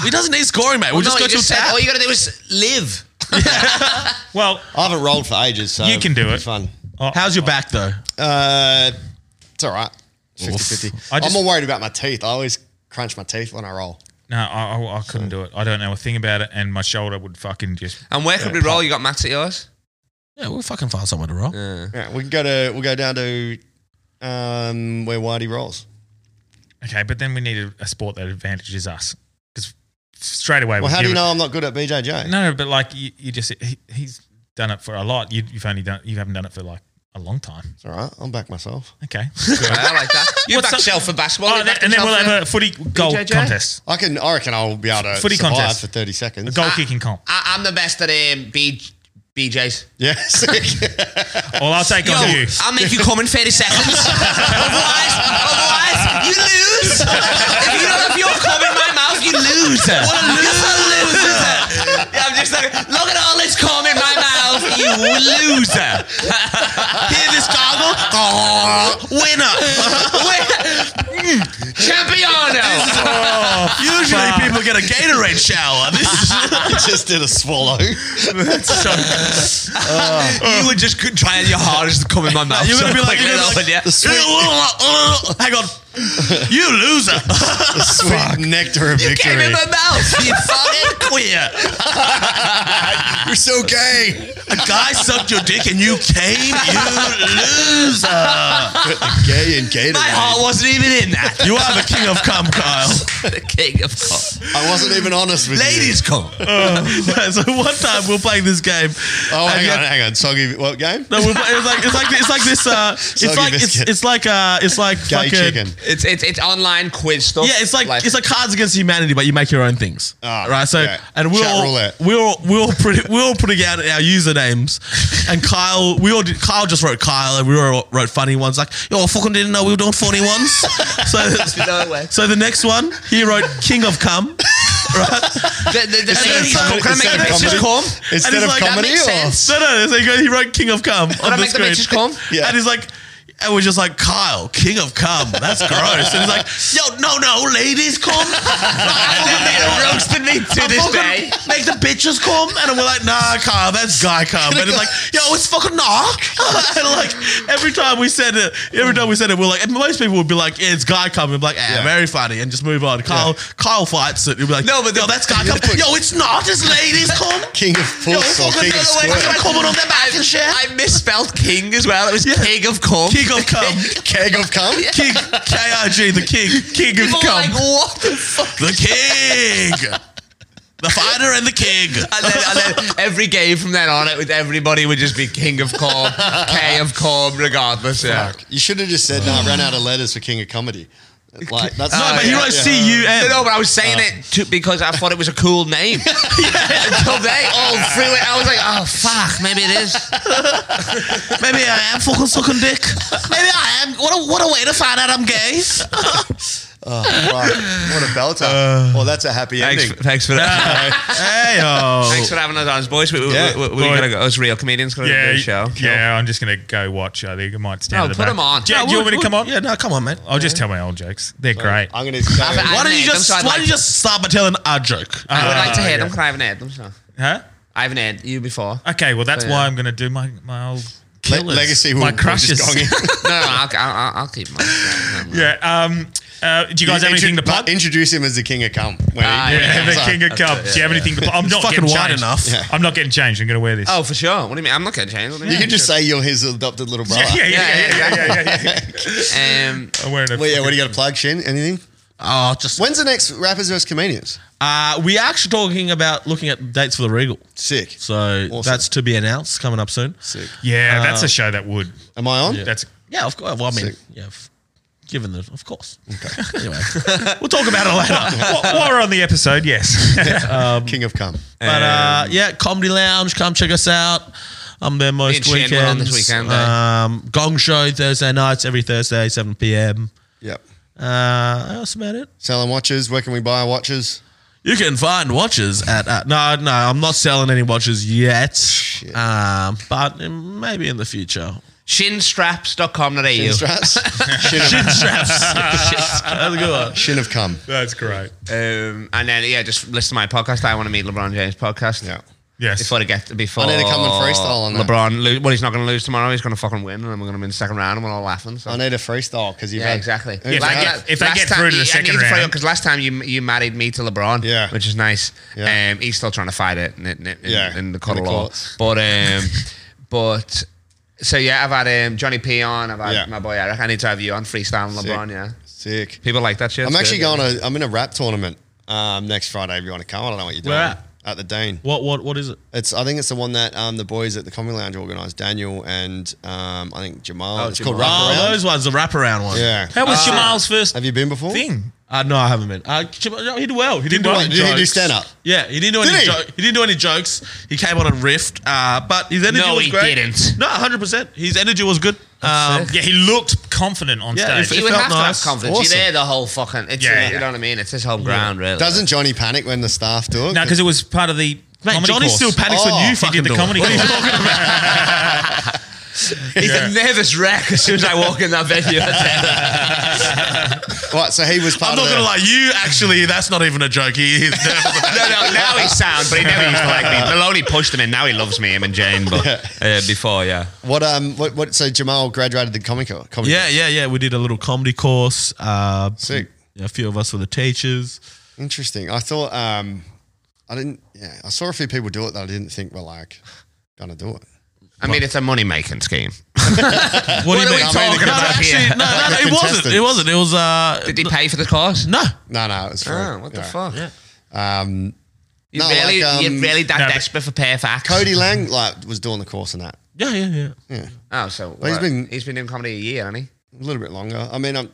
Speaker 4: He doesn't need scoring, mate. We'll,
Speaker 8: No,
Speaker 4: just go
Speaker 8: you
Speaker 4: to
Speaker 8: just said,
Speaker 4: tap.
Speaker 8: all you got to do is live.
Speaker 1: Well,
Speaker 3: I haven't rolled for ages, so
Speaker 1: You can do
Speaker 3: it'd be
Speaker 1: it.
Speaker 3: Fun.
Speaker 4: How's your back though?
Speaker 3: Uh, it's all right. 50-50.
Speaker 1: I just-
Speaker 3: I'm more worried about my teeth. I always crunch my teeth when I roll.
Speaker 1: no, I, I, I couldn't do it. I don't know a thing about it, and my shoulder would fucking just.
Speaker 8: And where could we roll? You got Matt's at yours?
Speaker 4: Yeah, we'll fucking find someone to roll.
Speaker 3: Yeah, we can go to we'll go down to um, where Whitey rolls.
Speaker 1: Okay, but then we need a, a sport that advantages us because straight away.
Speaker 3: Well,
Speaker 1: we
Speaker 3: how do
Speaker 1: give
Speaker 3: you
Speaker 1: it-
Speaker 3: know I'm not good at BJJ?
Speaker 1: No, no, but like you, you just he, he's done it for a lot. You, you've only done you haven't done it for like a long time.
Speaker 3: It's all right. I'll back myself. *laughs*
Speaker 1: Okay,
Speaker 8: I like that. You
Speaker 1: What's
Speaker 8: back
Speaker 1: up-
Speaker 8: yourself for basketball.
Speaker 1: Oh,
Speaker 8: you
Speaker 1: and then,
Speaker 8: back
Speaker 1: and then we'll
Speaker 8: yourself
Speaker 1: have a footy goal
Speaker 8: BJJ?
Speaker 1: contest,
Speaker 3: I can. I reckon I'll be able to
Speaker 1: Footy
Speaker 3: survive
Speaker 1: contest.
Speaker 3: for 30
Speaker 1: a
Speaker 3: seconds.
Speaker 1: goal kicking comp.
Speaker 8: for- I, I'm the best at um, B, BJs.
Speaker 3: Yeah, *laughs* sick.
Speaker 1: Well, I'll take
Speaker 8: Yo,
Speaker 1: on you.
Speaker 8: I'll make you come in 30 seconds. otherwise, otherwise, you lose. If you don't, if you're coming in my mouth, you lose. What a loser. loser. Yeah, I'm just like, look at all this cum in my mouth, you loser. Hear this gargle? Winner. Winner. Champion.
Speaker 4: Usually
Speaker 1: fuck.
Speaker 4: people get a Gatorade shower. This is *laughs*
Speaker 3: just did a swallow.
Speaker 8: You were just trying your hardest to come in my mouth.
Speaker 4: You're gonna be like-
Speaker 8: quickly,
Speaker 4: you're gonna be
Speaker 8: yeah.
Speaker 3: The sweet,
Speaker 4: *laughs* hang on. You loser. *laughs*
Speaker 3: the sweet nectar of
Speaker 8: You
Speaker 3: victory.
Speaker 8: came in my mouth. You fucking
Speaker 4: Queer.
Speaker 3: You're so gay.
Speaker 4: A guy sucked your dick and you came. You loser.
Speaker 3: *laughs* gay and gay.
Speaker 8: My heart wasn't even in that.
Speaker 4: You are the king of cum, Kyle.
Speaker 8: *laughs* the king of cock.
Speaker 3: I wasn't even honest with you.
Speaker 8: Ladies cum.
Speaker 4: *laughs* Yeah, so one time we we're playing this game.
Speaker 3: Oh,
Speaker 4: and
Speaker 3: hang
Speaker 4: you-
Speaker 3: on, hang on. Soggy, what game?
Speaker 4: No, we're, play- it's like it's like it's like this. Uh, it's
Speaker 3: Soggy
Speaker 4: like it's,
Speaker 3: biscuit.
Speaker 4: it's like uh, it's like
Speaker 3: Gay
Speaker 4: fucking,
Speaker 3: chicken.
Speaker 8: It's, it's it's online quiz stuff.
Speaker 4: Yeah, it's like, it's like Cards Against Humanity, but you make your own things,
Speaker 3: Ah,
Speaker 4: right? So,
Speaker 3: yeah.
Speaker 4: and we're
Speaker 3: Chat
Speaker 4: all,
Speaker 3: roulette.
Speaker 4: we're all, we're all pretty, we're all putting out our usernames,
Speaker 3: *laughs*
Speaker 4: and Kyle, we all did, Kyle just wrote Kyle, and we all wrote funny ones like, yo, I fucking didn't know we were doing funny
Speaker 3: *laughs*
Speaker 4: ones. *laughs* so,
Speaker 8: no
Speaker 3: eh?
Speaker 8: way.
Speaker 4: so the next one he wrote King of Cum.
Speaker 8: The, the, the ladies
Speaker 4: of-
Speaker 8: cum. Can I make
Speaker 4: instead
Speaker 8: the bitches
Speaker 4: of
Speaker 8: cum?
Speaker 4: And
Speaker 3: Instead
Speaker 4: it's
Speaker 3: of
Speaker 4: like, that
Speaker 3: comedy,
Speaker 8: makes
Speaker 3: or
Speaker 8: sense.
Speaker 4: No, no, so he, goes, he wrote King of Cum on
Speaker 8: I
Speaker 4: the
Speaker 8: make the
Speaker 4: screen.
Speaker 8: bitches
Speaker 4: *laughs*
Speaker 8: cum?
Speaker 3: Yeah.
Speaker 4: And he's like. And we're just like Kyle, King of Cum. That's
Speaker 8: *laughs*
Speaker 4: gross. And he's like, Yo, no, no, ladies, cum.
Speaker 8: They roasted me to this day.
Speaker 4: Make the bitches come, and we're like, nah, Kyle, that's guy come, and it's like, yo, it's fucking nah. *laughs* and like every time we said it, every time we said it, we're like, and most people would be like, yeah, it's guy come, and be like, ah,
Speaker 3: Yeah.
Speaker 4: very funny, and just move on. Kyle, Kyle fights it. He'll be like,
Speaker 8: No, but
Speaker 4: yo, that's guy
Speaker 8: *laughs*
Speaker 4: come. yo, it's not. It's ladies come.
Speaker 3: King of Puss or King of Squirt?
Speaker 4: coming on their back and shit.
Speaker 8: I misspelled king as well. It was king of cum.
Speaker 4: King of cum.
Speaker 3: Keg of cum?
Speaker 4: King K I G the king. King of
Speaker 8: People were like,
Speaker 4: cum.
Speaker 8: what the fuck?
Speaker 4: The king. The fighter and the king.
Speaker 8: And then, and then every game from then on, it would, everybody would just be king of cum, K of cum, regardless. Yeah.
Speaker 3: You should have just said, no,
Speaker 8: Uh.
Speaker 3: I ran out of letters for King of Comedy. Like, that's
Speaker 4: No,
Speaker 3: not-
Speaker 4: but he wrote
Speaker 3: yeah.
Speaker 4: C U M.
Speaker 8: No, no, but I was saying it to, because I thought it was a cool *laughs* name. Until they all threw it. I was like, oh, fuck, maybe it is.
Speaker 4: Maybe I am fucking sucking dick. Maybe I am. What a, what a way to find out I'm gay.
Speaker 3: Oh, wow. What a belter. well, that's a happy
Speaker 8: Uh. Thanks,
Speaker 3: ending.
Speaker 8: for- thanks for that.
Speaker 4: Hey,
Speaker 3: uh,
Speaker 4: yo.
Speaker 8: Thanks for having us on, boys. We, we,
Speaker 3: Yeah.
Speaker 8: we, we, we
Speaker 1: Boy.
Speaker 8: gotta go. Us real comedians gotta
Speaker 1: Yeah,
Speaker 8: do the show.
Speaker 1: yeah. I'm just gonna go watch. I think I might stand.
Speaker 8: No,
Speaker 1: at the
Speaker 8: put
Speaker 1: back.
Speaker 8: 'em on.
Speaker 1: Jack,
Speaker 8: No,
Speaker 1: do you want me to come on?
Speaker 4: Yeah, no, come on, man.
Speaker 1: I'll just tell my old jokes. They're great.
Speaker 3: I'm going to
Speaker 8: Have a-
Speaker 3: go.
Speaker 4: Why don't you
Speaker 8: Adam,
Speaker 4: just
Speaker 8: so I'd
Speaker 4: Why
Speaker 8: like
Speaker 4: don't you
Speaker 8: to-
Speaker 4: just start by telling a joke?
Speaker 8: I would like to
Speaker 1: Uh,
Speaker 8: hear
Speaker 1: yeah.
Speaker 8: them. Can I have an ad? them, so?
Speaker 1: Huh?
Speaker 8: I haven't had you before. No,
Speaker 1: Okay, well that's
Speaker 8: Yeah.
Speaker 1: why I'm gonna do my my old
Speaker 3: Le-
Speaker 1: killers.
Speaker 3: legacy will
Speaker 1: my
Speaker 3: will
Speaker 1: crushes.
Speaker 3: just
Speaker 8: *laughs*
Speaker 3: gong in.
Speaker 8: no, I'll, I'll, I'll keep mine. No, no, no.
Speaker 1: yeah. Um. Uh, do you guys have
Speaker 3: Intro-
Speaker 1: anything to
Speaker 3: but
Speaker 1: plug?
Speaker 3: Introduce him as the King of Cum. When he-
Speaker 8: Ah,
Speaker 3: when he
Speaker 1: Yeah,
Speaker 3: comes
Speaker 1: the
Speaker 3: up.
Speaker 1: King of Cup. Do you have anything to plug? I'm not
Speaker 4: fucking
Speaker 1: getting
Speaker 4: wide
Speaker 1: changed.
Speaker 4: enough.
Speaker 1: I'm not getting changed. I'm gonna wear this.
Speaker 8: Oh, for sure. What do you mean? I'm not gonna change. What do
Speaker 3: You
Speaker 8: you
Speaker 3: can
Speaker 8: mean?
Speaker 3: just say you're his adopted little brother.
Speaker 1: *laughs* yeah, yeah, yeah, yeah, yeah, yeah, yeah, yeah,
Speaker 8: Um,
Speaker 1: I'm wearing a
Speaker 3: Well, yeah, what do you got to plug, Shin? Anything?
Speaker 4: Oh, just.
Speaker 3: When's the next Rappers vs. Comedians?
Speaker 4: Uh, we are actually talking about looking at dates for the Regal.
Speaker 3: Sick.
Speaker 4: So
Speaker 3: Awesome.
Speaker 4: that's to be announced coming up soon.
Speaker 3: Sick.
Speaker 1: yeah, that's a show that would.
Speaker 3: Am I on?
Speaker 1: That's
Speaker 4: Yeah, of course. Well, I mean, yeah, f- given the, of course. Okay. *laughs* anyway, we'll talk about it later.
Speaker 1: Wh- While we're on the episode, yes. *laughs*
Speaker 3: King of Cum.
Speaker 4: But uh, yeah, Comedy Lounge, come check us out. I'm there most
Speaker 8: Me and
Speaker 4: weekends.
Speaker 8: Chandler on this weekend, eh?
Speaker 4: um, Gong Show Thursday nights, every Thursday, 7 p.m.
Speaker 3: Yep.
Speaker 4: Uh, that's about it.
Speaker 3: Selling watches. Where can we buy watches?
Speaker 4: You can find watches at uh, no, no. I'm not selling any watches yet, um, but maybe in the *laughs* future.
Speaker 8: Shinstraps.com.au.
Speaker 3: Straps. Shin, of,
Speaker 4: Shin straps. That's a good one.
Speaker 3: shin of Cum.
Speaker 1: That's great.
Speaker 8: Um, and then yeah, just listen to my podcast. I want to meet LeBron James podcast.
Speaker 3: Yeah.
Speaker 1: Yes.
Speaker 8: Before to get before
Speaker 3: I need to come and freestyle on that.
Speaker 8: LeBron. Lo- well, he's not going to lose tomorrow. He's going to fucking win, and then we're going to be in the second round, and we're all laughing. So.
Speaker 3: I need a freestyle because you've
Speaker 8: Oh, yeah,
Speaker 3: had,
Speaker 8: exactly.
Speaker 3: Who's
Speaker 1: If I
Speaker 3: had-
Speaker 1: get- if I get through to the second round.
Speaker 8: because last time you you married me to LeBron,
Speaker 3: Yeah.
Speaker 8: which is nice.
Speaker 3: Yeah.
Speaker 8: Um, he's still trying to fight it in, in, in,
Speaker 3: Yeah,
Speaker 8: in the
Speaker 3: in
Speaker 8: court
Speaker 3: the
Speaker 8: of law,
Speaker 3: courts.
Speaker 8: but um, *laughs* but. So yeah, I've had um, Johnny P on. I've had
Speaker 3: Yeah.
Speaker 8: my boy Eric. I need to have you on freestyle and
Speaker 3: Sick.
Speaker 8: LeBron. Yeah,
Speaker 3: sick.
Speaker 8: people like that shit.
Speaker 3: I'm
Speaker 8: It's
Speaker 3: actually
Speaker 8: good, yeah.
Speaker 3: going to. I'm in a rap tournament um, next Friday. If you want to come, I don't know what you're doing.
Speaker 4: Where at?
Speaker 3: At the Dean.
Speaker 4: What what what is it?
Speaker 3: It's. I think it's the one that um, the boys at the Comedy Lounge organised. Daniel and um, I think Jamal. it's called Rap
Speaker 4: oh,
Speaker 3: Around.
Speaker 4: those ones, the wraparound Uh, ones.
Speaker 3: Yeah.
Speaker 1: How was Jamal's first
Speaker 3: Have you been before?
Speaker 1: thing?
Speaker 4: Uh, no, I haven't been. Uh, Chib- he did well. He didn't
Speaker 1: Did
Speaker 4: do
Speaker 1: what?
Speaker 4: any
Speaker 3: Did he do
Speaker 4: jokes.
Speaker 3: stand-up?
Speaker 4: Yeah, he didn't do
Speaker 3: Did
Speaker 4: any.
Speaker 3: he?
Speaker 4: Jo- he didn't do any jokes. He came on and riffed. Uh, but his energy
Speaker 8: No,
Speaker 4: was
Speaker 8: he
Speaker 4: great.
Speaker 8: didn't.
Speaker 4: No, hundred percent. His energy was good. Um,
Speaker 1: Yeah, he looked confident on
Speaker 4: Yeah,
Speaker 1: stage.
Speaker 4: if-
Speaker 8: You would
Speaker 4: felt
Speaker 8: have
Speaker 4: nice.
Speaker 8: to have confidence.
Speaker 3: Awesome.
Speaker 8: You're there the whole fucking. It's
Speaker 1: Yeah,
Speaker 8: yeah,
Speaker 1: yeah.
Speaker 8: You know what I mean? It's his home ground, really.
Speaker 3: Doesn't Johnny panic when the staff do it?
Speaker 1: no, because it was part of the
Speaker 4: mate,
Speaker 1: comedy
Speaker 4: Johnny
Speaker 1: course.
Speaker 4: still panics
Speaker 3: Oh,
Speaker 4: when
Speaker 3: he
Speaker 4: you
Speaker 3: did
Speaker 1: He
Speaker 4: fucking
Speaker 1: did the
Speaker 4: do it.
Speaker 1: comedy course.
Speaker 8: He's
Speaker 1: Yeah.
Speaker 8: a nervous wreck as soon as I walk in that *laughs* venue.
Speaker 3: right, so he was part
Speaker 4: I'm not
Speaker 3: of
Speaker 4: gonna
Speaker 3: the,
Speaker 4: lie. You actually, that's not even a joke. He is nervous about
Speaker 8: no, no, now he's sound, but he never used to like me. Maloney pushed him in. Now he loves me, him and Jane. But uh, before, yeah.
Speaker 3: What um what, what so Jamal graduated the comic comedy.
Speaker 4: Yeah, yeah, yeah. We did a little comedy course. Uh,
Speaker 3: Sick.
Speaker 4: A few of us were the teachers.
Speaker 3: Interesting. I thought um I didn't yeah, I saw a few people do it that I didn't think were like gonna do it.
Speaker 8: I mean, it's a money making scheme.
Speaker 4: What, do you
Speaker 8: are we
Speaker 4: mean?
Speaker 8: talking
Speaker 4: no, no,
Speaker 8: about
Speaker 4: actually,
Speaker 8: here?
Speaker 4: no, no, no, it wasn't. It wasn't. It was. Uh,
Speaker 8: Did he pay for the course?
Speaker 4: no,
Speaker 3: No, no, it was free.
Speaker 8: Oh, what the
Speaker 3: Yeah.
Speaker 8: fuck?
Speaker 3: Um
Speaker 8: You
Speaker 3: No,
Speaker 8: really,
Speaker 3: like, um,
Speaker 8: you're really that
Speaker 1: no, but-
Speaker 8: desperate for pay facts?
Speaker 3: Cody Lang like was doing the course and that.
Speaker 4: yeah, yeah, yeah.
Speaker 8: Oh, so
Speaker 3: he's
Speaker 8: what?
Speaker 3: been-
Speaker 8: he's been doing comedy a year, hasn't he?
Speaker 3: A little bit longer. I mean, i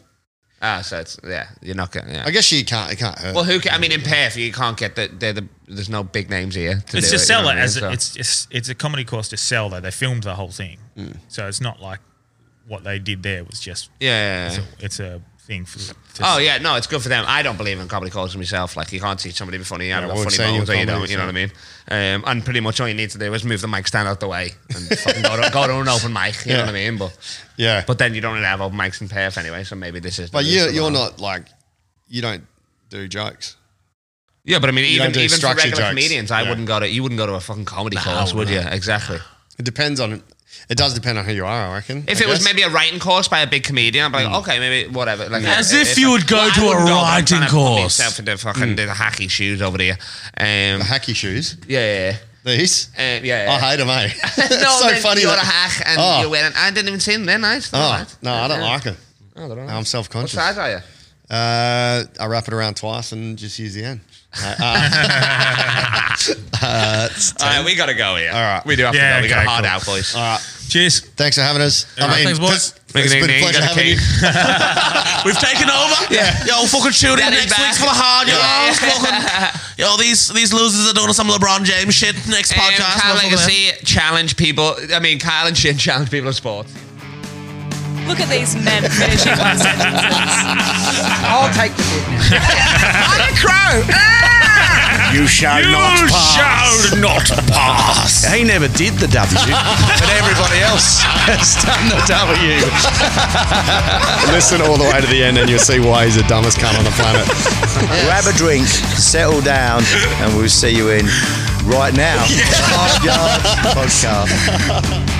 Speaker 8: Ah, so it's yeah. You're not getting. Yeah.
Speaker 3: I guess you can't. It can't hurt.
Speaker 8: Well, who? Can, I mean, in Perth, you can't get the. They're the there's no big names here. To
Speaker 1: It's to
Speaker 8: do it, you know
Speaker 1: sell it
Speaker 8: what I mean?
Speaker 1: as
Speaker 8: So-
Speaker 1: a, it's, it's it's a comedy course to sell though. They filmed the whole thing,
Speaker 8: Mm.
Speaker 1: so it's not like what they did there was just
Speaker 8: yeah. yeah,
Speaker 1: it's
Speaker 8: yeah.
Speaker 1: a, it's a thing for. To
Speaker 8: Oh yeah, no, it's good for them. I don't believe in comedy calls myself. Like you can't teach somebody to be funny. I
Speaker 3: Yeah,
Speaker 8: don't
Speaker 3: I
Speaker 8: got
Speaker 3: would
Speaker 8: funny
Speaker 3: say
Speaker 8: bones,
Speaker 3: you're
Speaker 8: or you
Speaker 3: comedy,
Speaker 8: don't. You know what I mean? Um, and pretty much all you need to do is move the mic stand out the way
Speaker 3: *laughs*
Speaker 8: and fucking go, to, go to an open mic. You
Speaker 3: Yeah.
Speaker 8: know what I mean? But
Speaker 3: yeah, but
Speaker 8: but then you don't really have open mics in Perth anyway, so maybe this is.
Speaker 3: but
Speaker 8: this
Speaker 3: you
Speaker 8: is the
Speaker 3: you're
Speaker 8: one.
Speaker 3: not like you don't do jokes.
Speaker 8: Yeah, but I mean,
Speaker 3: don't
Speaker 8: even
Speaker 3: do
Speaker 8: even for
Speaker 3: structured
Speaker 8: regular
Speaker 3: jokes.
Speaker 8: comedians, I
Speaker 3: Yeah.
Speaker 8: wouldn't go to. You wouldn't go to a fucking comedy course, would you? Exactly.
Speaker 3: It depends on. It does depend on who you are. I reckon.
Speaker 8: If
Speaker 3: I
Speaker 8: it was
Speaker 3: guess.
Speaker 8: maybe a writing course by a big comedian, I'd be like, okay, maybe whatever. Like,
Speaker 4: As if you would go
Speaker 8: I
Speaker 4: to a
Speaker 8: wouldn't go, but I'm
Speaker 4: writing
Speaker 8: trying to put
Speaker 4: course.
Speaker 8: myself into fucking the hacky shoes over there. Um,
Speaker 3: Hmm. the hacky shoes,
Speaker 8: yeah,
Speaker 3: these.
Speaker 8: yeah, um, yeah. yeah.
Speaker 3: I hate
Speaker 8: *laughs*
Speaker 3: them, eh?
Speaker 8: no,
Speaker 3: it's so
Speaker 8: then
Speaker 3: funny.
Speaker 8: You're
Speaker 3: that-
Speaker 8: a hack, and
Speaker 3: Oh.
Speaker 8: you're wearing. I didn't even see them then. Nice.
Speaker 3: Oh no, I don't
Speaker 8: Yeah. Oh,
Speaker 3: like it.
Speaker 8: I don't know.
Speaker 3: I'm
Speaker 8: What
Speaker 3: self-conscious.
Speaker 8: size are you?
Speaker 3: Uh, I wrap it around twice and just use the end. Uh, uh,
Speaker 8: All right, we gotta go here. All
Speaker 3: right.
Speaker 8: we do have
Speaker 1: Yeah,
Speaker 8: to go. We got
Speaker 1: okay,
Speaker 8: a hard
Speaker 1: cool.
Speaker 8: out, boys.
Speaker 3: all right.
Speaker 1: Cheers.
Speaker 3: Thanks for having us. I mean,
Speaker 4: Thanks, boys.
Speaker 3: It's been a pleasure having you.
Speaker 4: We've taken over. Yeah. Yo, fucking tune in
Speaker 8: Daddy's
Speaker 4: next
Speaker 8: back.
Speaker 4: week's Come hard, yo. Fucking, yo, these these losers are doing some LeBron James shit next
Speaker 8: Um,
Speaker 4: podcast.
Speaker 8: Kyle
Speaker 4: motherfucker.
Speaker 8: Legacy challenge people. I mean, Kyle and Shin challenge people in sports.
Speaker 5: Look at these men finishing one sentences.
Speaker 6: I'll take the bit now.
Speaker 9: You shall not pass.
Speaker 1: shall not pass.
Speaker 9: He never did the W, but everybody else has done the W.
Speaker 3: *laughs* Listen all the way to the end, and you'll see why he's the dumbest cunt on the planet.
Speaker 7: *laughs* Grab a drink, settle down,
Speaker 9: *laughs*
Speaker 7: and we'll see you in right now. Five Yard Podcast.